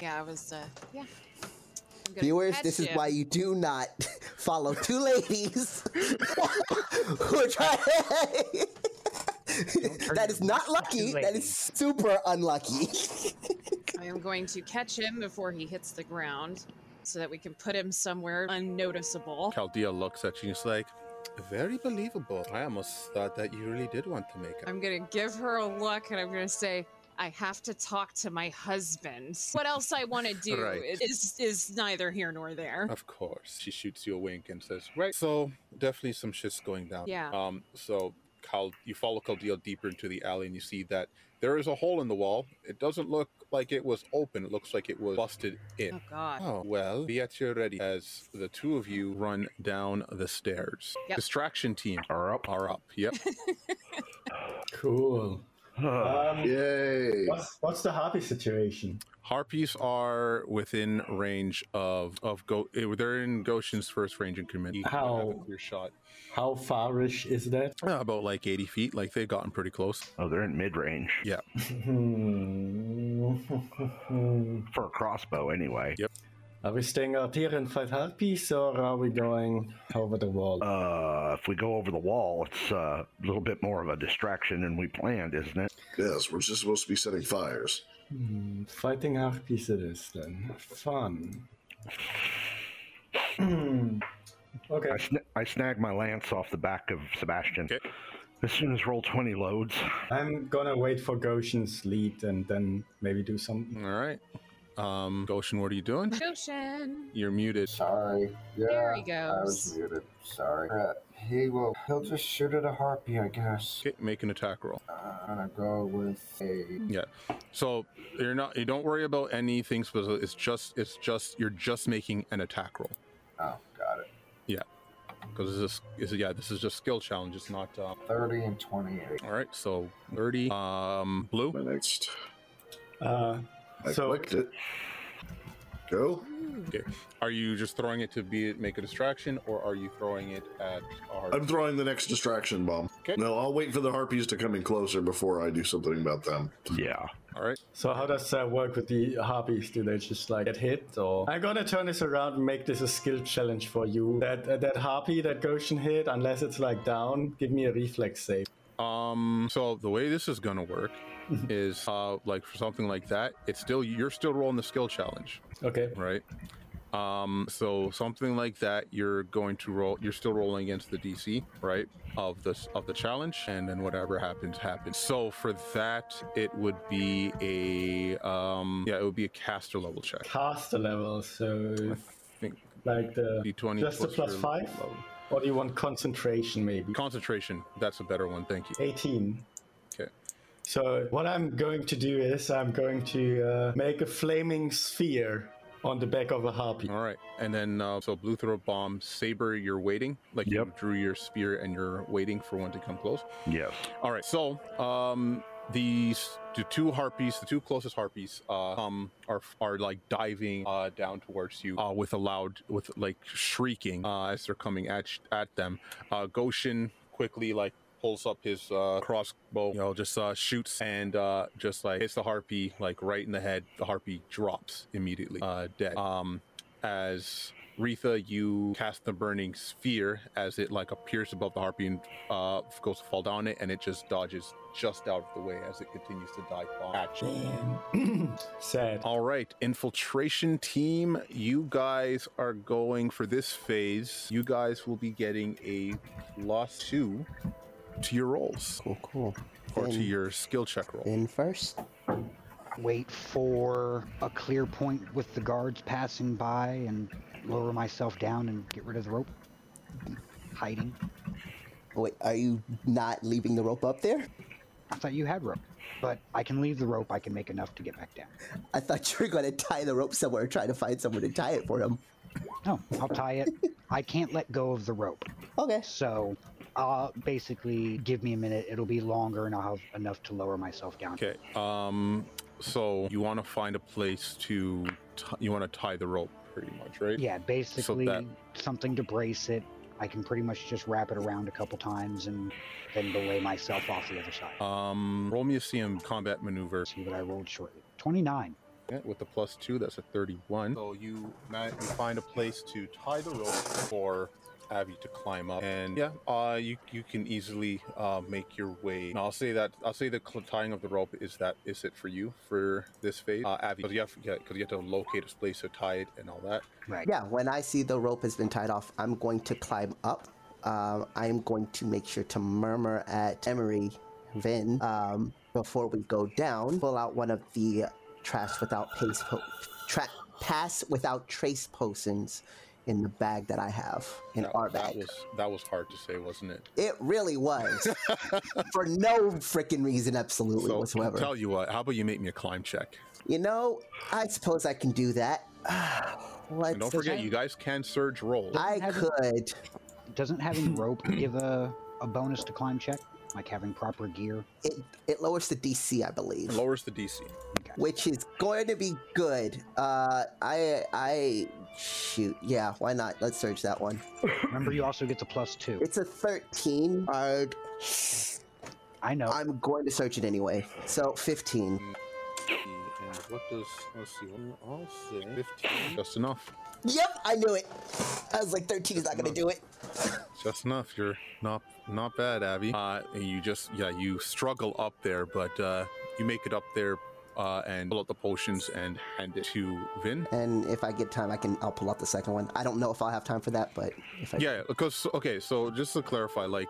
B: yeah, I was uh yeah. I'm gonna
C: Viewers,
B: catch
C: this is
B: you.
C: why you do not [LAUGHS] follow
B: [LAUGHS]
C: two ladies who are trying. [LAUGHS] that is not lucky. That is super unlucky. [LAUGHS]
B: I am going to catch him before he hits the ground so that we can put him somewhere unnoticeable.
L: Chaldea looks at you and is like, very believable. I almost thought that you really did want to make it.
B: I'm going to give her a look and I'm going to say, I have to talk to my husband. What else I want to do
L: Right.
B: is is neither here nor there.
L: Of course. She shoots you a wink and says, right. So definitely some shit's going down.
B: Yeah.
L: Um, so Cal you follow Caldea deeper into the alley and you see that there is a hole in the wall. It doesn't look like it was open, it looks like it was busted in.
B: Oh god.
L: Oh, well, be at your ready as the two of you run down the stairs.
B: Yep.
L: Distraction team are
E: [SIGHS]
L: up. Are up.
B: [LAUGHS]
L: Yep.
H: Cool.
E: Oh,
L: Um, Yay.
H: What's, what's the harpy situation?
A: Harpies are within range of of go.
L: eh,
A: They're in Goshen's first range increment.
H: How-
A: your shot?
H: How farish is that?
A: about like eighty feet. Like they've gotten pretty close.
E: Oh, they're in mid range.
A: Yeah.
E: For a crossbow, anyway.
A: Yep.
H: Are we staying up here and fight harpies, or are we going over the wall?
E: Uh, if we go over the wall, it's uh, a little bit more of a distraction than we planned, isn't it?
D: Yes, we're just supposed to be setting fires.
H: Hmm, fighting harpies it is then. Fun. Hmm. okay.
E: I, sn- I snagged my lance off the back of Sebastian. As soon as roll 20 loads.
H: I'm gonna wait for Goshen's lead and then maybe do something.
A: All right. Um, Goshen, what are you doing?
B: Goshen.
A: You're muted.
J: Sorry. Yeah,
B: There he
J: I was
B: goes.
J: muted. Sorry. Uh, he will. He'll just shoot at a harpy, I guess.
A: Okay, make an attack roll.
J: I'm gonna go with a.
A: Yeah. So you're not. You don't worry about anything specific. It's just. It's just. You're just making an attack roll.
J: Oh, got it.
A: Yeah. Because this is. Is yeah. This is just skill challenge. It's not. Um,
J: Thirty and twenty-eight.
A: all right. So thirty. Um. Blue.
D: next.
H: Uh,
D: I
H: so
D: clicked it. Go.
A: Okay. Are you just throwing it to be make a distraction, or are you throwing it at a hard?
D: I'm throwing the next distraction bomb. No, I'll wait for the harpies to come in closer before I do something about them.
E: Yeah.
A: All right.
H: So how does that work with the harpies? Do they just like get hit or? I'm gonna turn this around and make this a skill challenge for you. That uh, that harpy that Goshen hit, unless it's like down, give me a reflex save.
A: Um. So the way this is gonna work is uh like for something like that, it's still you're still rolling the skill challenge,
H: Okay.
A: right? Um. So something like that, you're going to roll. You're still rolling against the DC, right? Of this of the challenge, and then whatever happens happens. So for that, it would be a um. Yeah, it would be a caster level check.
H: Caster level, so
A: think
H: like the
A: D20
H: just the
A: plus
H: plus
A: your
H: five. Or do you want concentration maybe?
A: Concentration. That's a better one. Thank you.
H: 18.
A: Okay.
H: So what I'm going to do is I'm going to uh, make a flaming sphere on the back of a harpy.
A: All right, and then uh, so blue throw bomb saber. You're waiting, like you drew your spear, and you're waiting for one to come close.
E: Yes.
A: All right, so um, these the two harpies, the two closest harpies, uh, um, are are like diving uh, down towards you uh, with a loud, with like shrieking uh, as they're coming at sh- at them. Uh, Goshen quickly like pulls up his uh, crossbow, you know, just uh, shoots and uh, just like hits the harpy like right in the head. The harpy drops immediately, uh, dead. Um, as Retha, you cast the burning sphere as it like appears above the harpy and uh, goes to fall down it, and it just dodges just out of the way as it continues to dive bomb action.
H: [CLEARS THROAT] Sad.
A: All right, infiltration team, you guys are going for this phase. You guys will be getting a plus two to your rolls.
C: Cool, cool.
A: Or to your skill check roll.
C: In first.
F: Wait for a clear point with the guards passing by and lower myself down and get rid of the rope. Hiding.
C: Wait, are you not leaving the rope up there?
F: I thought you had rope, but I can leave the rope. I can make enough to get back down.
C: I thought you were going to tie the rope somewhere, try to find someone to tie it for him.
F: No, I'll tie it. I can't let go of the rope.
C: Okay.
F: So, uh, basically, give me a minute. It'll be longer, and I'll have enough to lower myself down.
A: Okay. Um. So you want to find a place to t- you want to tie the rope, pretty much, right?
F: Yeah, basically
A: that-
F: something to brace it. I can pretty much just wrap it around a couple times and then belay
A: Uh,
F: myself off the other side.
A: Um. Roll me a CM combat maneuver.
F: See what I rolled shortly. Twenty-nine.
A: Yeah, with the plus two, that's a 31. So you, ma- you find a place to tie the rope for Abby to climb up, and yeah, uh, you you can easily uh, make your way. And I'll say that I'll say the cl- tying of the rope is that is it for you for this phase, uh, Abby, because you have because you have to locate a place to tie it and all that.
C: Right. Yeah, when I see the rope has been tied off, I'm going to climb up. Um, I am going to make sure to murmur at Emery, Vin, um, before we go down. Pull out one of the trash without pace po- tra- pass without trace potions in the bag that I have in
A: That-
C: our
A: that
C: bag.
A: was that was hard to say, wasn't it?
C: It
A: [LAUGHS]
C: really was for no freaking reason, absolutely
A: So
C: whatsoever.
A: tell you what, how about you make me a climb check?
C: You know, I suppose I can do that. [SIGHS] Let's
A: And don't forget, you guys can surge roll.
C: I could.
A: [LAUGHS]
F: Doesn't having rope give a, a bonus to climb check? Like having proper gear?
C: It it lowers the DC, I believe.
A: Lowers the DC.
C: Which is going to be good. Uh, I I shoot. Yeah, why not? Let's search that one.
F: Remember, you also get the plus two.
C: It's a thirteen. Uh,
F: I know.
C: I'm going to search it anyway. So fifteen.
A: And what does let's see? I'll say fifteen. Just enough.
C: Yep, I knew it. I was like, thirteen is not going to do it.
A: Just enough. You're not not bad, Abby. Uh, and you just yeah, you struggle up there, but uh, you make it up there uh, and pull out the potions and hand it to Vin.
C: And if I get time, I can. I'll pull up the second one. I don't know if I'll have time for that, but if I
A: Yeah, because okay, so just to clarify, like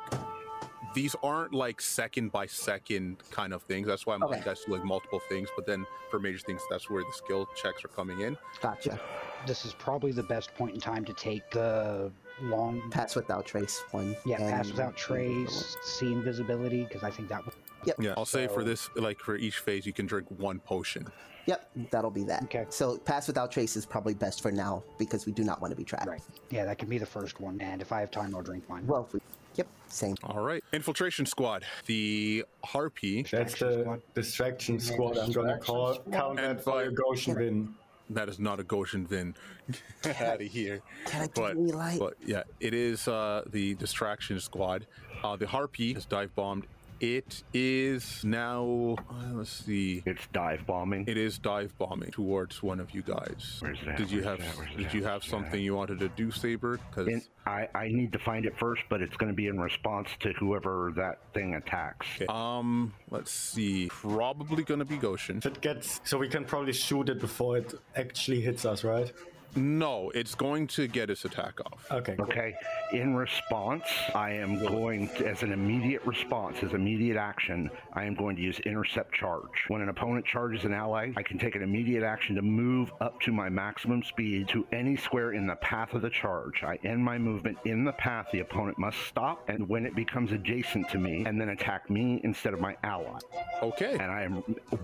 A: these aren't like second by second kind of things. That's why I'm like
C: Okay.
A: guys do like multiple things, but then for major things, that's where the skill checks are coming in.
C: gotcha.
F: This is probably the best point in time to take the long
C: Pass without trace one.
F: Yeah, pass
C: and-
F: without trace, see invisibility, because I think that would.
C: Yep.
A: Yeah, I'll say for this, like for each phase, you can drink one potion.
C: Yep, that'll be that.
F: Okay.
C: So pass without trace is probably best for now because we do not want to be trapped.
F: Right. Yeah, that can be the first one. And if I have time, I'll drink mine.
C: Well, if we, yep, same.
A: All right, infiltration squad. The harpy.
H: That's the distraction squad. I'm gonna call count
A: And
H: that for your Goshen win.
A: That is not a Goshen Vin. [LAUGHS] Get out of here.
C: Can I get
A: But,
C: any light?
A: but yeah, it is uh, the distraction squad. Uh, the harpy has dive bombed. It is now. uh, let's see.
E: It's dive bombing.
A: It is dive bombing towards one of you guys.
E: Where's that?
A: Did you have
E: Where's that? Where's
A: Did
E: that?
A: you have
E: Where's that?
A: something you wanted to do, Saber?
E: In,
A: Because
E: I, I need to find it first, but it's going to be in response to whoever that thing attacks.
A: um, let's see. Probably gonna be Goshen.
H: If it gets, so we can probably shoot it before it actually hits us, right?
A: No, it's going to get its attack off.
H: Okay. Cool.
E: Okay. In response, I am going to, as an immediate response, as immediate action, I am going to use intercept charge. When an opponent charges an ally, I can take an immediate action to move up to my maximum speed to any square in the path of the charge. I end my movement in the path the opponent must stop, and when it becomes adjacent to me, and then attack me instead of my ally.
A: Okay.
E: And I am,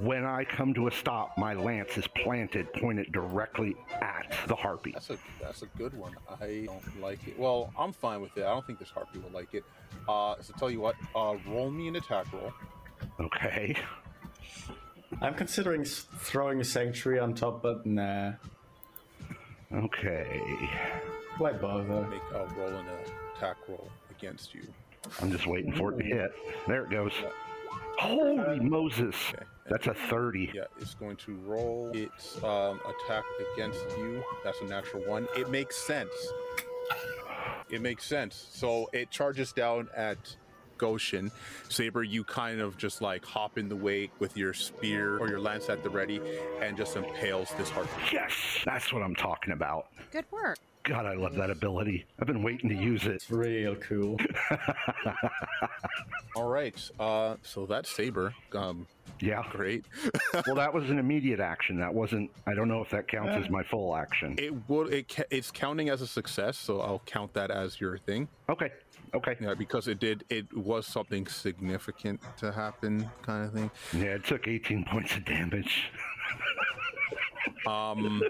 E: when I come to a stop, my lance is planted, pointed directly at the harpy.
A: That's a that's a good one. I don't like it. Well, I'm fine with it. I don't think this harpy will like it. Uh, so tell you what, uh, roll me an attack roll.
E: Okay.
H: I'm considering s- throwing a sanctuary on top, but nah.
E: Okay.
H: Why bother?
A: Make a roll an attack roll against you.
E: I'm just waiting for it to hit. There it goes. Holy Moses!
A: Mm-hmm. Okay.
E: That's a 30.
A: Yeah, it's going to roll its um, attack against you. That's a natural one. It makes sense. It makes sense. So it charges down at Goshen. Saber, you kind of just like hop in the way with your spear or your lance at the ready and just impales this harpy.
E: Yes! That's what I'm talking about.
B: Good work.
E: God, I love that ability. I've been waiting to use it.
H: It's real cool. [LAUGHS]
A: All right. Uh, so that's Saber. Um,
E: Yeah.
A: great.
E: Well, that was an immediate action. That wasn't, I don't know if that counts as my full action.
A: It would. It ca- it's counting as a success, so I'll count that as your thing.
E: Okay. Okay.
A: Yeah, because it did. It was something significant to happen, kind of thing.
E: Yeah, it took 18 points of damage. [LAUGHS]
A: Um,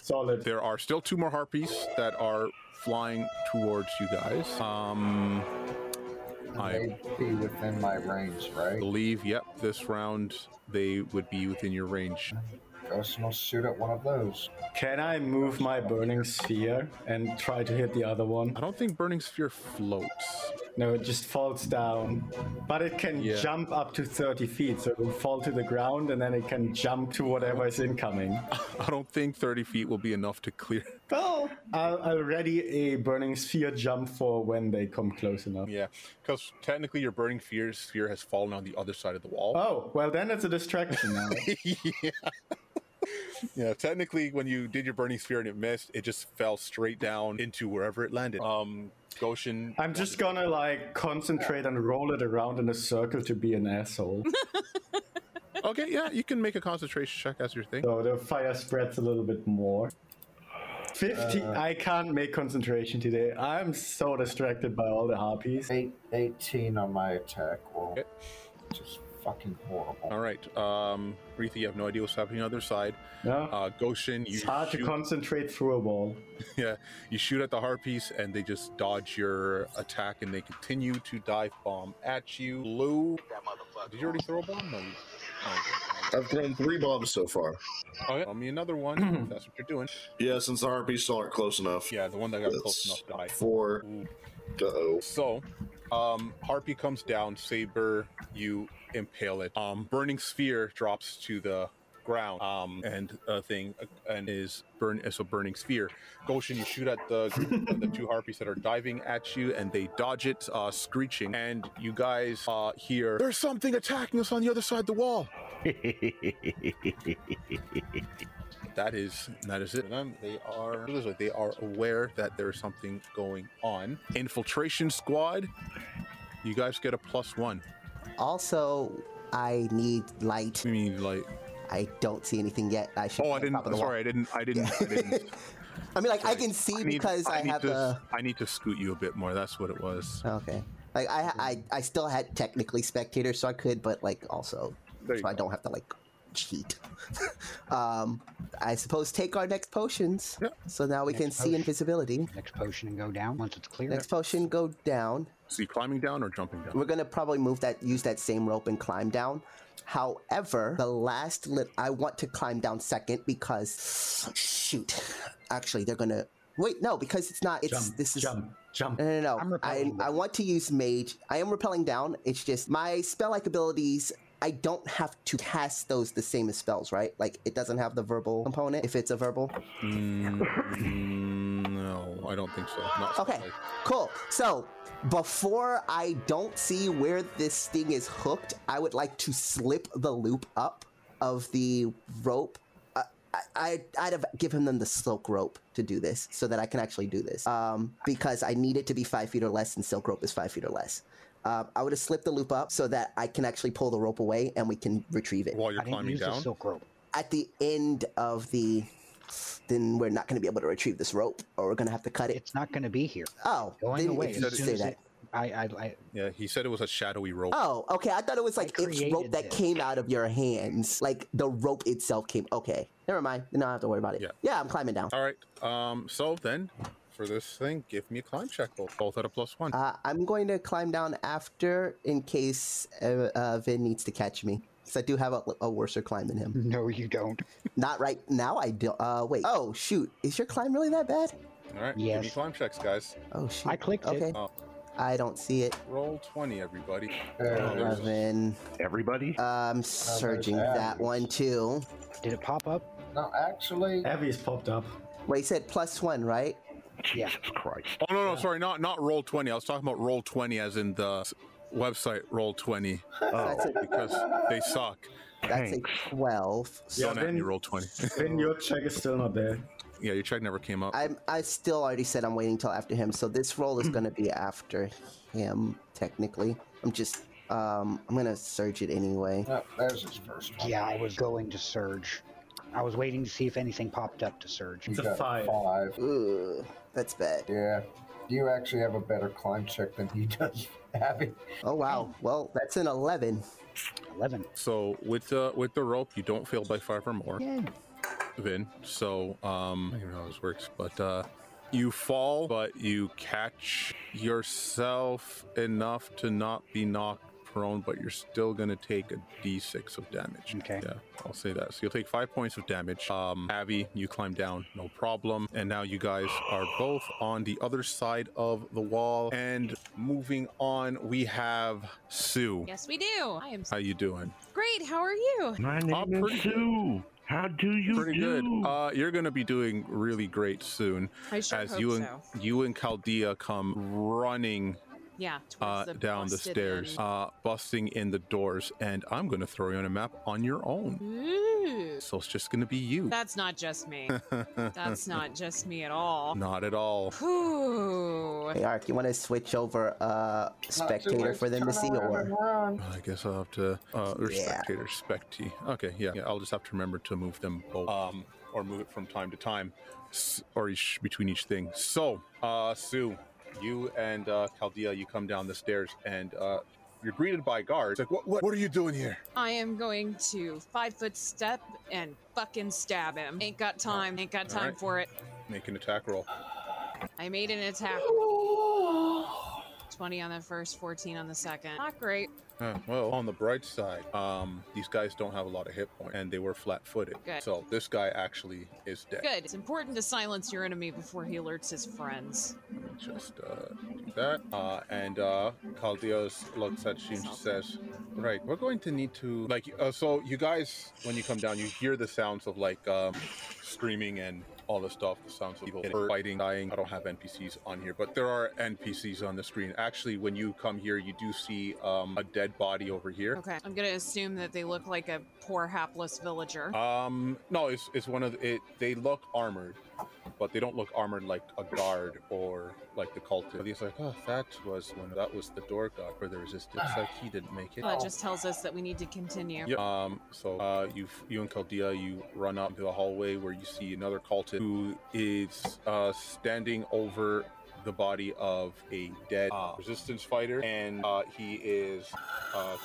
H: Solid.
A: there are still two more harpies that are flying towards you guys. Um, I
J: They'd be within my range, right?
A: believe. Yep. This round, they would be within your range.
G: Ghost will shoot at one of those.
H: Can I move my burning sphere and try to hit the other one?
A: I don't think burning sphere floats.
H: No, it just falls down. But it can
A: Yeah.
H: jump up to 30 feet, so it will fall to the ground and then it can jump to whatever is incoming.
A: I don't think 30 feet will be enough to clear.
H: Oh, I'll, I'll ready a burning sphere jump for when they come close enough.
A: Yeah, because technically your burning fear sphere has fallen on the other side of the wall.
H: Oh, well, then it's a distraction now.
A: yeah. yeah, technically when you did your burning sphere and it missed, it just fell straight down into wherever it landed. Um, Goshen.
H: I'm just gonna like concentrate and roll it around in a circle to be an asshole.
A: Okay, yeah, you can make a concentration check as your thing.
H: so the fire spreads a little bit more. 50. I can't make concentration today. I'm so distracted by all the harpies.
G: Eight, 18 on my attack roll.
A: Okay.
G: Just fucking horrible.
A: All right, um, Reetha, you have no idea what's happening on the other side.
H: Yeah.
A: Uh, Goshen, you
H: it's hard to
A: shoot-
H: concentrate through a wall.
A: yeah, you shoot at the harpies and they just dodge your attack and they continue to dive bomb at you. Lou, did you already throw a bomb? No, you-
D: I've thrown three bombs so far.
A: Oh,
H: [CLEARS THROAT]
A: yeah. Throw me another one if that's what you're doing.
D: Yeah, since the harpies still aren't close enough.
A: Yeah, the one that got close
D: That's
A: enough died.
D: Four.
A: Ooh.
D: Uh-oh.
A: So, um, harpy comes down, saber, you impale it. Um, burning sphere drops to the ground. Um, and a thing and is burn is a burning sphere. Goshen, you shoot at the the two harpies that are diving at you, and they dodge it, uh, screeching. And you guys uh, hear there's something attacking us on the other side of the wall. That is that is it. Um, They are it looks like they are aware that there's something going on. Infiltration squad. You guys get a plus one.
C: Also, I need light.
A: I mean, like
C: I don't see anything yet. I should.
A: oh, I
C: be on
A: didn't.
C: top of the wall.
A: Sorry, I didn't. I didn't. I didn't. [LAUGHS]
C: I mean, like I can see
A: need-
C: because I,
A: need
C: have
A: to,
C: a.
A: I need to scoot you a bit more. That's what it was.
C: Okay. Like I, I, I still had technically spectator, so I could, but like also,
A: There you
C: so I don't have to like cheat. [LAUGHS] um, I suppose take our next potions, so now we
F: Next
C: can see
F: potion.
C: invisibility.
F: Next potion and go down once it's clear.
C: Next potion, go down.
A: Is he climbing down or jumping down?
C: We're gonna probably move that, use that same rope and climb down. However, the last lip, I want to climb down second because, shoot, actually they're gonna wait. No, because it's not. It's
H: Jump,
C: this is Uh.
H: jump, jump.
C: no, no, no.
F: I'm
C: I,
F: repelling
C: I want to use mage. I am repelling down. It's just my spell like abilities. I don't have to cast those the same as spells, right? Like it doesn't have the verbal component if it's a verbal.
A: Mm, no, I don't think so. Not
C: Okay,
A: like-
C: cool. So before I don't see where this thing is hooked, I would like to slip the loop up of the rope. Uh, I, I, I'd have given them the silk rope to do this so that I can actually do this um, because I need it to be five feet or less, and silk rope is five feet or less. Uh, I would have slipped the loop up so that I can actually pull the rope away and we can retrieve it
A: while you're
F: I didn't
A: climbing
F: use the
A: down.
F: silk rope.
C: at the end of the. Then we're not going to be able to retrieve this rope, or we're going to have to cut it.
F: It's not going to be here.
C: Oh,
F: Going
C: didn't
F: away
C: it
A: said
F: as
C: just
A: it-
F: soon
C: say
F: as
C: that.
F: it. I, I, I,
A: Yeah, he said it was a shadowy rope.
C: Oh, okay. I thought it was like it's rope
F: created
C: that
F: this.
C: came out of your hands. Like the rope itself came. Okay. Never mind. Then I don't have to worry about it.
A: Yeah.
C: I'm climbing down.
A: All right. Um. So then, for this thing, give me a climb check. Both, both at a plus one.
C: Uh, I'm going to climb down after in case uh, uh, Vin needs to catch me. Because I do have a, a worser climb than
F: [LAUGHS]
C: him.
F: no, you don't.
C: Not right now. I do. Uh, wait. Oh, shoot. Is your climb really that bad?
A: All right. Give me
F: yes.
A: climb checks, guys.
C: Oh, shoot.
F: I clicked
C: Okay.
F: it.
A: Oh.
C: I don't see it.
A: Roll twenty, everybody.
G: Uh,
A: Oh, There's a-
C: Eleven.
E: Everybody?
C: I'm surging
G: that.
C: that one too.
F: Did it pop up?
G: uh, no, actually,
H: Abby's popped up.
C: Wait, you said plus one, right?
F: Yeah.
E: Jesus Christ.
A: Oh no, no, sorry, not not roll twenty. I was talking about roll twenty, as in the s- website roll twenty,
E: Oh,
C: Uh, That's a,
A: because they suck.
C: that's a
E: thanks.
C: twelve.
H: Yeah,
A: Don't at me
H: then-
A: roll twenty. [LAUGHS]
H: Then your check is still not there.
A: yeah, your check never came up.
C: I'm, I still already said I'm waiting till after him, so this roll is going to be after him, technically. I'm just, um, I'm going to surge it anyway.
G: no, there's his first one.
F: Yeah, I was going to surge. I was waiting to see if anything popped up to surge.
H: It's a
G: Got
H: five.
G: Five.
C: Ugh, that's bad.
G: Yeah. You actually have a better climb check than he [LAUGHS] does, Abby.
C: Oh, wow. Well, that's an 11.
F: 11.
A: So with the with the rope, you don't fail by five or more, Vin. So um, I don't know how this works, but uh, you fall, but you catch yourself enough to not be knocked prone, but you're still gonna take a d6 of damage.
F: Okay.
A: Yeah, I'll say that. So you'll take five points of damage. Um, Abby, you climb down, no problem. And now you guys are both on the other side of the wall. And moving on, we have Sue.
B: Yes, we do. I am
A: How you doing?
B: great. How are you?
E: My name
A: Oh,
E: is
A: pretty good.
E: Sue. How do you
A: Pretty
E: do?
A: good. Uh, you're gonna be doing really great soon,
B: I sure
A: as
B: hope
A: you and
B: so.
A: you and Chaldea come running
B: Yeah.
A: uh,
B: towards
A: down the
B: busted
A: stairs,
B: end.
A: uh, busting in the doors, and I'm gonna throw you on a map on your own.
B: Ooh.
A: So it's just gonna be you.
B: That's not
A: [LAUGHS]
B: just me. That's not just me at all.
A: Not at all.
B: Ooh.
C: Hey, Ark, you want to switch over uh, spectator for them to see, or
A: I guess I'll have to uh, or
C: Yeah.
A: spectator specty. Okay, yeah, yeah. I'll just have to remember to move them both, um, or move it from time to time, s- or each, between each thing. So, uh, Sue, you and uh, Chaldea, you come down the stairs, and uh, you're greeted by guards. Like, what, what, what are you doing here?
B: I am going to five foot step and fucking stab him. Ain't got time. Ain't got
A: Oh. All
B: time
A: right.
B: for it.
A: Make an attack roll.
B: I made an attack roll. 20 on the first, 14 on the second. Not great.
A: Uh, well, on the bright side, um, these guys don't have a lot of hit points, and they were flat-footed.
B: Good.
A: So this guy actually is dead.
B: Good. It's important to silence your enemy before he alerts his friends.
A: Just uh, do that. Uh, and uh, Caldeos looks at you and she says, Right, we're going to need to. Like, uh, so you guys, when you come down, you hear the sounds of like um, screaming and all the stuff, the sounds of people getting hurt, fighting, dying. I don't have NPCs on here, but there are NPCs on the screen. Actually, when you come here, you do see um, a dead body over here.
B: Okay. I'm going to assume that they look like a poor, hapless villager.
A: Um, no, it's, it's one of the, it. They look armored, but they don't look armored like a guard or like the cultist. He's like, oh, that was when that was the door guard for the resistance. Like he didn't make it.
B: That Oh, just tells us that we need to continue.
A: Yep. Um. So, uh, you you and Chaldea, you run up into the hallway where you see another cultist who is uh standing over the body of a dead uh, resistance fighter, and uh, he is uh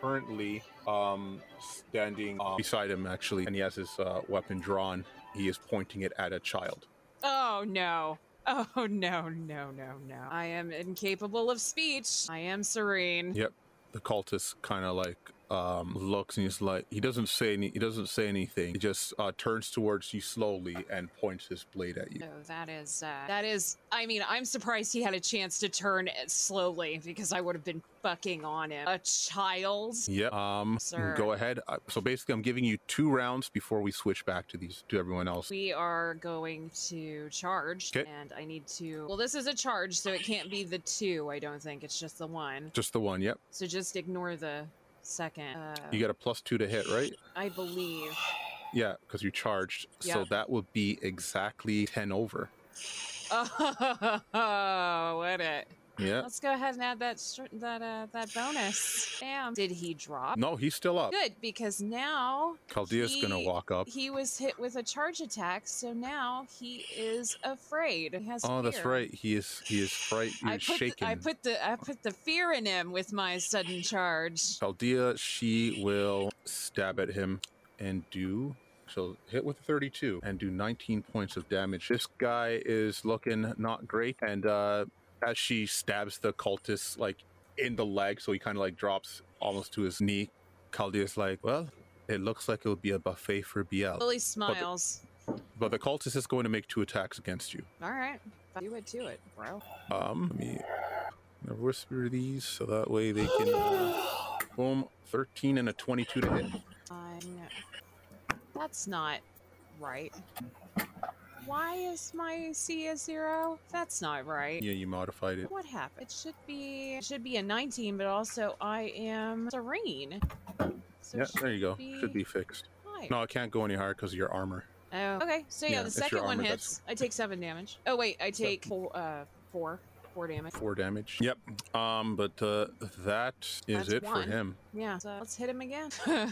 A: currently um standing uh, beside him actually, and he has his uh, weapon drawn. He is pointing it at a child.
B: Oh, no. Oh, no, no, no, no. I am incapable of speech. I am serene.
A: Yep. The cultist kind of like um looks and he's like he doesn't say any he doesn't say anything he just uh turns towards you slowly and points his blade at you
B: No, that is uh, that is. I mean, I'm surprised he had a chance to turn it slowly because I would have been fucking on him. A child.
A: Yep. Um,
B: Sir.
A: go ahead. Uh, So basically, I'm giving you two rounds before we switch back to these to everyone else.
B: We are going to charge,
A: Okay.
B: and I need to. Well, this is a charge, so it can't be the two. I don't think it's just the one.
A: Just the one. Yep.
B: So just ignore the second. Uh,
A: You got a plus two to hit, right?
B: I believe. [LAUGHS]
A: Yeah, because you charged.
B: Yeah.
A: So that would be exactly ten over.
B: Oh, what it.
A: Yeah.
B: Let's go ahead and add that str- that uh, that bonus. Damn. Did he drop?
A: No, he's still up.
B: Good because now
A: Chaldea's gonna
B: He-
A: walk up.
B: He was hit with a charge attack, so now he is afraid. He has
A: Oh, that's
B: fear.
A: right. He is. He is fright. He
B: I
A: is
B: put, the,
A: shaken.
B: I put the I put the fear in him with my sudden
A: Oh,
B: charge.
A: Chaldea, she will stab at him and do. She'll hit with a 32 and do 19 points of damage. This guy is looking not great. And uh, as she stabs the cultist, like in the leg, so he kind of like drops almost to his knee, Chaldea's like, Well, it looks like it'll be a buffet for BL.
B: Lily smiles.
A: But the cultist is going to make two attacks against you.
B: All right, you would do it, bro.
A: Um, let me whisper these so that way they can. Uh, boom, 13 and a 22 to hit.
B: Um, that's not right. Why is my C a zero? That's not right.
A: Yeah, you modified it.
B: What happened? It should be it should be a 19, but also I am serene. So
A: yeah,
B: it should
A: there you go. Should be fixed.
B: higher.
A: No, it can't go any higher because of your armor.
B: Oh, okay. So yeah,
A: Yeah,
B: the
A: it's your
B: second one
A: armor,
B: hits. I take seven damage. Oh wait, I take four, uh, four, four damage.
A: Four damage. Yep. Um, but uh, that is
B: That's
A: it
B: one.
A: for him.
B: Yeah. So let's hit him again. [LAUGHS] now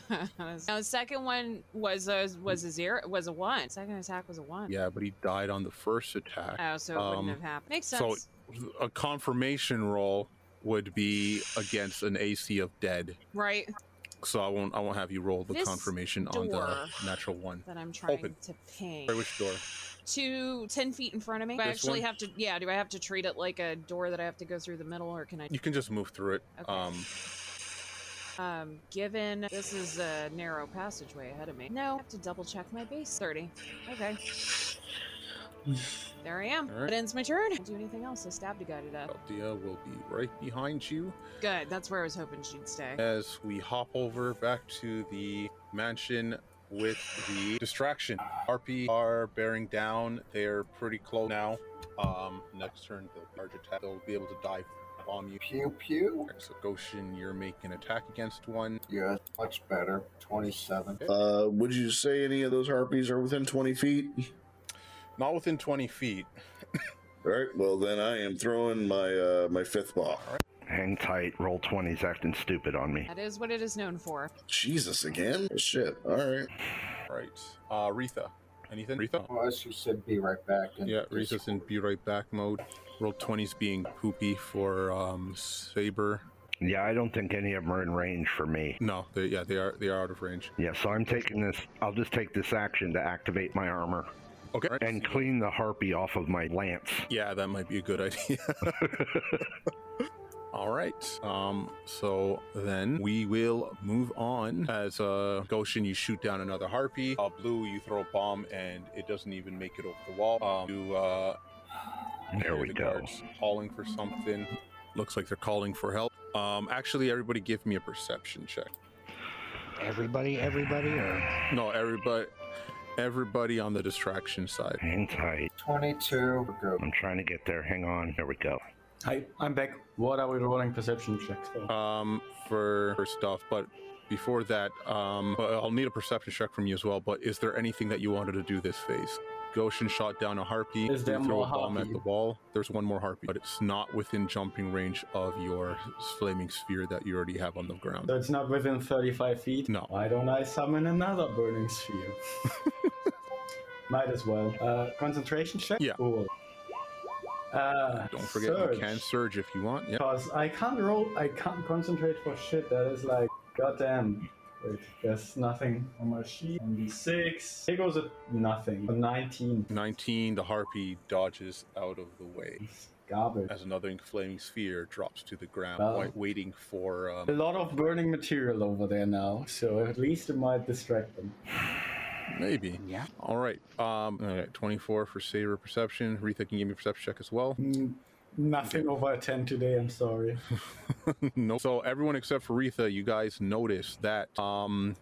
B: the second one was a was a zero was a one. Second attack was a one.
A: Yeah, but he died on the first attack.
B: Oh, so it
A: Um,
B: wouldn't have happened. Makes sense.
A: so a confirmation roll would be against an AC of dead.
B: right.
A: So I won't. I won't have you roll the
B: This
A: confirmation on
B: door
A: the natural one.
B: That I'm trying
A: Open.
B: to ping.
A: Sorry, which door?
B: to ten feet in front of me? Do I
A: This
B: actually
A: one?
B: have to. Yeah. Do I have to treat it like a door that I have to go through the middle, or can I?
A: You can just move through it. Um,
B: Um, given this is a narrow passageway ahead of me. No, I have to double check my base. 30.
A: [SIGHS]
B: Okay. There I am.
A: All right.
B: That ends my turn. Can't do anything else. I stabbed a guy to death.
A: Dia will be right behind you
B: Good. That's where I was hoping she'd stay.
A: as we hop over back to the mansion with the distraction. Harpy are bearing down. They're pretty close now. Um, next turn, the large attack. They'll be able to dive bomb you.
J: Pew pew.
A: So Goshen, you're making attack against one.
J: Yeah, much better. 27.
D: Uh, would you say any of those harpies are within 20 feet?
A: Not within 20 feet.
D: All right. Well, then I am throwing my uh, my fifth ball.
E: Hang tight, roll 20s acting stupid on me.
B: That is what it is known for.
D: Jesus again? Shit. All right.
A: All right. Uh, Retha, anything? Retha?
G: Oh,
J: Well, as you said, be right back. And
A: Yeah, Retha's in be right back mode. Roll 20s being poopy for um, Saber.
E: Yeah, I don't think any of them are in range for me.
A: No, they, yeah, they are they are out of range.
E: Yeah, so I'm taking this. I'll just take this action to activate my armor.
A: Okay.
E: And clean the harpy off of my lance.
A: Yeah, that might be a good idea. [LAUGHS] All right. Um, so then we will move on. As uh, Goshen, you shoot down another harpy. Uh, Blue, you throw a bomb, and it doesn't even make it over the wall. Um, you, uh,
E: there
A: we go. Calling for something. Looks like they're calling for help. Um, actually, everybody, give me a perception check.
F: Everybody, everybody, or
A: No, everybody, everybody on the distraction side.
E: Hang tight.
J: 22. Go.
E: I'm trying to get there. Hang on. There we go.
H: Hi, I'm back. What are we rolling perception checks for?
A: um for, for stuff but before that um but i'll need a perception check from you as well but is there anything that you wanted to do this phase goshen shot down a harpy
H: Is
A: you
H: there
A: throw
H: more
A: a bomb
H: harpy?
A: at the wall there's one more harpy but it's not within jumping range of your flaming sphere that you already have on the ground
H: So it's not within 35 feet?
A: No.
H: Why don't I summon another
A: [LAUGHS]
H: burning sphere? Might as well. Uh, concentration check?
A: Yeah.
H: Cool. Uh,
A: don't forget
H: surge.
A: you can surge if you want yeah
H: Because I can't roll, I can't concentrate for shit. That is like, goddamn. Wait, there's nothing on my sheet. Six. It goes at nothing. A 19.
A: 19 the harpy dodges out of the way
H: Garbage.
A: as another flaming sphere drops to the ground
H: Wow.
A: while waiting for
H: A
A: um,
H: lot of burning material over there now, so at least it might distract them.
A: maybe
F: yeah.
A: All right. Um, all right, 24 for Saber Perception. Retha can give me a perception check as well. [LAUGHS]
H: Mm, Nothing over a 10 today, I'm sorry.
A: no. So everyone except for Retha, you guys notice that um,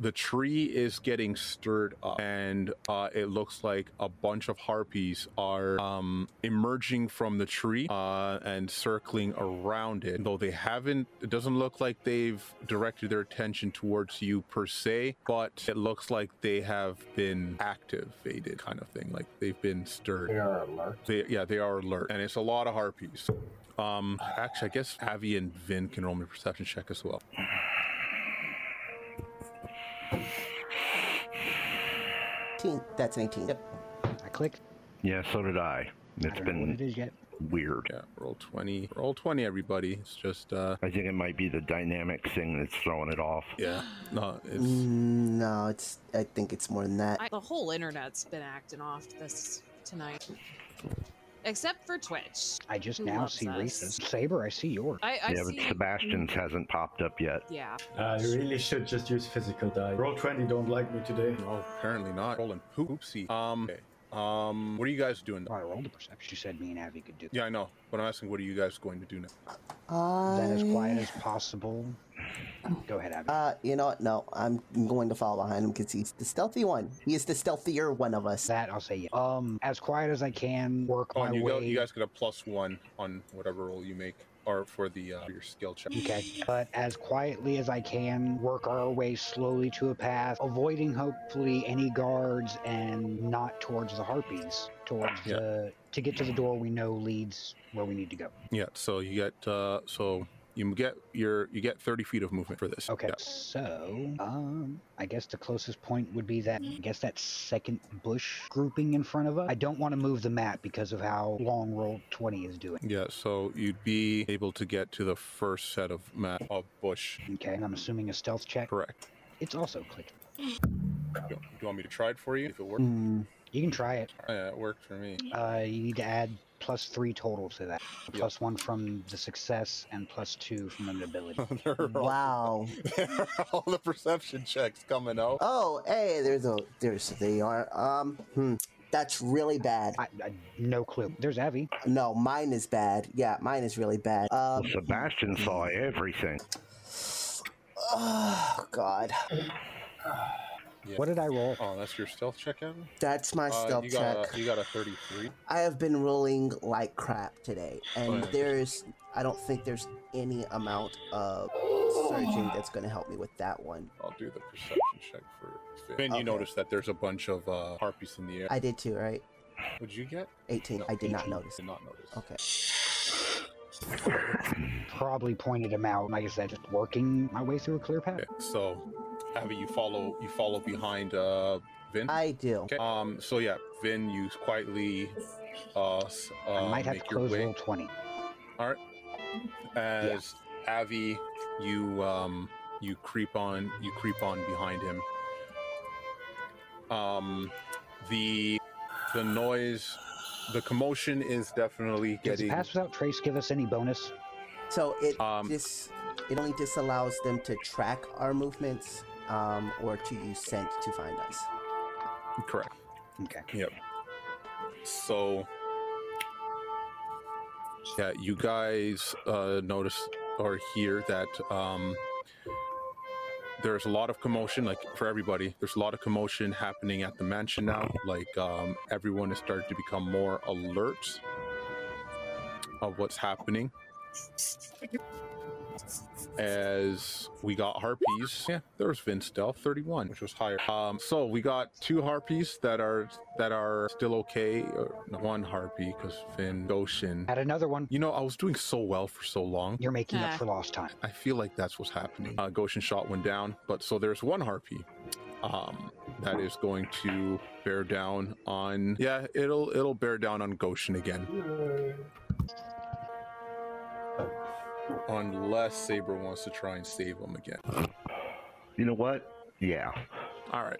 A: the tree is getting stirred up, and uh, it looks like a bunch of harpies are um, emerging from the tree uh, and circling around it. Though they haven't, it doesn't look like they've directed their attention towards you per se, but it looks like they have been activated, kind of thing. Like they've been stirred.
J: They are alert.
A: They yeah, they are alert, and it's a lot of harpies. Um, actually, I guess Avi and Vin can roll me a perception check as well.
C: Eighteen. That's an 18. Yep.
F: I clicked.
E: Yeah, so did I. It's
F: I don't know what it
E: been
F: is yet.
E: weird.
A: Yeah, roll twenty, roll twenty, everybody. It's just uh,
E: I think it might be the dynamic thing that's throwing it off.
A: yeah, no, it's
C: Mm, No, it's. I think it's more than that.
B: I, the whole internet's been acting off this tonight. Except for Twitch.
F: I just
B: Who
F: now
B: loves
F: see
B: us?
F: Reese's. Saber, I see yours.
B: I, I
E: yeah,
B: see...
E: but Sebastian's hasn't popped up yet.
B: Yeah.
H: I really should just use physical die. Roll 20 don't like me today.
A: no, apparently not. Rolling poopsie. Um, okay. um, what are you guys doing?
F: Oh, I rolled a perception. You said me and Abby could do that.
A: Yeah, I know, but I'm asking, what are you guys going to do now?
C: I...
F: Then as quiet as possible.
B: [SIGHS]
F: Go ahead, Abby.
C: Uh, you know what? No, I'm going to follow behind him because he's the stealthy one. He is the stealthier one of
F: [LAUGHS]
C: us.
F: that I'll say yeah. Um, as quiet as I can, work
A: Oh,
F: my
A: and you,
F: way.
A: go, you guys get a plus one on whatever roll you make, or for the uh, your skill check.
F: Okay. But as quietly as I can, work our way slowly to a path, avoiding hopefully any guards and not towards the harpies. Towards
A: Yeah.
F: the to get to the door we know leads where we need to go.
A: Yeah, so you get uh, so you get your you get thirty feet of movement for this.
F: Okay.
A: Yeah.
F: So, um, I guess the closest point would be that I guess that second bush grouping in front of us. I don't want to move the map because of how long roll twenty is doing.
A: Yeah, so you'd be able to get to the first set of map of bush.
F: Okay. And I'm assuming a stealth check.
A: Correct.
F: It's also clicked.
A: Do you want me to try it for you if it works?
C: Mm,
F: You can try it.
A: Yeah, it worked for
C: [LAUGHS]
A: me. [LAUGHS]
F: Uh, you need to add plus three total to that. Plus one from the success and plus two from an ability.
C: Wow.
A: [LAUGHS] All the perception checks coming out.
C: Oh, hey, there's a there's they are. Um, hmm, that's really bad.
F: I, I, no clue. There's Evie.
C: No, mine is bad. Yeah, mine is really bad. Um,
F: mm-hmm.
E: Sebastian saw everything.
C: oh God,
A: Yeah.
F: What did I roll?
A: Oh, that's your stealth check, Evan?
C: that's my
A: Uh,
C: stealth
A: you got
C: check.
A: A, you got a 33.
C: I have been rolling like crap today, and
A: Right.
C: there's I don't think there's any amount of searching that's going to help me with that one.
A: I'll do the perception check for Finn.
C: Okay.
A: you notice that there's a bunch of uh, harpies in the air.
C: I did too, right?
A: Would you get?
C: 18. I did not
A: 18.
C: notice.
A: Did not notice.
C: Okay.
F: Probably pointed him out. Like I said, just working my way through a clear path.
A: Okay, so, Abby, you follow you follow behind uh, Vin.
C: I do.
A: Okay. Um. So yeah, Vin, you quietly uh, s- uh
F: I might have to
A: make your
F: close
A: way.
F: roll 20.
A: All right. As Avi, you um, you creep on, you creep on behind him. Um, the the noise, the commotion is definitely
F: Does
A: getting.
F: Pass Without Trace give us any bonus?
C: So it
A: Um,
C: dis- it only disallows them to track our movements um, or to use scent to find us.
A: Correct.
F: Okay.
A: Yep. So, yeah, you guys uh, notice or hear that um, there's a lot of commotion, like for everybody, there's a lot of commotion happening at the mansion now. Like, um, everyone is starting to become more alert of what's happening. As we got harpies, yeah, there was Vin's stealth 31, which was higher. Um, so we got two harpies that are that are still okay. Or no, one harpy because Finn Goshen.
F: Add another one.
A: You know, I was doing so well for so long.
F: You're making
B: Ah.
F: up for lost time.
A: I feel like that's what's happening. Uh, Goshen shot one down, but so there's one harpy um, that is going to bear down on. Yeah, it'll it'll bear down on Goshen again, unless Saber wants to try and save him again.
E: You know what? Yeah.
A: All right.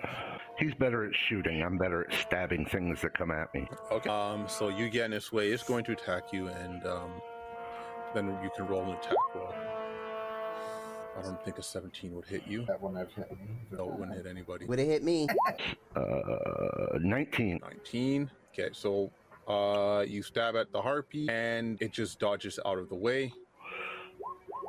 E: He's better at shooting. I'm better at stabbing things that come at me.
A: Okay. Um. So you get in its way. It's going to attack you, and um, then you can roll an attack roll. I don't think a 17 would hit you.
J: That one I've hit.
A: No, it wouldn't Oh, hit anybody.
C: Would it hit me?
E: Uh, 19.
A: 19. Okay. So, uh, you stab at the harpy, and it just dodges out of the way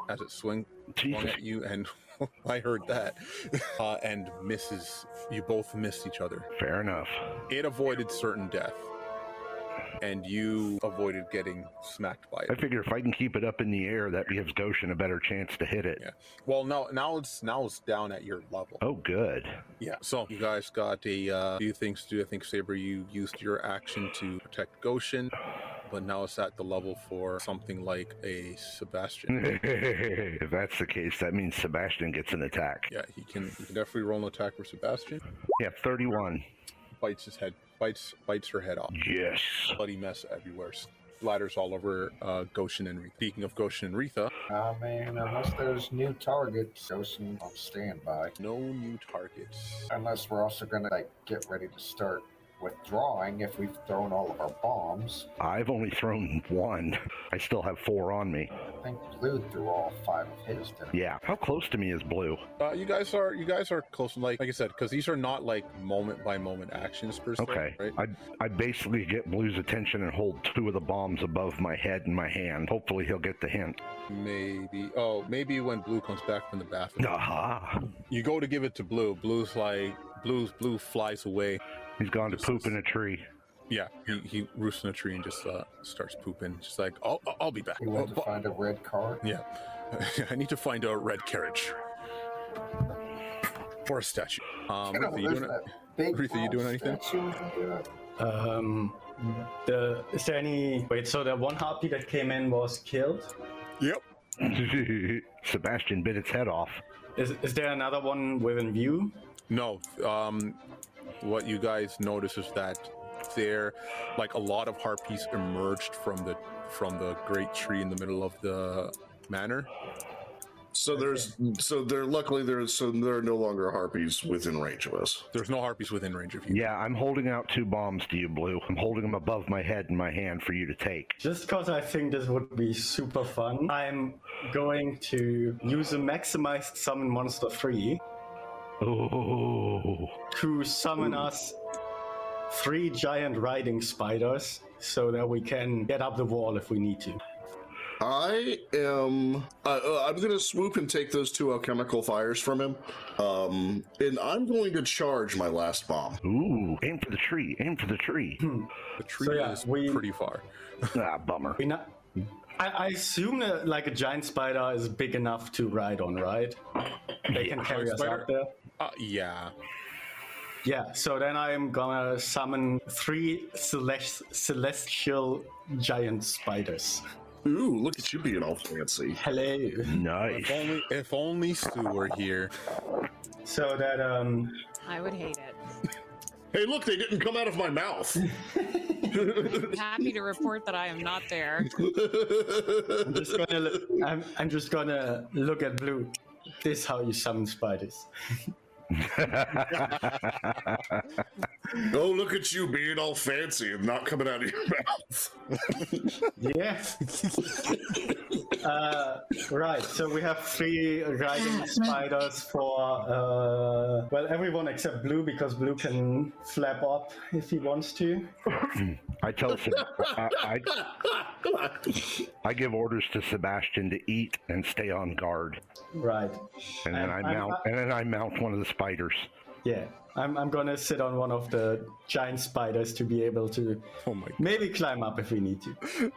A: as it swings
E: Jesus.
A: at you, and [LAUGHS] I heard that, [LAUGHS] uh, and misses. You both miss each other.
E: Fair enough.
A: It avoided certain death, and you avoided getting smacked by it.
E: I figure if I can keep it up in the air, that gives Goshen a better chance to hit it.
A: Yeah. Well, now now it's now it's down at your level.
E: Oh, good. [LAUGHS]
A: Yeah. So you guys got a uh, few things to do. I think Saber, you used your action to protect Goshen, but now it's at the level for something like a Sebastian.
E: if that's the case, that means Sebastian gets an attack.
A: yeah, he can, he can definitely roll an attack for Sebastian.
E: Yeah, 31.
A: Bites his head, bites bites her head off.
E: Yes.
A: Bloody mess everywhere. Splatters all over uh, Goshen and Retha. Speaking of Goshen and Retha,
J: I mean, unless there's new targets, Goshen on standby.
A: no new targets.
J: Unless we're also gonna like get ready to start withdrawing if we've thrown all of our bombs.
E: I've only thrown one. I still have four on me.
J: I think Blue threw all five of his. Didn't he?
E: Yeah. How close to me is blue?
A: Uh, you guys are you guys are close. Like like I said, because these are not like moment by moment actions per se.
E: Okay.
A: Right.
E: I I basically get Blue's attention and hold two of the bombs above my head in my hand. Hopefully he'll get the hint.
A: Maybe. Oh, maybe when Blue comes back from the bathroom.
E: Aha.
A: You go to give it to Blue. Blue's like Blue's Blue flies away.
E: He's gone to poop in a tree.
A: Yeah, he, he roosts in a tree and just uh, starts pooping. Just like, oh, I'll, I'll be back.
J: We went
A: Oh,
J: to
A: bu-
J: find a red card.
A: yeah, [LAUGHS] I need to find a red carriage for a statue. Um,
J: You know,
A: Ruthie, you
J: there's
A: doing it?
J: that big
A: Ruthie, you doing
J: bronze
A: anything?
J: statue in the-
H: Um, the is there any wait? So the one harpy that came in was killed.
E: [LAUGHS] Sebastian bit its head off.
H: Is is there another one within view?
A: No. Um, what you guys notice is that there, like a lot of harpies emerged from the from the great tree in the middle of the manor.
D: So there's so there. Luckily, there's so there are no longer harpies within range of us.
A: There's no harpies within range of you.
E: Yeah, I'm holding out two bombs to you, Blue. I'm holding them above my head in my hand for you to take.
H: Just because I think this would be super fun, I'm going to use a maximized summon monster 3
E: Oh.
H: to summon us three giant riding spiders so that we can get up the wall if we need to.
D: I am. Uh, uh, I'm going to swoop and take those two alchemical fires from him, um, and I'm going to charge my last bomb.
E: Ooh! Aim for the tree. Aim for
H: [LAUGHS]
E: the tree.
A: The tree is pretty far.
E: ah, bummer.
H: We not, I, I assume that like a giant spider is big enough to ride on, right? They can carry us
A: spider-
H: up there.
A: Uh, yeah.
H: Yeah, so then I'm gonna summon three celest- celestial giant spiders.
D: Ooh, look at you being all fancy.
H: Hello.
E: Nice. [LAUGHS]
A: If only, if only Sue were here.
H: So that um
B: I would hate it.
D: Hey, look, they didn't come out of my mouth.
B: Happy to report that I am not there.
A: [LAUGHS]
D: Oh,
H: I'm just gonna look, I'm, I'm just gonna look at blue. This how you summon spiders.
D: oh, look at you being all fancy and not coming out of your mouth.
H: Yeah. uh, right. So we have three riding spiders for uh, well everyone except blue because blue can flap up if he wants to.
E: I tell Seb- I, I, I give orders to Sebastian to eat and stay on guard,
H: Right.
E: and then I
H: I'm-
E: mount
H: I'm-
E: and then I mount one of the spiders.
H: Yeah. I'm, I'm gonna sit on one of the giant spiders to be able to
A: Oh my god,
H: maybe climb up if we need to.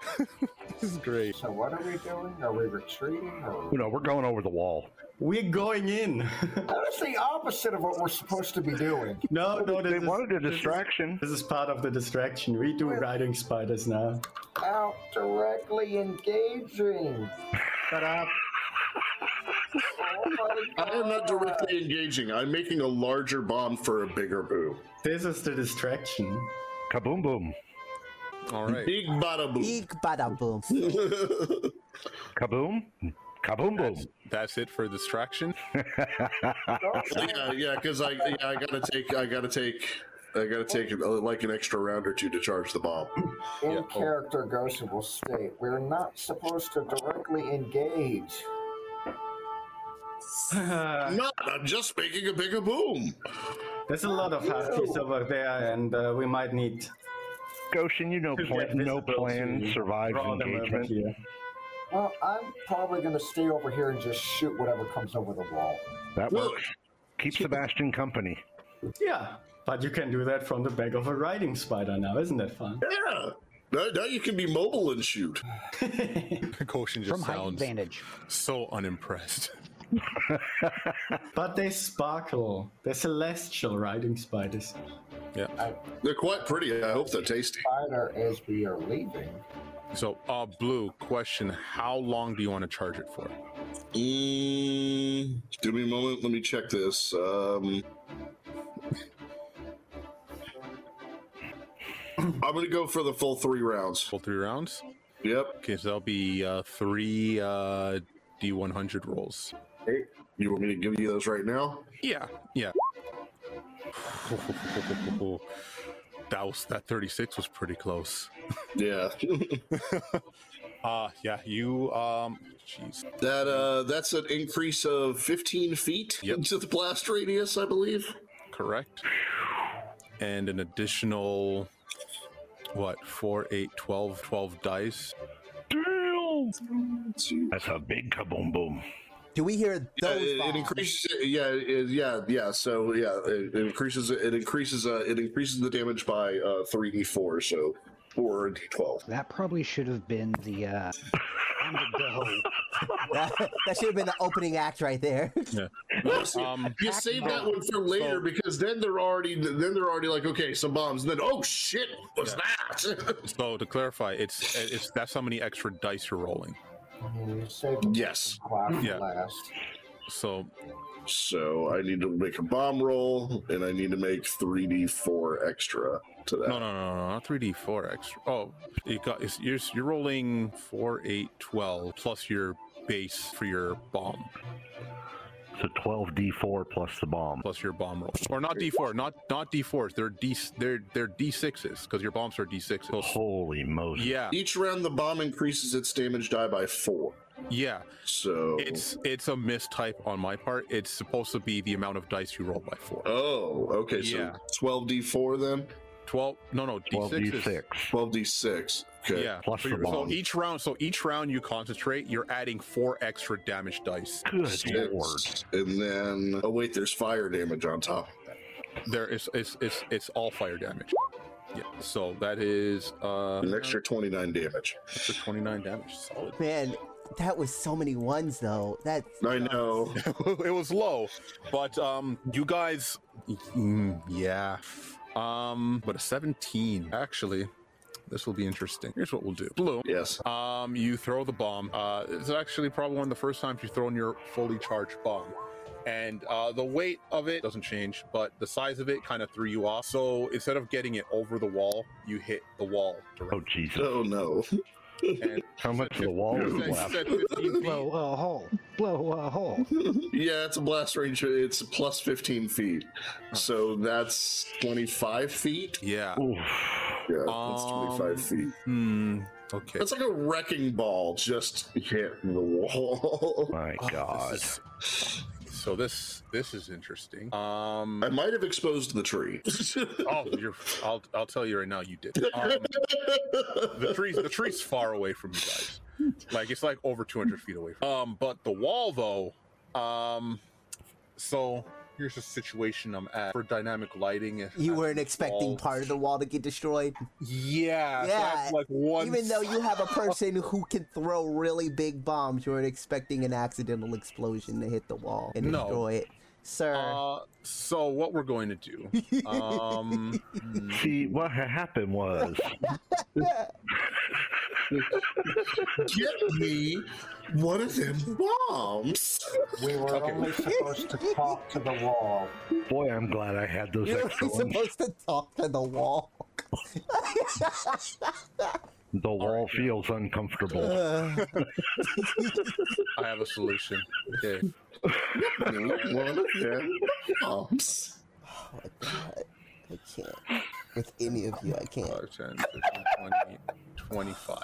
A: this is great.
J: So what are we doing? Are we retreating? Or...
E: You know, we're going over the wall.
H: We're going in. [LAUGHS]
J: That is the opposite of what we're supposed to be
A: [LAUGHS]
J: doing.
H: no, no, this
E: They
H: is,
E: wanted a
H: this is-
E: distraction.
H: This is part of the distraction. We do riding spiders now.
J: Out directly engaging. [LAUGHS]
H: Shut up.
J: Oh my
D: I am not
J: God.
D: directly engaging. I'm making a larger bomb for a bigger boo.
H: This is the distraction. [LAUGHS]
E: Kaboom boom.
A: All right.
D: Big bada boo.
C: Eek, bada boom.
E: Kaboom. Kaboom boom.
A: That's, that's it for distraction. [LAUGHS]
D: yeah, yeah, because I, yeah, I gotta take, I gotta take, I gotta take uh, like an extra round or two to charge the bomb.
J: In
A: Yeah, oh.
J: character, Goshen will state, we're not supposed to directly engage.
D: I'm not. I'm just making a bigger boom.
H: There's a lot of huskies over there, and uh, we might need
E: Goshen, you know,
H: to
E: plan,
H: get
E: no
H: visible
E: plan
H: to
E: survives
H: draw them over
E: engagement.
H: here.
J: Well, I'm probably going to stay over here and just shoot whatever comes over the wall.
E: That
D: Look.
E: works. Keep Sebastian company.
H: Yeah, but you can do that from the back of a riding spider now, isn't that fun? [LAUGHS]
D: Yeah. Now, now you can be mobile and shoot.
A: Goshen just
F: From height
A: sounds
F: advantage.
A: so unimpressed.
H: But they sparkle. They're celestial riding spiders.
D: They're quite pretty. I hope they're tasty.
J: Spider, as we are leaving,
A: So, uh, Blue, question How long do you want to charge it for?
D: Mm, give me a moment. Let me check this. Um, I'm gonna go for the full three rounds.
A: Full three rounds?
D: Yep.
A: Okay, so that'll be uh, three uh, D100 rolls.
D: You want me to give you those right now?
A: Yeah, yeah. [LAUGHS] that was that 36 was pretty close.
D: Yeah.
A: Uh yeah, you um jeez.
D: that uh, that's an increase of 15 feet
A: Yep.
D: into the blast radius, I believe.
A: Correct. And an additional what, 4 8 12 12 dice.
E: That's a big kaboom boom.
C: Do we hear
D: Yeah,
C: those
D: it, it
C: bombs?
D: increases. Yeah, it, yeah, yeah. So yeah, it, it increases. It increases. Uh, it increases the damage by uh three d four. So four d twelve.
F: That probably should have been the uh time to go.
C: that, [LAUGHS] that should have been the opening act right there. [LAUGHS]
A: Um
D: You save that one for later
A: So-
D: because then they're already then they're already like okay some bombs and then oh shit what's that [LAUGHS]
A: so to clarify, it's it's that's how many extra dice you're rolling.
J: you save the
D: yes
J: clap
A: Yeah.
J: last.
A: So
D: so I need to make a bomb roll and I need to make three d four extra to that
A: no no no no not 3d4 extra. Oh, you got it's, you're you're rolling 4 8 12 plus your base for your bomb.
E: So 12d4 plus the bomb.
A: Plus your bomb roll. Or not d4, not not d4s. They're d they're they're d6s because your bombs are d6s.
E: Holy Moses.
A: Yeah.
D: Each round the bomb increases its damage die by four.
A: Yeah.
D: So
A: It's it's a mistype on my part. It's supposed to be the amount of dice you roll by four.
D: Oh, okay.
A: Yeah.
D: So 12d4 then?
A: 12 no no d6 is-
D: 12d6. Okay.
A: Yeah.
E: Plus
A: so,
E: the
A: you're- so
E: bomb.
A: each round, so each round you concentrate, you're adding four extra damage dice.
E: Good
D: Six.
E: lord.
D: And then, oh wait, there's fire damage on top.
A: There is it's it's it's all fire damage. Yeah. So that is uh
D: An extra 29 damage.
A: extra 29 damage. Solid.
C: Man, that was so many ones though. That
D: I know.
A: [LAUGHS] it was low, but um, you guys, mm, yeah, um, but a seventeen actually. This will be interesting. Here's what we'll do. Blue.
D: Yes.
A: Um, you throw the bomb. Uh, it's actually probably one of the first times you've thrown your fully charged bomb. And uh, the weight of it doesn't change, but the size of it kind of threw you off. So instead of getting it over the wall, you hit the wall
E: Oh,
A: directly.
E: Jesus.
D: Oh no. [LAUGHS]
A: And
E: [LAUGHS] How much of
A: [LAUGHS]
E: the wall is left?
A: said 15 feet.
F: Blow a hole. Blow a hole.
D: Yeah, it's a blast range. It's plus 15 feet. So that's 25 feet.
A: Yeah.
E: Oof.
D: Yeah, that's
A: Um,
D: 25 feet.
A: Hmm. Okay.
D: That's like a wrecking ball just hitting the wall. [LAUGHS]
E: My
A: Oh, this
C: Uh,
E: God.
A: is- [SIGHS] so this this is interesting. Um. [LAUGHS]
D: I might have exposed the tree.
A: Oh, you're. I'll I'll tell you right now. You did. Um, the trees. The trees far away from you guys. Like it's like over 200 feet away. From um. But the wall though. Um. So here's the situation I'm at for dynamic lighting. if
C: you
A: I-
C: weren't expecting
A: wall.
C: part of the wall to get destroyed.
A: Yeah. so I have,
C: Yeah,
A: like one.
C: Even though you have a person who can throw really big bombs, you weren't expecting an accidental explosion to hit the wall and
A: No.
C: destroy it. Sir,
A: Uh, so what we're going to do? Um. hmm.
E: See, what had happened was
D: Get me one of them bombs.
G: We were
A: Okay.
G: only supposed to talk to the wall.
E: Boy, I'm glad I had those
C: you're [LAUGHS]
E: extra
C: only
E: ones.
C: supposed to talk to the [LAUGHS] wall.
E: The wall feels uncomfortable.
C: Uh,
A: I have a solution. [LAUGHS] Okay.
D: Get me one of them bombs.
C: oh my god. I can't. With any of you, I can't.
A: 5, 10, 15, 20, 25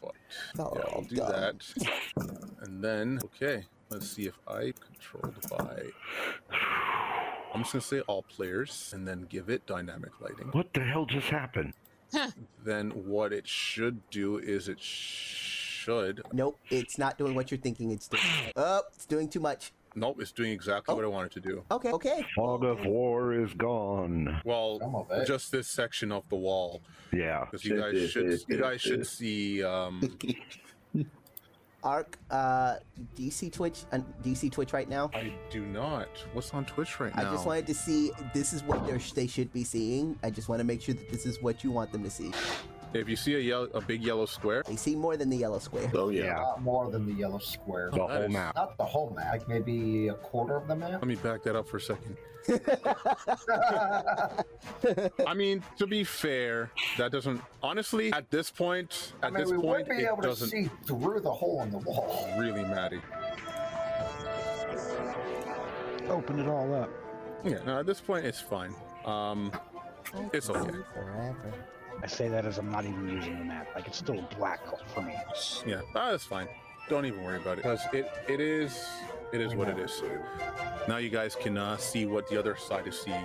A: foot. Yeah,
C: Oh,
A: I'll do
C: God.
A: that. And then, okay, let's see if I controlled by. I'm just gonna say all players and then give it dynamic lighting.
E: What the hell just happened?
A: Then what it should do is it should.
C: Nope, it's not doing what you're thinking it's doing. Oh, it's doing too much.
A: Nope, it's doing exactly
C: Oh.
A: what I wanted to do.
C: Okay, okay.
E: Fog of war is gone.
A: Well,
G: Some of it.
A: just this section of the wall
E: Yeah.
A: because you guys should you guys should see um,
C: Arc, uh, DC Twitch, uh, DC Twitch right now.
A: I do not. What's on Twitch right
C: I
A: now?
C: just wanted to see this is what they're, they should be seeing. I just want to make sure that this is what you want them to see.
A: If you see a yellow, a big yellow square,
C: They see more than the yellow square.
D: Oh
E: Yeah.
D: yeah.
G: A lot more than the yellow square.
E: The
A: that
E: whole
A: is-
E: map.
G: Not the whole map, like maybe a quarter of the map.
A: let me back that up for a second. I mean, to be fair, that doesn't honestly at this point. At
G: [LAUGHS] I mean,
A: this
G: we
A: point,
G: would be
A: it
G: able to
A: doesn't
G: see through the hole in the wall.
A: really matter.
N: Open it all up.
A: Yeah, no, at this point, it's fine. Um, it's okay.
C: Forever.
F: I say that as I'm not even using the map. Like it's still a black hole for me.
A: Yeah, that's fine. Don't even worry about it because it it is it is what it is. Now you guys can uh, see what the other side is seeing.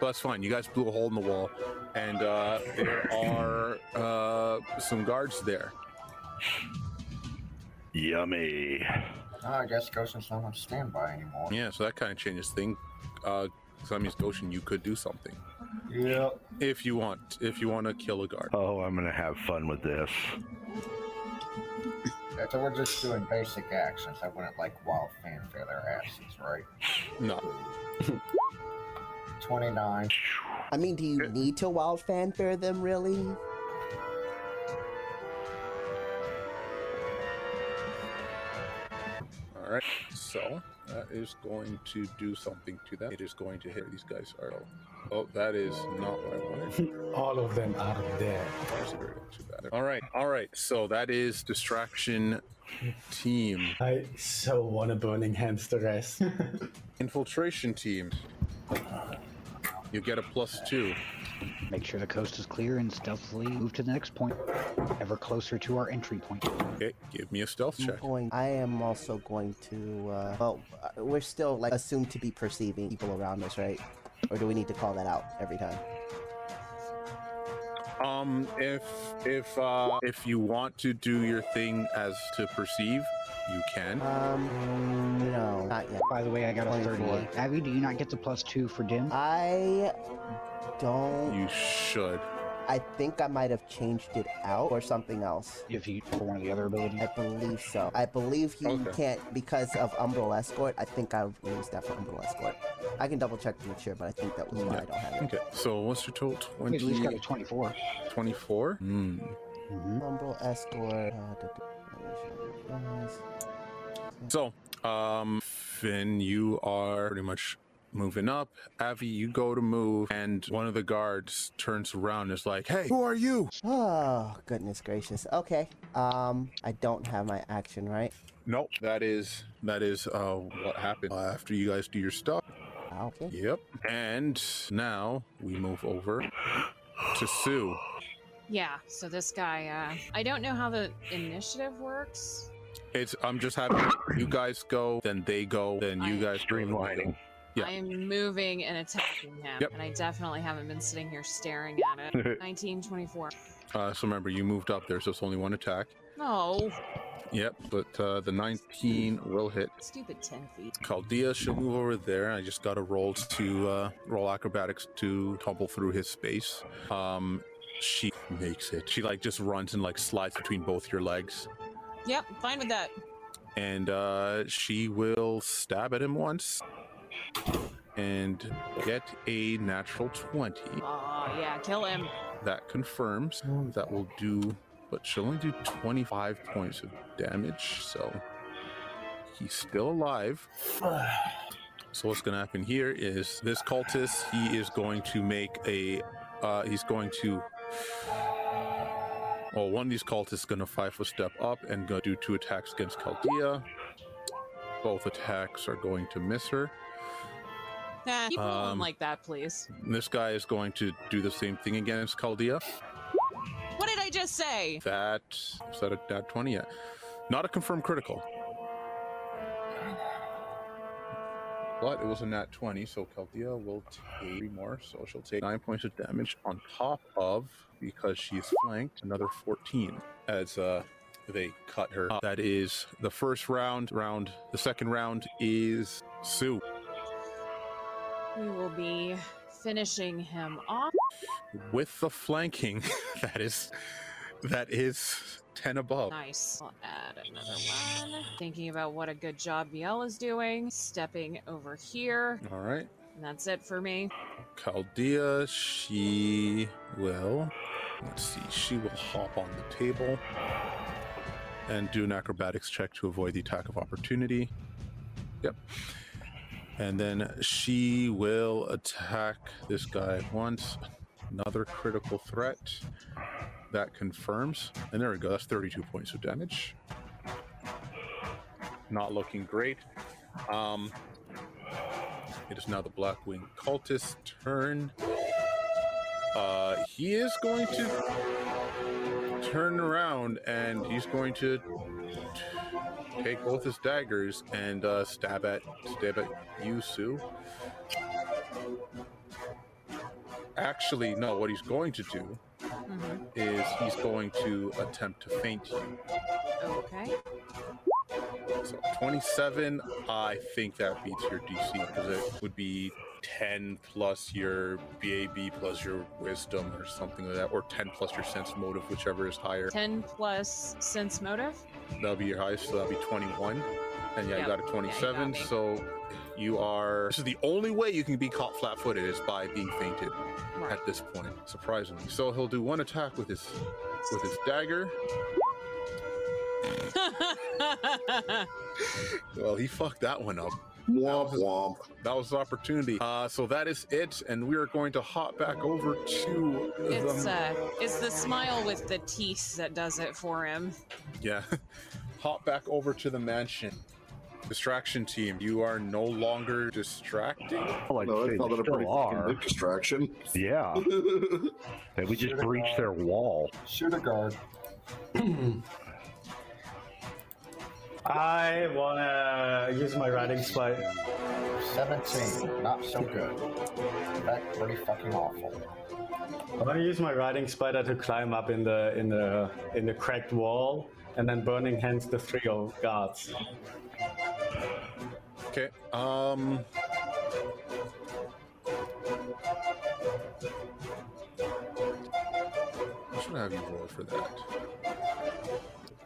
A: But that's fine. You guys blew a hole in the wall, and uh, there are uh, some guards there.
E: Yummy.
G: Oh, I guess Goshen's not on standby anymore.
A: Yeah, so that kind of changes thing. Uh, so that means Goshen, you could do something
G: Yeah.
A: if you want. If you want to kill a guard.
E: Oh, I'm gonna have fun with this.
G: So we're just doing basic actions. I wouldn't like wild fanfare their asses, right?
A: No,
G: 29.
C: I mean, do you need to wild fanfare them really?
A: All right. So That is going to do something to that. It is going to hit. These guys are. Oh, that is not what I wanted.
H: All of them are dead.
A: All right, all right. So that is distraction team.
H: I so want a burning hands to rest.
A: Infiltration team. You get a plus two.
F: Make sure the coast is clear and stealthily move to the next point, ever closer to our entry point.
A: Okay, give me a stealth check.
C: Going, I am also going to. Uh, well, uh, we're still like assumed to be perceiving people around us, right? Or do we need to call that out every time?
A: Um, if if uh, if you want to do your thing as to perceive, you can.
C: Um, no, not yet.
F: By the way, I got a 38. Abby, do you not get the plus two for dim?
C: I don't.
A: You should.
C: I think I might have changed it out or something else.
F: If you for one of the other abilities,
C: I believe so. I believe you
A: Okay.
C: can't because of Umbral Escort. I think I used that for Umbral Escort. I can double check to make sure, but I think that was why I don't have it.
A: Okay, so what's your total?
F: We at least got a Mm-hmm.
A: 20,
F: 24.
A: 24? Hmm.
D: Mm.
C: Umbral Escort. uh, duh, duh, duh, duh, duh.
A: So, um, Finn, you are pretty much moving up. Avi, you go to move, and one of the guards turns around and is like, Hey, who are you?
C: Oh, goodness gracious. Okay. Um, I don't have my action, right?
A: Nope. That is that is uh what happened uh, after you guys do your stuff.
C: Okay.
A: Yep. And now we move over to Sue.
B: Yeah, so this guy, uh, I don't know how the initiative works.
A: It's I'm just having you guys go, then they go, then you guys go, then they go.
E: [LAUGHS]
A: Yeah.
B: I am moving and attacking him,
A: Yep.
B: and I definitely haven't been sitting here staring at it. 1924.
A: Uh, so remember, you moved up. There's just only one attack.
B: No,
A: Yep, but uh, the 19 will hit.
B: stupid 10 feet.
A: Chaldea, she'll move over there. I just got to roll to uh, roll acrobatics to tumble through his space. Um, she makes it. She like just runs and like slides between both your legs,
B: Yep, fine with that.
A: and uh, she will stab at him once and get a natural 20.
B: Oh, yeah, kill him.
A: That confirms that will do, but she'll only do 25 points of damage, so he's still alive. So what's going to happen here is this cultist, he is going to make a, uh, he's going to, well, one of these cultists is going to five foot step up and going to do two attacks against Chaldea. Both attacks are going to miss her.
B: Nah, keep rolling
A: Um,
B: like that, please.
A: This guy is going to do the same thing against Chaldea.
B: What did I just say?
A: That is that a nat twenty yet? Not a confirmed critical. But it was a nat twenty, so Keltia will take three more. So she'll take nine points of damage on top of because she's flanked another fourteen as uh they cut her. Uh, that is the first round. Round the second round is Sue.
B: We will be finishing him off.
A: With the flanking, [LAUGHS] that is that is ten above.
B: Nice. I'll add another one. Thinking about what a good job Biel is doing. Stepping over here.
A: All right.
B: And that's it for me.
A: Chaldea, she will. Let's see, she will hop on the table and do an acrobatics check to avoid the attack of opportunity. Yep. And then she will attack this guy once. Another critical threat. That confirms. And there we go. That's 32 points of damage. Not looking great. Um, it is now the Blackwing cultist's turn. Uh, he is going to turn around and he's going to take both his daggers and uh, stab at stab at you, Sue. Actually, no. What he's going to do
B: Mhm.
A: is he's going to attempt to faint you.
B: Okay.
A: So 27, I think that beats your DC because it would be 10 plus your BAB plus your wisdom or something like that, or 10 plus your sense motive, whichever is higher.
B: 10 plus sense motive.
A: That'll be your highest, so that'll be 21. And yeah,
B: Yeah.
A: you got a
B: Yeah, you got
A: 27,
B: me.
A: so you are. This is the only way you can be caught flat footed is by being fainted
B: Right.
A: at this point, surprisingly. So he'll do one attack with his with his dagger.
B: [LAUGHS]
A: Well, he fucked that one up.
D: Womp womp.
A: That was the opportunity. Uh, so that is it, and we are going to hop back over to
B: It's
A: the,
B: uh, it's the smile with the teeth that does it for him.
A: yeah, [LAUGHS] hop back over to the mansion. Distraction team, you are no longer distracting.
D: no, I thought that a pretty fucking big distraction. [LAUGHS]
E: Yeah. that we just breached their wall.
G: Shoot a guard.
H: [LAUGHS] I wanna use my riding spike.
G: 17. Not so good. That's pretty fucking awful.
H: I want to use my riding spider to climb up in the in the in the cracked wall, and then burning hands the three of guards.
A: Okay. Um. I should have you roll for that.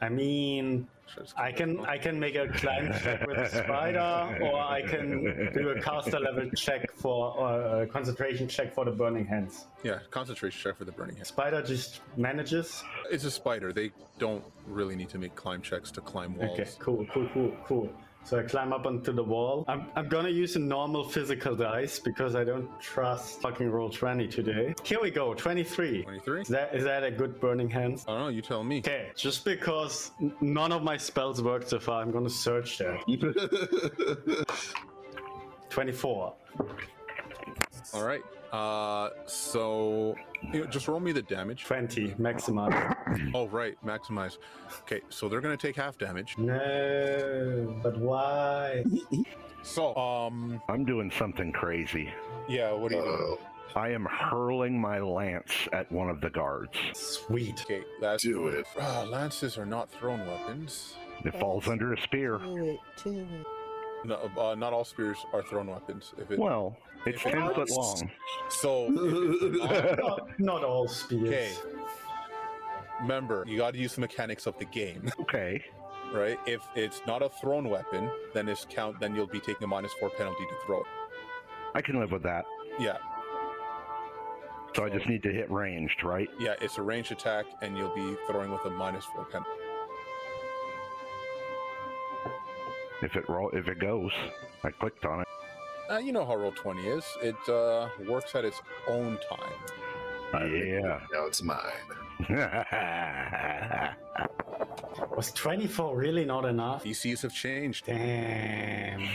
H: I mean, I
A: Oh,
H: can I can make a climb check with a spider, or I can do a caster level check for or a concentration check for the burning hands.
A: Yeah, concentration check for the burning hand.
H: Spider just manages.
A: It's a spider. They don't really need to make climb checks to climb walls.
H: Okay, cool, cool, cool, cool. So I climb up onto the wall. I'm, I'm gonna use a normal physical dice because I don't trust fucking roll 20 today. Here we go, 23.
A: 23?
H: Is that, is that a good burning hands?
A: I don't know, you tell me.
H: Okay, just because n- none of my spells worked so far, I'm gonna search that. 24.
A: All right. Uh, so you know, just roll me the damage.
H: 20, maximize.
A: oh, right, maximize. Okay, so they're going to take half damage.
H: No, but why?
A: So, um.
E: I'm doing something crazy.
A: Yeah,
D: Uh,
A: what do you do?
E: I am hurling my lance at one of the guards.
H: Sweet.
A: Okay, that's. [LAUGHS]
D: Do it.
A: Uh, lances are not thrown weapons.
E: It falls under a spear.
C: Do it, do it.
A: No, uh, not all spears are thrown weapons. If it,
E: Well, it's
A: If it
E: 10 foot
A: knocks-
E: long.
A: So, if it's not-
H: Not, not all spears.
A: okay. Remember, you got to use the mechanics of the game, [LAUGHS]
E: Okay.
A: right? If it's not a thrown weapon, then it's count. Then you'll be taking a minus four penalty to throw. it.
E: I can live with that.
A: Yeah,
E: So I just need to hit ranged, right?
A: yeah. It's a ranged attack, and you'll be throwing with a minus four penalty.
E: If it roll, if it goes, I clicked on it.
A: Uh, you know how roll twenty is. It uh, works at its own time.
D: Now it's mine.
E: Yeah.
H: Was 24 really not enough?
A: DCs have changed.
H: Damn.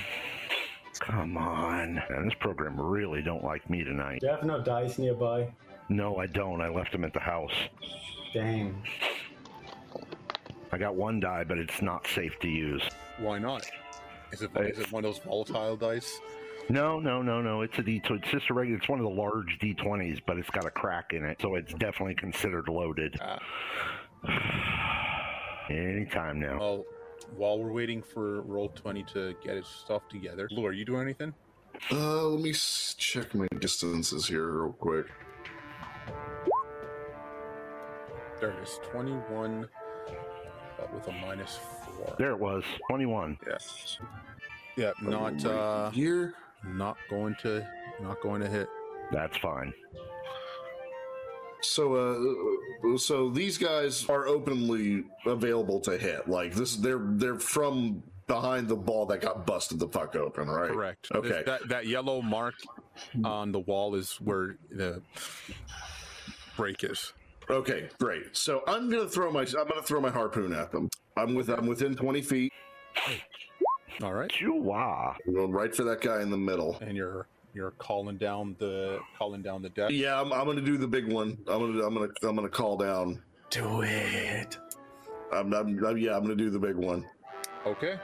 E: Come on. Man, this program really don't like me tonight.
H: Do you have no dice nearby?
E: No, I don't. I left them at the house.
H: Damn.
E: I got one die, but it's not safe to use.
A: Why not? Is it,
E: Right.
A: is it one of those volatile dice?
E: No, no, no, no. It's a D. So it's just a regular. It's one of the large D20s, but it's got a crack in it, so it's definitely considered loaded.
A: Ah.
E: [SIGHS] Anytime now.
A: Well, while we're waiting for roll twenty to get its stuff together, Lou, are you doing anything?
D: Uh, let me s- check my distances here real quick.
A: There it is, twenty-one uh, with a minus four.
E: There it was. 21.
A: Yeah. Yeah. Not uh,
D: Here.
A: not going to not going to hit.
E: That's fine.
D: So, uh, so these guys are openly available to hit. Like this, they're they're from behind the ball that got busted the fuck open, right?
A: Correct.
D: Okay.
A: This- That that yellow mark on the wall is where the break is.
D: Okay, great. So I'm gonna throw my I'm gonna throw my harpoon at them. I'm with I'm within 20 feet.
A: All right.
E: Chua.
D: I'm going right for that guy in the middle.
A: And you're you're calling down the calling down the deck.
D: Yeah, I'm, I'm gonna do the big one. I'm gonna I'm gonna I'm gonna call down.
H: Do [LAUGHS] it.
D: I'm, I'm, I'm yeah, I'm gonna do the big one.
A: Okay.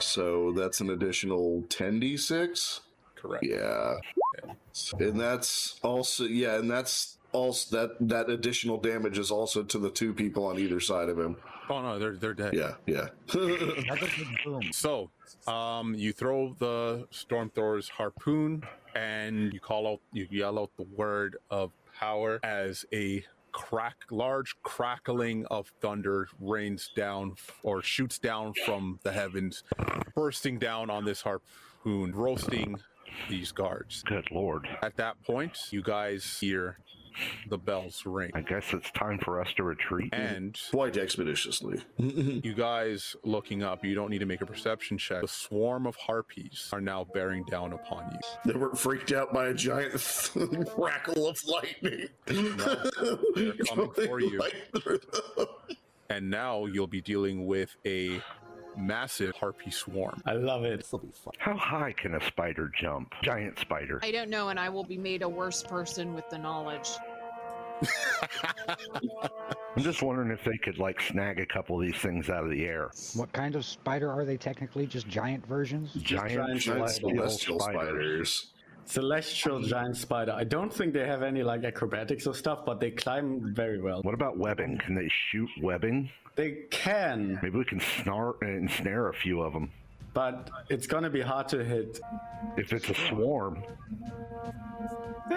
D: So that's an additional 10d6.
A: Correct.
D: Yeah. And that's also yeah, and that's also that that additional damage is also to the two people on either side of him.
A: Oh no, they're they're dead.
D: Yeah, yeah. [LAUGHS]
F: Another big boom.
A: So, um, you throw the storm thrower's harpoon, and you call out, you yell out the word of power as a crack, large crackling of thunder rains down or shoots down from the heavens, bursting down on this harpoon, roasting these guards.
E: Good lord.
A: At that point, you guys hear The bells ring.
E: I guess it's time for us to retreat.
A: And
D: quite expeditiously.
A: you guys looking up, you don't need to make a perception check. The swarm of harpies are now bearing down upon you.
D: They were freaked out by a giant [LAUGHS] crackle of lightning. No,
A: they're
D: [LAUGHS]
A: coming for you. and now you'll be dealing with a massive harpy swarm.
H: I love it.
C: This will be fun.
E: How high can a spider jump? Giant spider.
B: I don't know, and I will be made a worse person with the knowledge.
E: I'm just wondering if they could like snag a couple of these things out of the air.
F: What kind of spider are they technically? Just giant versions?
E: Giant,
D: Giant celestial
E: celestial spiders.
D: spiders.
H: Celestial giant spider. I don't think they have any like acrobatics or stuff, but they climb very well.
E: What about webbing? Can they shoot webbing?
H: They can,
E: Maybe we can snar and snare a few of them.
H: but it's gonna be hard to hit.
E: If it's a swarm.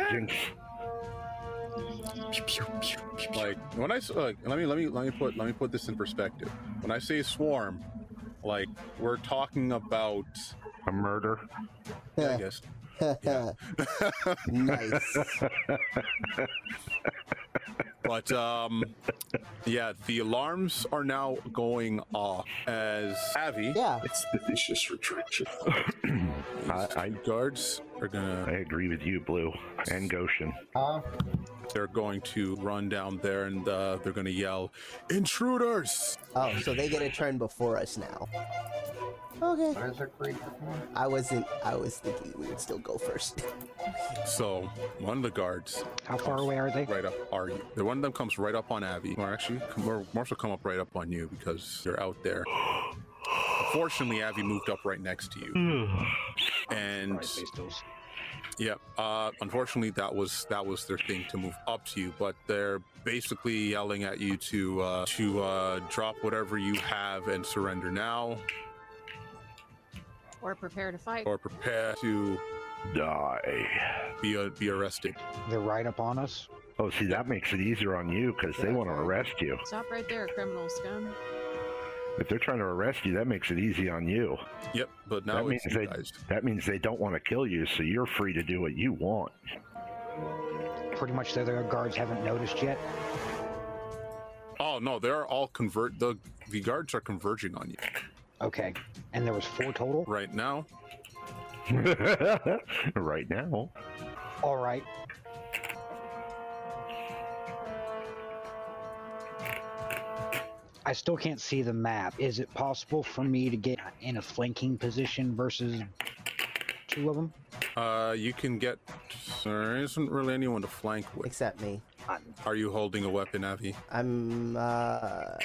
E: Jinx.
A: Like when I s- like, let me let me let me put let me put this in perspective. When I say swarm, like we're talking about
E: A murder.
A: I guess
C: [LAUGHS]
A: Yeah.
C: nice.
A: But um, yeah, the alarms are now going off as Avi
C: Yeah.
D: Expeditious retreat.
E: I, I,
A: guards are
E: I
A: gonna.
E: agree with you, Blue. And Goshen.
G: Huh?
A: They're going to run down there and uh, they're gonna yell, "Intruders!"
C: Oh, so they get a turn before us now. Okay.
G: There's a creature.
C: I wasn't. I was thinking we would still go first. [LAUGHS]
A: So one of the guards
F: How far away are they?
A: right up are you? The one of them comes right up on Avi, or actually, come- or more so come up right up on you because you're out there. Fortunately, Avi moved up right next to you, and Yep. Uh, unfortunately, that was that was their thing to move up to you, but they're basically yelling at you to uh, to uh, drop whatever you have and surrender now,
B: Or prepare to fight.
A: or prepare to
E: Die.
A: be uh, be arrested.
F: They're right upon us.
E: Oh, see, that makes it easier on you because they want to arrest you.
B: Stop right there, criminal scum.
E: If they're trying to arrest you, that makes it easy on you.
A: Yep. But now
E: That
A: it's
E: means
A: you
E: they-
A: guys.
E: That means they don't want to kill you, so you're free to do what you want. [LAUGHS]
F: Pretty much the other guards haven't noticed yet.
A: Oh no, they're all convert. The the guards are converging on you
F: Okay. And there was four total?
A: right now.
E: right now. [LAUGHS]
F: All right. I still can't see the map. Is it possible for me to get in a flanking position versus two of them?
A: Uh, you can get. There isn't really anyone to flank with.
C: Except me.
A: Are you holding a weapon, Avi?
C: I'm. Uh. I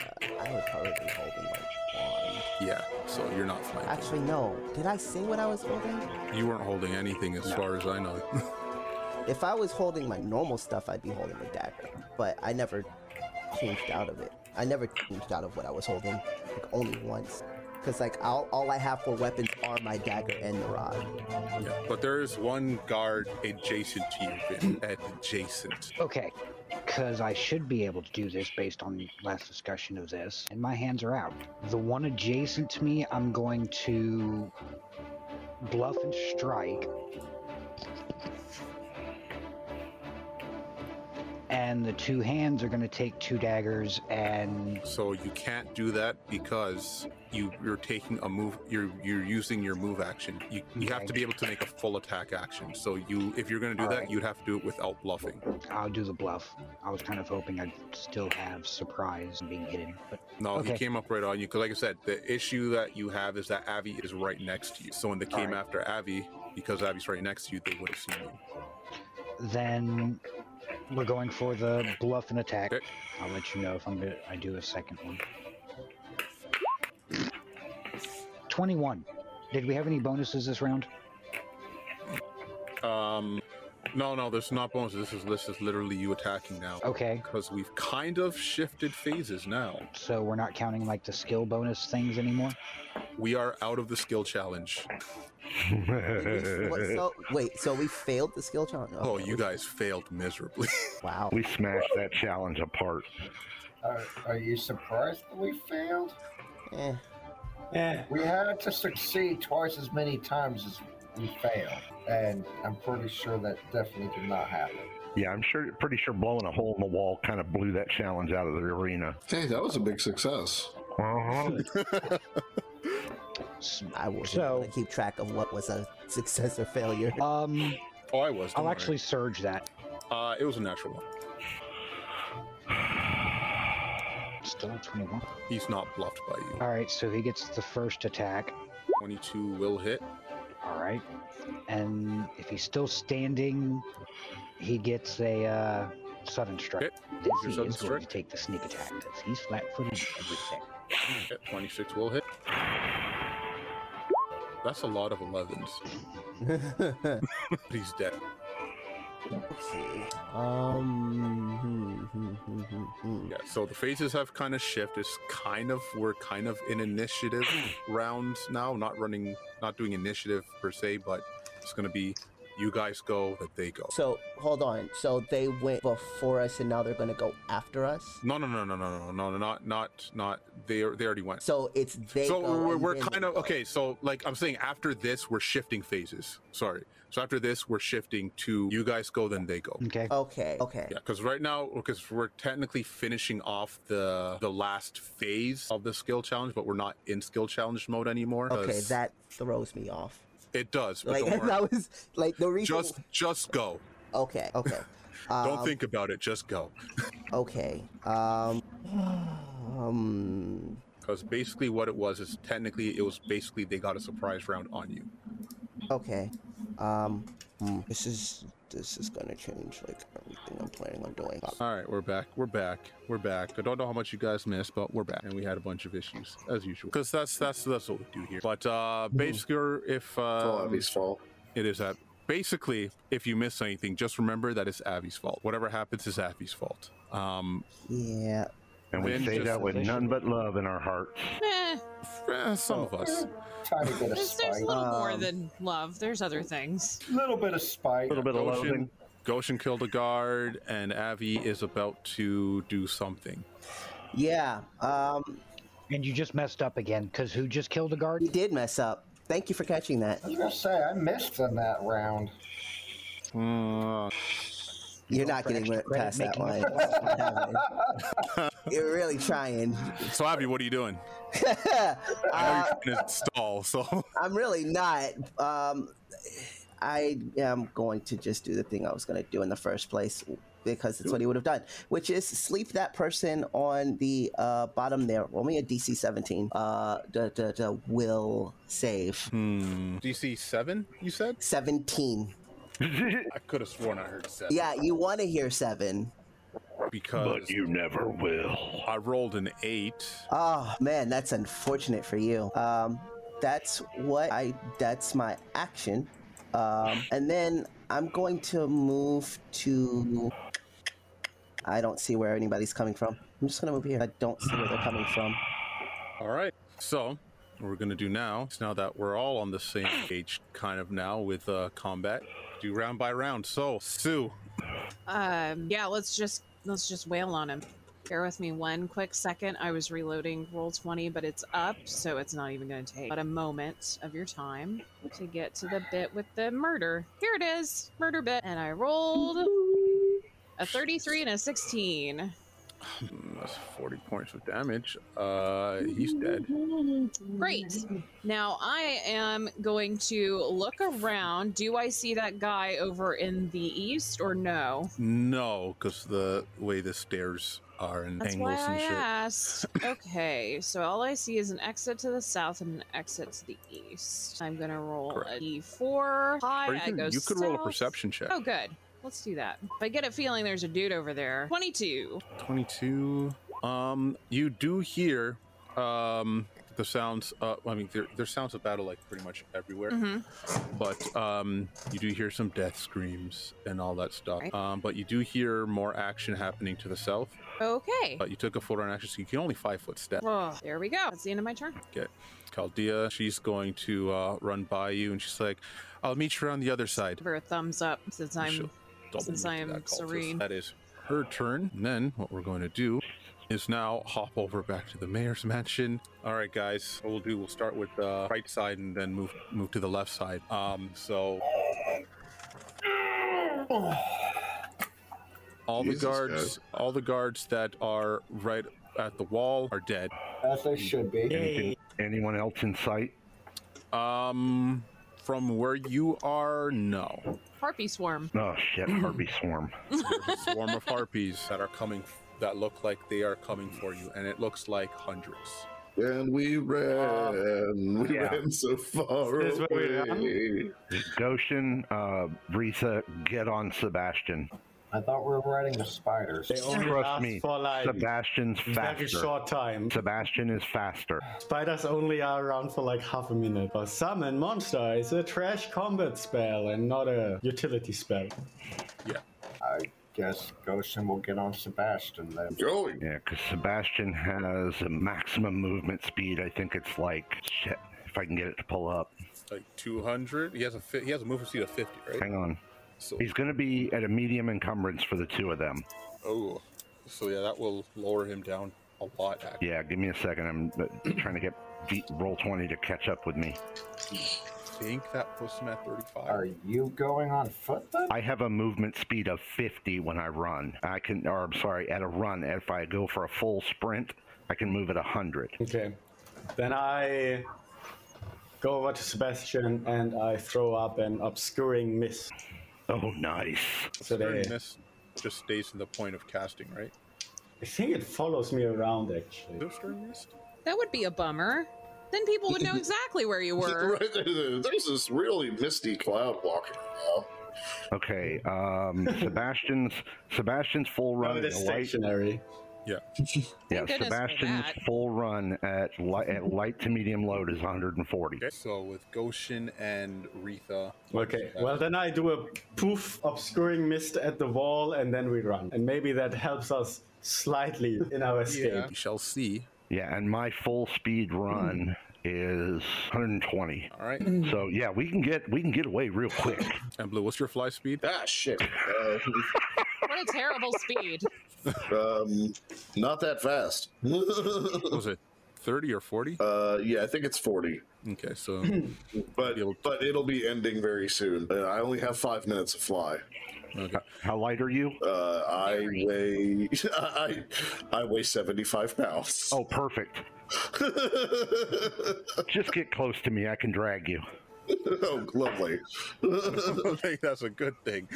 C: would probably be holding like one.
A: Yeah. So you're not flanking.
C: Actually, no. Did I say what I was holding?
A: You weren't holding anything, as far as I know. [LAUGHS]
C: If I was holding my normal stuff, I'd be holding a dagger. But I never changed out of it. I never changed out of what I was holding. Like only once. Cause like all, all I have for weapons are my dagger and the rod.
A: Yeah, but there is one guard adjacent to you, Vin. adjacent.
F: Okay. Because I should be able to do this based on the last discussion of this, and my hands are out. The one adjacent to me, I'm going to bluff and strike. And the two hands are going to take two daggers and.
A: So you can't do that because you you're taking a move. You're you're using your move action. You you have to be able to make a full attack action. So you if you're going to do that,
F: Alright.
A: you'd have to do it without bluffing.
F: I'll do the bluff. I was kind of hoping I'd still have surprise and being hidden, but
A: No, he
F: Okay.
A: came up right on you. 'Cause like I said, the issue that you have is that Avi is right next to you. So when they came
F: Alright.
A: after Avi, because Avi's right next to you, they would have seen you.
F: then we're going for the bluff and attack.
A: Okay.
F: I'll let you know if I'm I do a second one. Twenty-one. Did we have any bonuses this round?
A: Um, no, no, there's not bonuses. This is this is literally you attacking now.
F: Okay,
A: Because we've kind of shifted phases now.
F: so we're not counting like the skill bonus things anymore.
A: We are out of the skill challenge.
C: Did we- what- so, wait, so we failed the skill challenge?
A: Oh,
C: Okay,
A: you guys failed miserably.
C: Wow.
E: we smashed that challenge apart.
G: Are, Uh, are you surprised that we failed?
C: Eh,
H: Eh,
G: We had to succeed twice as many times as we failed, and I'm pretty sure that definitely did not happen.
E: Yeah, I'm sure, pretty sure blowing a hole in the wall kind of blew that challenge out of the arena.
D: Hey, that was a big success. Uh-huh.
C: I will so, keep track of what was a success or failure. [LAUGHS]
F: Um,
A: oh, I was.
F: I'll worry. actually surge that.
A: Uh, it was a natural one.
F: Still 21.
A: He's not bluffed by you.
F: All right, so he gets the first attack.
A: 22 will hit.
F: All right. And if he's still standing, he gets a uh, sudden strike. Okay. This he is strike. going to take the sneak attack because he's flat footed everything.
A: Okay, 26 will hit. That's a lot of 11s. he's dead.
C: Okay. Um. Hmm,
A: hmm, hmm, yeah. So the phases have kind of shifted. It's kind of we're kind of in initiative rounds now. Not running, not doing initiative per se, but it's gonna be you guys go, that they go.
C: So hold on. So they went before us, and now they're gonna go after us.
A: No, no, no, no, no, no, no, no not, not, not. They they already went.
C: So it's they.
A: So we're, we're
C: kind
A: of okay. So like I'm saying, after this, we're shifting phases. Sorry. So after this, we're shifting to you guys go, then they go.
F: Okay.
C: Okay. Okay.
A: Yeah, because right now, because we're technically finishing off the the last phase of the skill challenge, but we're not in skill challenge mode anymore.
C: Okay, that throws me off.
A: It does.
C: like [LAUGHS] that was like the reason.
A: Just just go.
C: Okay. Okay.
A: [LAUGHS] don't um, think about it. Just go.
C: okay. Um. Um.
A: Because basically, what it was is technically it was basically they got a surprise round on you.
C: Okay. Um. Hmm. This is this is gonna change like everything I'm planning on doing.
A: All right, we're back. We're back. We're back. I don't know how much you guys missed, but we're back, and we had a bunch of issues as usual. Because that's that's that's what we do here. But uh basically, mm-hmm. if uh,
D: Abby's fault,
A: it is that. Basically, if you miss anything, just remember that it's Abby's fault. Whatever happens is Abby's fault. Um,
C: yeah.
E: And we say that with none but love in our hearts.
A: Eh, some of us.
B: there's, there's a little um, more than love. There's other things.
J: A little bit of spite. A
E: little bit Goshen, of loathing.
A: Goshen killed a guard, and Avi is about to do something.
C: Yeah. Um,
F: and you just messed up again, because who just killed a guard?
C: He did mess up. Thank you for catching that.
J: I was going to say, I missed in that round.
A: Uh,
C: you're not getting past that line. [LAUGHS] you're
A: [LAUGHS]
C: really trying. [LAUGHS]
A: So, Abby, what are you doing? uh, I know you're trying to stall. So
C: I'm really not. Um, I am going to just do the thing I was going to do in the first place because it's what he would have done, which is sleep that person on the uh, bottom there. Roll me a DC 17. Uh, da, da, da, will save.
A: [LAUGHS] Hmm. DC 7, you said?
C: 17.
A: I could have sworn I heard seven.
C: Yeah, you want to hear seven.
A: Because
E: [LAUGHS] but you never will.
A: I rolled an eight.
C: Oh man, that's unfortunate for you. Um, that's what I. That's my action. Um, and then I'm going to move to. I don't see where anybody's coming from. I'm just gonna move here. I don't see where they're coming from.
A: All right. So what we're going to do now is now that we're all on the [COUGHS] same page kind of now with uh, combat do round by round so sue
B: um yeah let's just let's just wail on him bear with me one quick second i was reloading roll 20 but it's up so it's not even going to take but a moment of your time to get to the bit with the murder here it is murder bit and i rolled a 33 and a 16
A: that's 40 points of damage. Uh, he's dead.
B: Great. Now I am going to look around. Do I see that guy over in the east or no?
A: No, because the way the stairs are and
B: That's
A: angles and
B: why I uh,
A: shit.
B: Asked. okay, so all I see is an exit to the south and an exit to the east. I'm gonna roll Correct. a d4. High,
A: or you can,
B: I go
A: you could
B: south.
A: roll a perception check.
B: Oh, good. Let's do that. If I get a feeling there's a dude over there. 22.
A: 22. Um, you do hear, um, the sounds, uh, I mean, there, there's sounds of battle like pretty much everywhere,
B: mm-hmm.
A: but, um, you do hear some death screams and all that stuff. Right. Um, but you do hear more action happening to the south.
B: Okay.
A: But you took a full run action, so you can only five foot step.
B: Oh, there we go. That's the end of my turn.
A: Okay. Chaldea, she's going to, uh, run by you and she's like, I'll meet you around the other side.
B: Give her a thumbs up since I'm.
A: She'll-
B: since I am that serene.
A: That is her turn. And then what we're going to do is now hop over back to the mayor's mansion. All right, guys. What we'll do we'll start with the right side and then move move to the left side. Um, so. All the
D: Jesus,
A: guards, all the guards that are right at the wall are dead.
J: As they should be.
E: Anything, anyone else in sight?
A: Um, from where you are, no.
B: Harpy swarm.
E: Oh shit, Harpy Swarm.
A: There's a swarm of harpies that are coming, that look like they are coming for you, and it looks like hundreds.
D: And we ran. We
E: yeah.
D: ran so far
E: Is this where
D: away.
E: we Goshen, uh, Risa, get on Sebastian.
J: I thought we were riding the spiders.
H: They only
E: Trust
H: last
E: me,
H: for like
E: Sebastian's faster.
H: very short time.
E: Sebastian is faster.
H: Spiders only are around for like half a minute. But summon monster is a trash combat spell and not a utility spell.
J: I guess Goshen will get on Sebastian then.
D: Going.
E: Yeah, because Sebastian has a maximum movement speed. I think it's like shit. If I can get it to pull up,
A: Like 200. He has a fi- he has a movement speed of 50, right?
E: hang on.
A: So,
E: He's going to be at a medium encumbrance for the two of them.
A: oh, so yeah, that will lower him down a lot. Actually.
E: Yeah, give me a second. I'm uh, trying to get the roll twenty to catch up with me.
A: I think that puts him at 35.
J: Are you going on foot then?
E: I have a movement speed of 50 when I run. I can, or I'm sorry, at a run. If I go for a full sprint, I can move at 100.
H: Okay. Then I go over to Sebastian and I throw up an obscuring mist.
E: Oh, nice.
H: So they,
A: Certain miss just stays in the point of casting, right?
H: I think it follows me around actually.
A: No stern mist?
B: That would be a bummer. Then people
A: [LAUGHS]
B: would know exactly where you were.
D: Right there, there's this really misty cloud walking around.
E: Okay, um, Sebastian's Sebastian's full
H: No,
E: run.
H: it
E: at
H: is
E: light,
H: stationary.
E: yeah,
B: Thank goodness for
E: Sebastian's
B: that.
E: full run at light, at light to medium load is 140.
A: Okay. So with Goshen and Retha.
H: Okay, well then I do a poof obscuring mist at the wall and then we run. And maybe that helps us slightly in our escape.
A: we shall see.
E: Yeah, and my full speed run is 120.
A: All right.
B: Hmm.
E: So yeah, we can get we can get away real quick.
A: And Blue, what's your fly speed?
D: Ah, shit. Uh,
B: What a
A: [LAUGHS]
B: terrible speed.
D: um, not that fast. [LAUGHS]
A: What was it 30 or 40?
D: uh, yeah, I think it's 40.
A: Okay, so
D: But but it'll be ending very soon. Uh, I only have five minutes to fly.
A: okay. [LAUGHS]
E: How light are you?
D: Uh, I weigh [LAUGHS] I I weigh seventy five pounds.
E: Oh, perfect. Just get close to me. I can drag you.
D: [LAUGHS] oh lovely. [LAUGHS]
A: I think that's a good thing.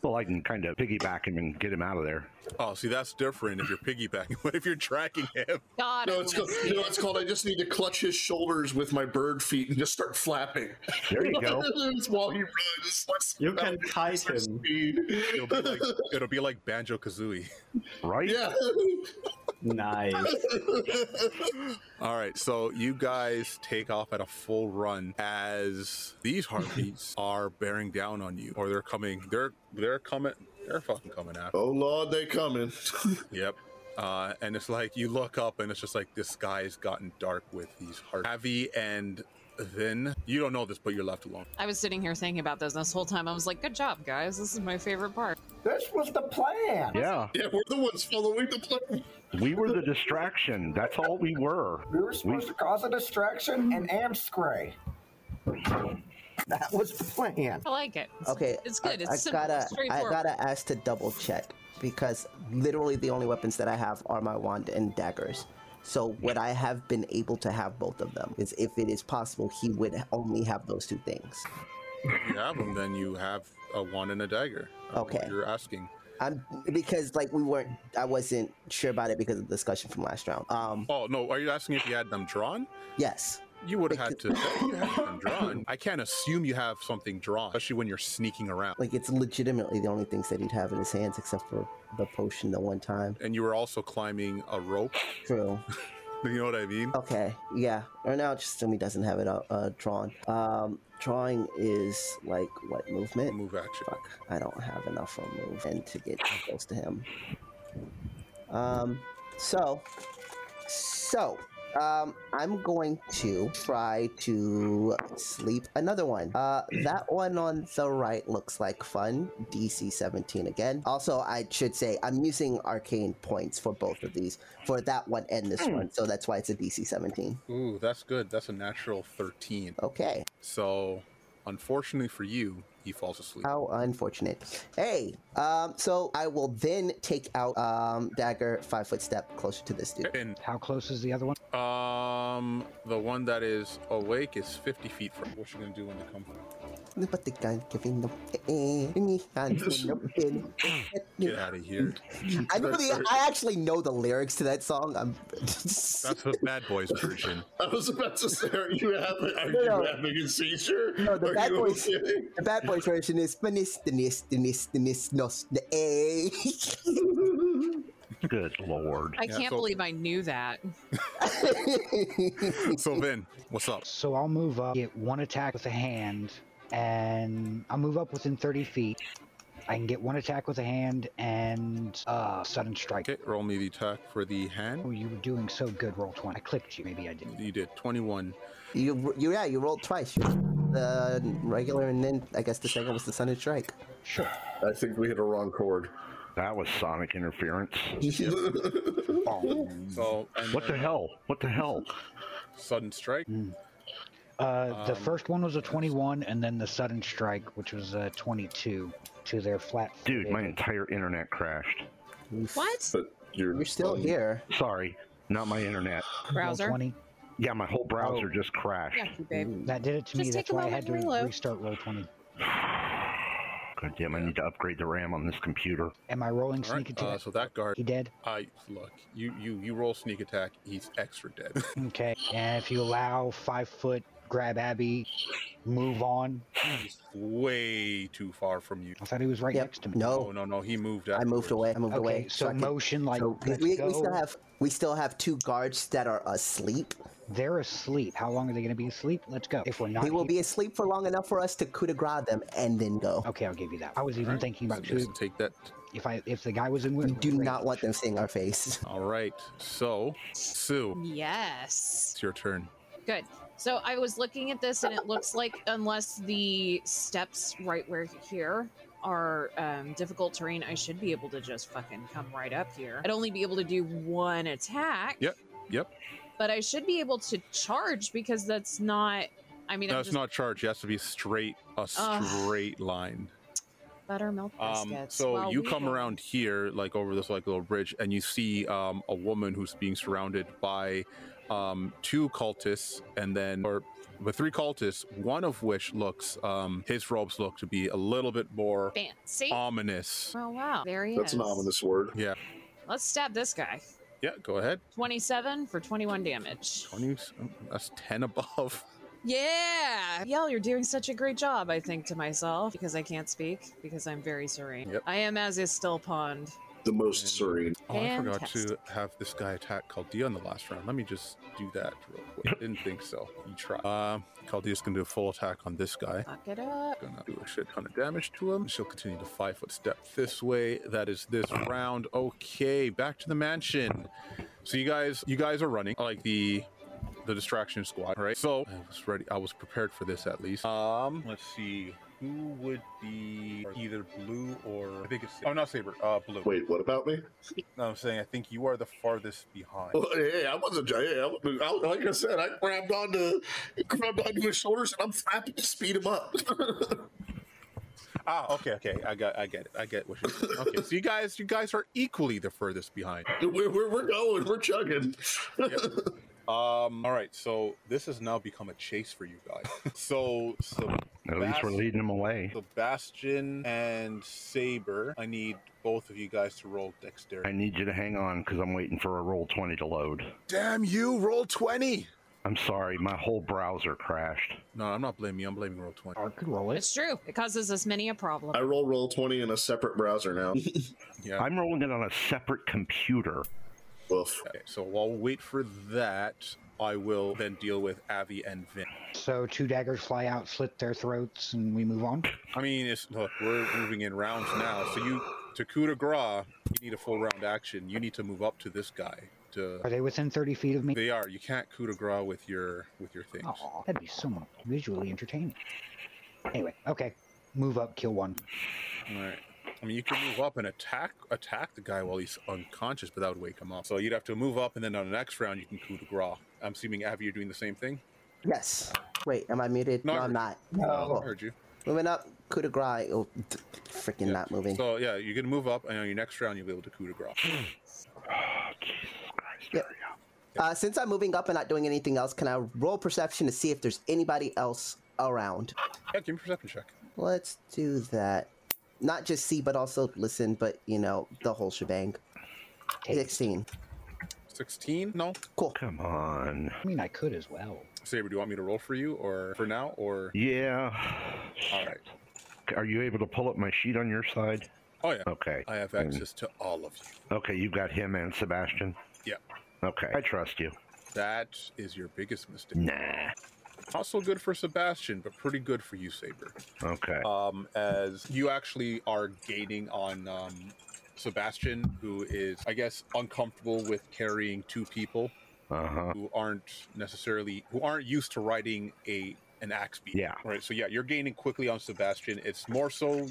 E: Well, I can kind of piggyback him and get him out of there.
A: Oh, see, that's different if you're piggybacking. [LAUGHS] What if you're tracking him?
B: God. I
D: No, it's
B: wanna
D: called,
B: see
D: no,
B: it.
D: it's called. I just need to clutch his shoulders with my bird feet and just start flapping.
E: There you
D: [LAUGHS]
E: go.
D: It's while he runs. Let's-
H: You can kite
D: our
H: him.
D: speed.
A: It'll be like, it'll be like Banjo Kazooie.
E: Right?
D: Yeah.
H: Nice.
A: All right, so you guys take off at a full run as these harpies are bearing down on you, or they're coming. They're they're coming. They're fucking coming after.
D: Oh lord, they coming.
A: Yep. Uh, and it's like you look up, and it's just like the sky's gotten dark with these harpies. Avi and then you don't know this, but you're left alone.
B: I was sitting here thinking about this and this whole time. I was like, good job, guys. This is my favorite part.
J: This was the plan.
E: Yeah.
D: [LAUGHS] yeah, we're the ones following the plan.
E: We were the distraction. That's all we were.
J: We were supposed to cause a distraction and am scray. That was the plan.
B: I like it. It's-
C: Okay,
B: It's good.
C: I,
B: it's
C: I
B: simple.
C: gotta,
B: it's
C: I
B: straightforward.
C: gotta ask to double check because literally the only weapons that I have are my wand and daggers. So would I have been able to have both of them? Is if it is possible, he would only have those two things.
A: If you have them, then you have a wand and a dagger. I don't know what
C: Okay.
A: You're asking.
C: I'm because like we weren't, I wasn't sure about it because of the discussion from last round. Um,
A: Oh no, are you asking if you had them drawn?
C: yes.
A: You would have had to. you
C: [LAUGHS]
A: had them drawn. I can't assume you have something drawn, especially when you're sneaking around.
C: Like it's legitimately the only things that he'd have in his hands, except for the potion the one time.
A: And you were also climbing a rope. [LAUGHS]
C: True.
A: You know what I mean?
C: Okay. Yeah. Or now, just assume he doesn't have it uh, uh, drawn. Um, drawing is like what movement?
A: Move action.
C: Fuck. I don't have enough for a move and to get close to him. Um. So. So. Um, I'm going to try to sleep another one. Uh, that one on the right looks like fun. DC 17 again. Also, I should say I'm using arcane points for both of these, for that one and this one. So that's why it's a DC 17.
A: Ooh, that's good. That's a natural 13.
C: Okay.
A: So, unfortunately for you, he falls asleep.
C: How unfortunate. Hey, um, so I will then take out um, dagger five foot step closer to this dude.
A: And
F: how close is the other one?
A: Um, the one that is awake is 50 feet from. What you gonna do when they come?
C: But the gun giving them. Get
A: Get out of
C: [LAUGHS]
A: here.
C: I know the, I actually know the lyrics to that song. I'm
A: That's the bad boys version.
D: I was about to say, are you having, are
C: No,
D: you
C: no.
D: having a seizure?
C: No, the
D: Are
C: bad
D: you
C: boys.
D: okay?
C: The [LAUGHS] bad boys version is "Manis, dinis, dinis, dinis, nos, the a." [LAUGHS]
E: Good lord.
B: I can't believe I knew that.
A: So Vin, what's up?
F: So I'll move up, get one attack with a hand, and I'll move up within 30 feet. I can get one attack with a hand and uh, sudden strike.
A: Okay, roll me the attack for the hand.
F: Oh, you were doing so good, roll 20. I clipped you, maybe I didn't.
A: You did 21.
C: You, you, yeah, you rolled twice. You rolled the regular, and then I guess the second was the sudden strike.
F: Sure.
D: I think we hit a wrong chord.
E: That was sonic interference.
A: So and
E: What the
A: then
E: hell? What the hell?
A: Sudden strike.
F: Uh, the
A: Um,
F: first one was a 21, and then the sudden strike, which was a 22 to their flat.
E: Dude, my entire internet crashed.
B: What?
D: But you're,
C: You're still here.
E: Sorry, not my internet.
B: Browser?
F: 20.
E: Yeah, my whole browser
A: Oh.
E: just crashed.
B: Yeah, you babe.
F: That did it to
B: Just
F: me.
B: take
F: That's
B: a
F: why I
B: moment
F: had to
B: and reload.
F: restart roll 20.
E: God damn, I need to upgrade the RAM on this computer.
F: Am I rolling
A: All
F: sneak
A: right.
F: attack?
A: Uh, so that guard,
F: He dead?
A: I look. You you you roll sneak attack. He's extra
F: [LAUGHS]
A: dead.
F: Okay. And if you allow five foot, grab Abby, move on.
A: He's way too far from you.
F: I thought he was right
C: Yep.
F: next to me.
A: Oh
C: No,
A: no no he moved.
C: I moved
A: afterwards.
C: away. I moved
F: Okay,
C: away.
F: so
C: I could-
F: motion like
C: so
F: let's
C: we, we
F: go.
C: still have we still have two guards that are asleep.
F: They're asleep. How long are they going to be asleep? Let's go. If we're not,
C: They will
F: here-
C: be asleep for long enough for us to coup de grace them and then go.
F: Okay, I'll give you that. I was even
A: All right,
F: thinking
A: so
F: about two.
A: just take that.
F: If I if the guy was in,
C: We do not want them seeing our face. [LAUGHS]
A: All right. So Sue,
B: Yes.
A: it's your turn.
B: Good. So I was looking at this, and it looks like unless the steps right where here are um, difficult terrain, I should be able to just fucking come right up here. I'd only be able to do one attack.
A: Yep, yep.
B: But I should be able to charge because that's not. I mean,
A: No,
B: I'm
A: it's
B: just
A: not charged. It has to be straight a
B: Ugh.
A: straight line.
B: buttermilk
A: Um,
B: biscuits.
A: so
B: Well,
A: you
B: we
A: come
B: will-
A: around here, like over this like little bridge, and you see um, a woman who's being surrounded by um, two cultists, and then or with three cultists, one of which looks um, his robes look to be a little bit more
B: Fancy.
A: ominous.
B: oh wow, there he
D: That's
B: is.
D: an ominous word.
B: Let's stab this guy.
A: Yeah, go ahead.
B: Twenty-seven for twenty-one damage.
A: Twenty. oh, That's ten above. [LAUGHS]
B: Yeah. Yell, you're doing such a great job, I think to myself, because I can't speak, because I'm very serene.
A: Yep.
B: I am as is still pond.
D: The most serene.
A: Oh, I forgot to
B: Fantastic.
A: have this guy attack Chaldea in the last round. Let me just do that real quick. Didn't think so. You try. Um, Chaldea's gonna do a full attack on this guy.
B: Fuck it up.
A: gonna do a shit ton of damage to him. She'll continue to five foot step this way. That is this round. Okay, back to the mansion. So you guys, you guys are running like the the distraction squad, right? So I was ready. I was prepared for this at least. Um, let's see. Who would be either blue or I think it's oh not saber uh blue.
D: Wait, what about me?
A: no, I'm saying I think you are the farthest behind.
D: Well, hey, I wasn't. Hey, I, wasn't- I, like I said, I grabbed onto, grabbed onto his shoulders, and I'm flapping to speed him up. [LAUGHS]
A: Ah, okay, okay, I got, I get it, I get what you're saying. Okay, so you guys, you guys are equally the furthest behind.
D: we're, we're, we're going. We're chugging.
A: Um. All right. So this has now become a chase for you guys. [LAUGHS] So, so
E: At least we're
A: That's-
E: leading them away.
A: Sebastian and Saber, I need both of you guys to roll
E: I
A: dexterity.
E: need you to hang on because I'm waiting for a roll 20 to load.
A: Damn you! Roll twenty.
E: I'm sorry, my whole browser crashed.
A: No, I'm not blaming you. I'm blaming roll twenty.
F: I could roll it.
B: It's true. It causes us many a problem.
D: I roll roll twenty in a separate browser [LAUGHS] now.
A: Yeah.
E: I'm rolling it on a separate computer.
D: Oof.
A: Okay, so while we wait for that, I will then deal with Avi and Vin.
F: So two daggers fly out, slit their throats, and we move on.
A: I mean, it's look, we're moving in rounds now. So you to coup de grace, you need a full round action. You need to move up to this guy. To
F: Are they within 30 feet of me?
A: they are. You can't coup de grace with your with your things.
F: Aw, that'd be so much visually entertaining. Anyway, okay. Move up, kill one.
A: All right. I mean, you can move up and attack attack the guy while he's unconscious, but that would wake him up. So you'd have to move up, and then on the next round, you can coup de grace. I'm assuming Avi, you're doing the same thing.
C: Yes. Wait, am I muted? No,
A: No,
C: I'm not.
A: I
C: Cool.
A: heard you.
C: Moving up, coup de grace. Oh, freaking
A: Yeah.
C: not moving.
A: So yeah, you can move up, and on your next round you'll be able to coup de
C: [CLEARS THROAT]
A: grace.
C: Yep. Uh, since I'm moving up and not doing anything else, can I roll perception to see if there's anybody else around?
A: Yeah, give me a perception check.
C: Let's do that. Not just see, but also listen, but you know, the whole shebang. 16.
A: 16? No.
C: Cool.
E: Come on.
F: I mean, I could as well.
A: Saber, do you want me to roll for you, or for now, or?
E: Yeah.
A: All right.
E: Are you able to pull up my sheet on your side?
A: Oh yeah.
E: Okay.
A: I
C: Mm.
A: have
E: And-
A: access to all of you.
E: Okay, you've got him and Sebastian.
A: Yeah.
E: Okay, I trust you.
A: That is your biggest mistake.
E: Nah.
A: Also good for Sebastian, but pretty good for you, Saber.
E: Okay.
A: Um, as you actually are gaining on um, Sebastian, who is, I guess, uncomfortable with carrying two people
E: Uh-huh.
A: who aren't necessarily who aren't used to riding a an axe beat.
E: Yeah.
A: Right. So yeah, you're gaining quickly on Sebastian. It's more so.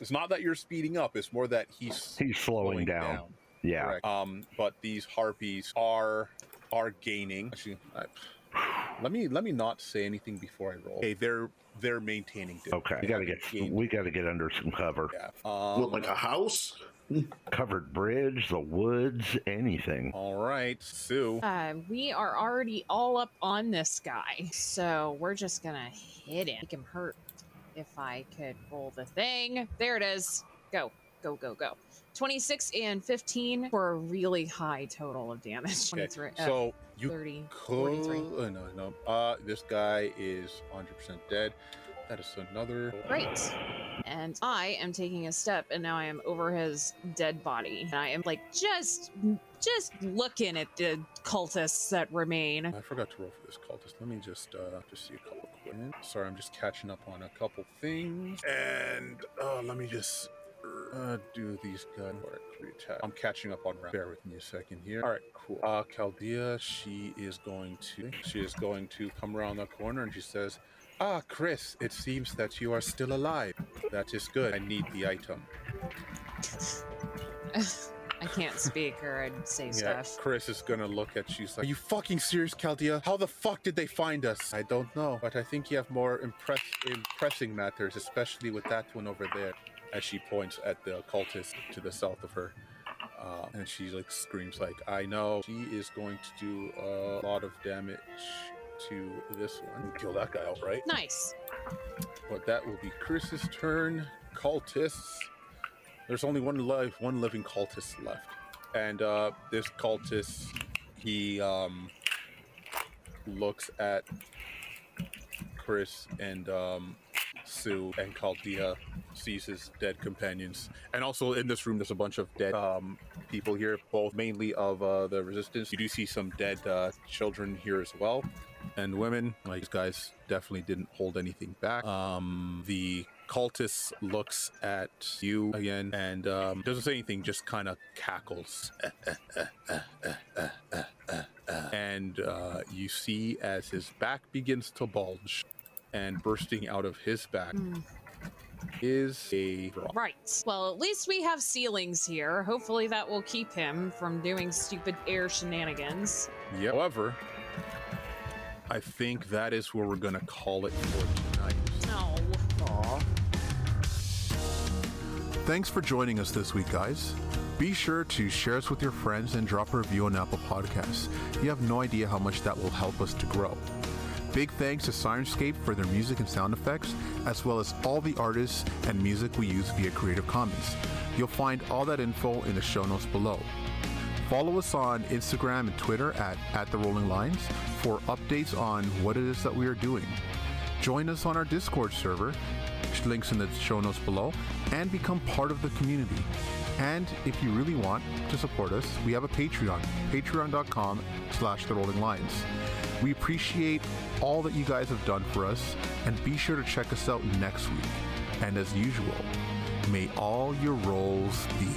A: It's not that you're speeding up. It's more that he's
E: He's slowing down. Yeah.
A: Correct. Um, but these harpies are are gaining. Actually, I, let me let me not say anything before I roll. Okay, they're they're maintaining. distance.
E: Okay.
A: They
E: We gotta
A: haven't
E: get
A: gained-
E: we gotta get under some cover.
A: Yeah. Um, What, like a
E: house? Covered bridge, the woods, anything.
A: All right, Sue.
B: Uh, we are already all up on this guy, so we're just gonna hit him. Make him hurt. If I could roll the thing, there it is. Go, go, go, go. Twenty-six and fifteen for a really high total of damage.
A: Okay,
B: [LAUGHS] Twenty-three. uh,
A: so you
B: 30,
A: could. Oh, no, no. Uh, this guy is 100% dead. That is another.
B: Great. And I am taking a step, and now I am over his dead body. And I am like just, just looking at the cultists that remain.
A: I forgot to roll for this cultist. Let me just uh, just see a couple. Quick. Sorry, I'm just catching up on a couple things. And uh, let me just uh, do these gun work attack. I'm catching up on round. Bear with me a second here. All right, cool. Uh, Chaldea, she is going to she is going to come around the corner, and she says. Ah, Chris, it seems that you are still alive. That is good. I need the item.
B: I can't speak, or I'd say
A: Yeah,
B: stuff.
A: Chris is gonna look at you. She's like, "Are you fucking serious, Chaldea? How the fuck did they find us?" I don't know, but I think you have more impress- impressing matters, especially with that one over there. As she points at the cultist to the south of her, uh, and she like screams, "Like I know." She is going to do a lot of damage to this one. Kill that guy outright.
B: Nice.
A: But that will be Chris's turn. Cultists. There's only one life, one living cultist left, and uh, this cultist, he um, looks at Chris and um, Sue and Chaldea, sees his dead companions, and also in this room there's a bunch of dead um, people here, both mainly of uh, the resistance. You do see some dead uh, children here as well, and women. Like these guys definitely didn't hold anything back. Um, the cultist looks at you again and um, doesn't say anything, just kind of cackles. and uh, you see as his back begins to bulge and bursting out of his back
B: Hmm.
A: is a rock.
B: Right. Well, at least we have ceilings here. Hopefully, that will keep him from doing stupid air shenanigans.
A: Yep. However, I think that is where we're gonna call it for tonight.
B: No.
O: Thanks for joining us this week, guys. Be sure to share us with your friends and drop a review on Apple Podcasts. You have no idea how much that will help us to grow. Big thanks to Sirenscape for their music and sound effects, as well as all the artists and music we use via Creative Commons. You'll find all that info in the show notes below. Follow us on Instagram and Twitter at, at The Rolling Lines for updates on what it is that we are doing. Join us on our Discord server, links in the show notes below, and become part of the community. And if you really want to support us, we have a Patreon, patreon.com slash The Rolling Lions. We appreciate all that you guys have done for us, and be sure to check us out next week. And as usual, may all your rolls be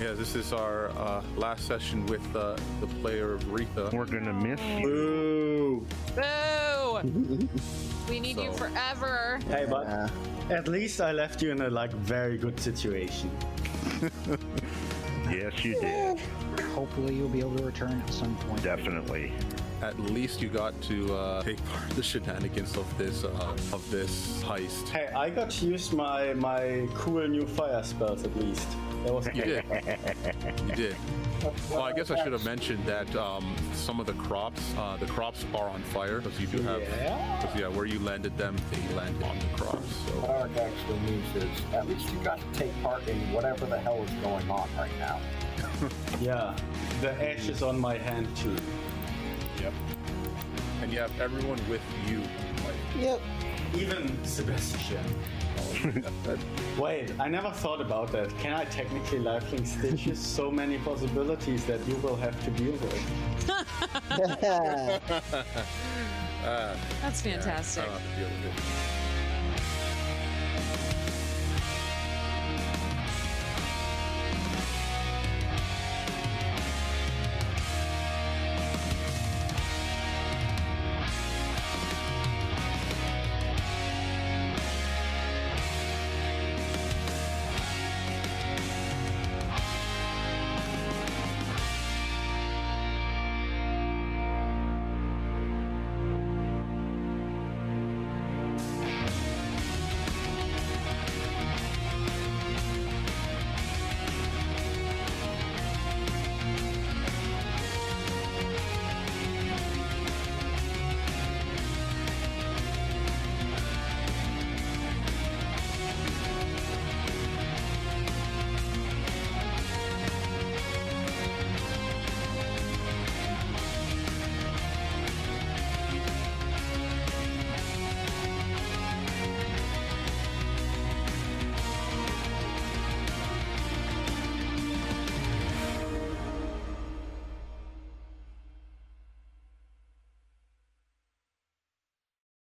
A: Yeah, this is our uh, last session with uh, the player Retha.
E: We're gonna miss
A: Boo!
E: you.
B: Boo! we need you forever.
H: Hey, but at least I left you in a like very good situation.
E: yes, you did.
F: Hopefully, you'll be able to return at some point.
E: Definitely.
A: At least you got to uh, take part in the shenanigans of this uh, of this heist.
H: Hey, I got to use my my cool new fire spells at least. That was
A: You did. you did. Well, I guess I should have mentioned that um, some of the crops, uh, the crops are on fire because you do have,
J: Yeah.
A: 'cause, yeah, where you landed them, they landed on the crops. So
J: Park actually means is at least you got to take part in whatever the hell is going on right now.
H: yeah, the ash is on my hand too.
A: Yep. And you have everyone with you. Like,
C: Yep.
H: Even [LAUGHS] Sebastian. Wait, I never thought about that. Can I technically lifelink [LAUGHS] stitches? so many possibilities that you will have to deal with.
A: uh,
B: That's fantastic.
A: I don't have to deal with it.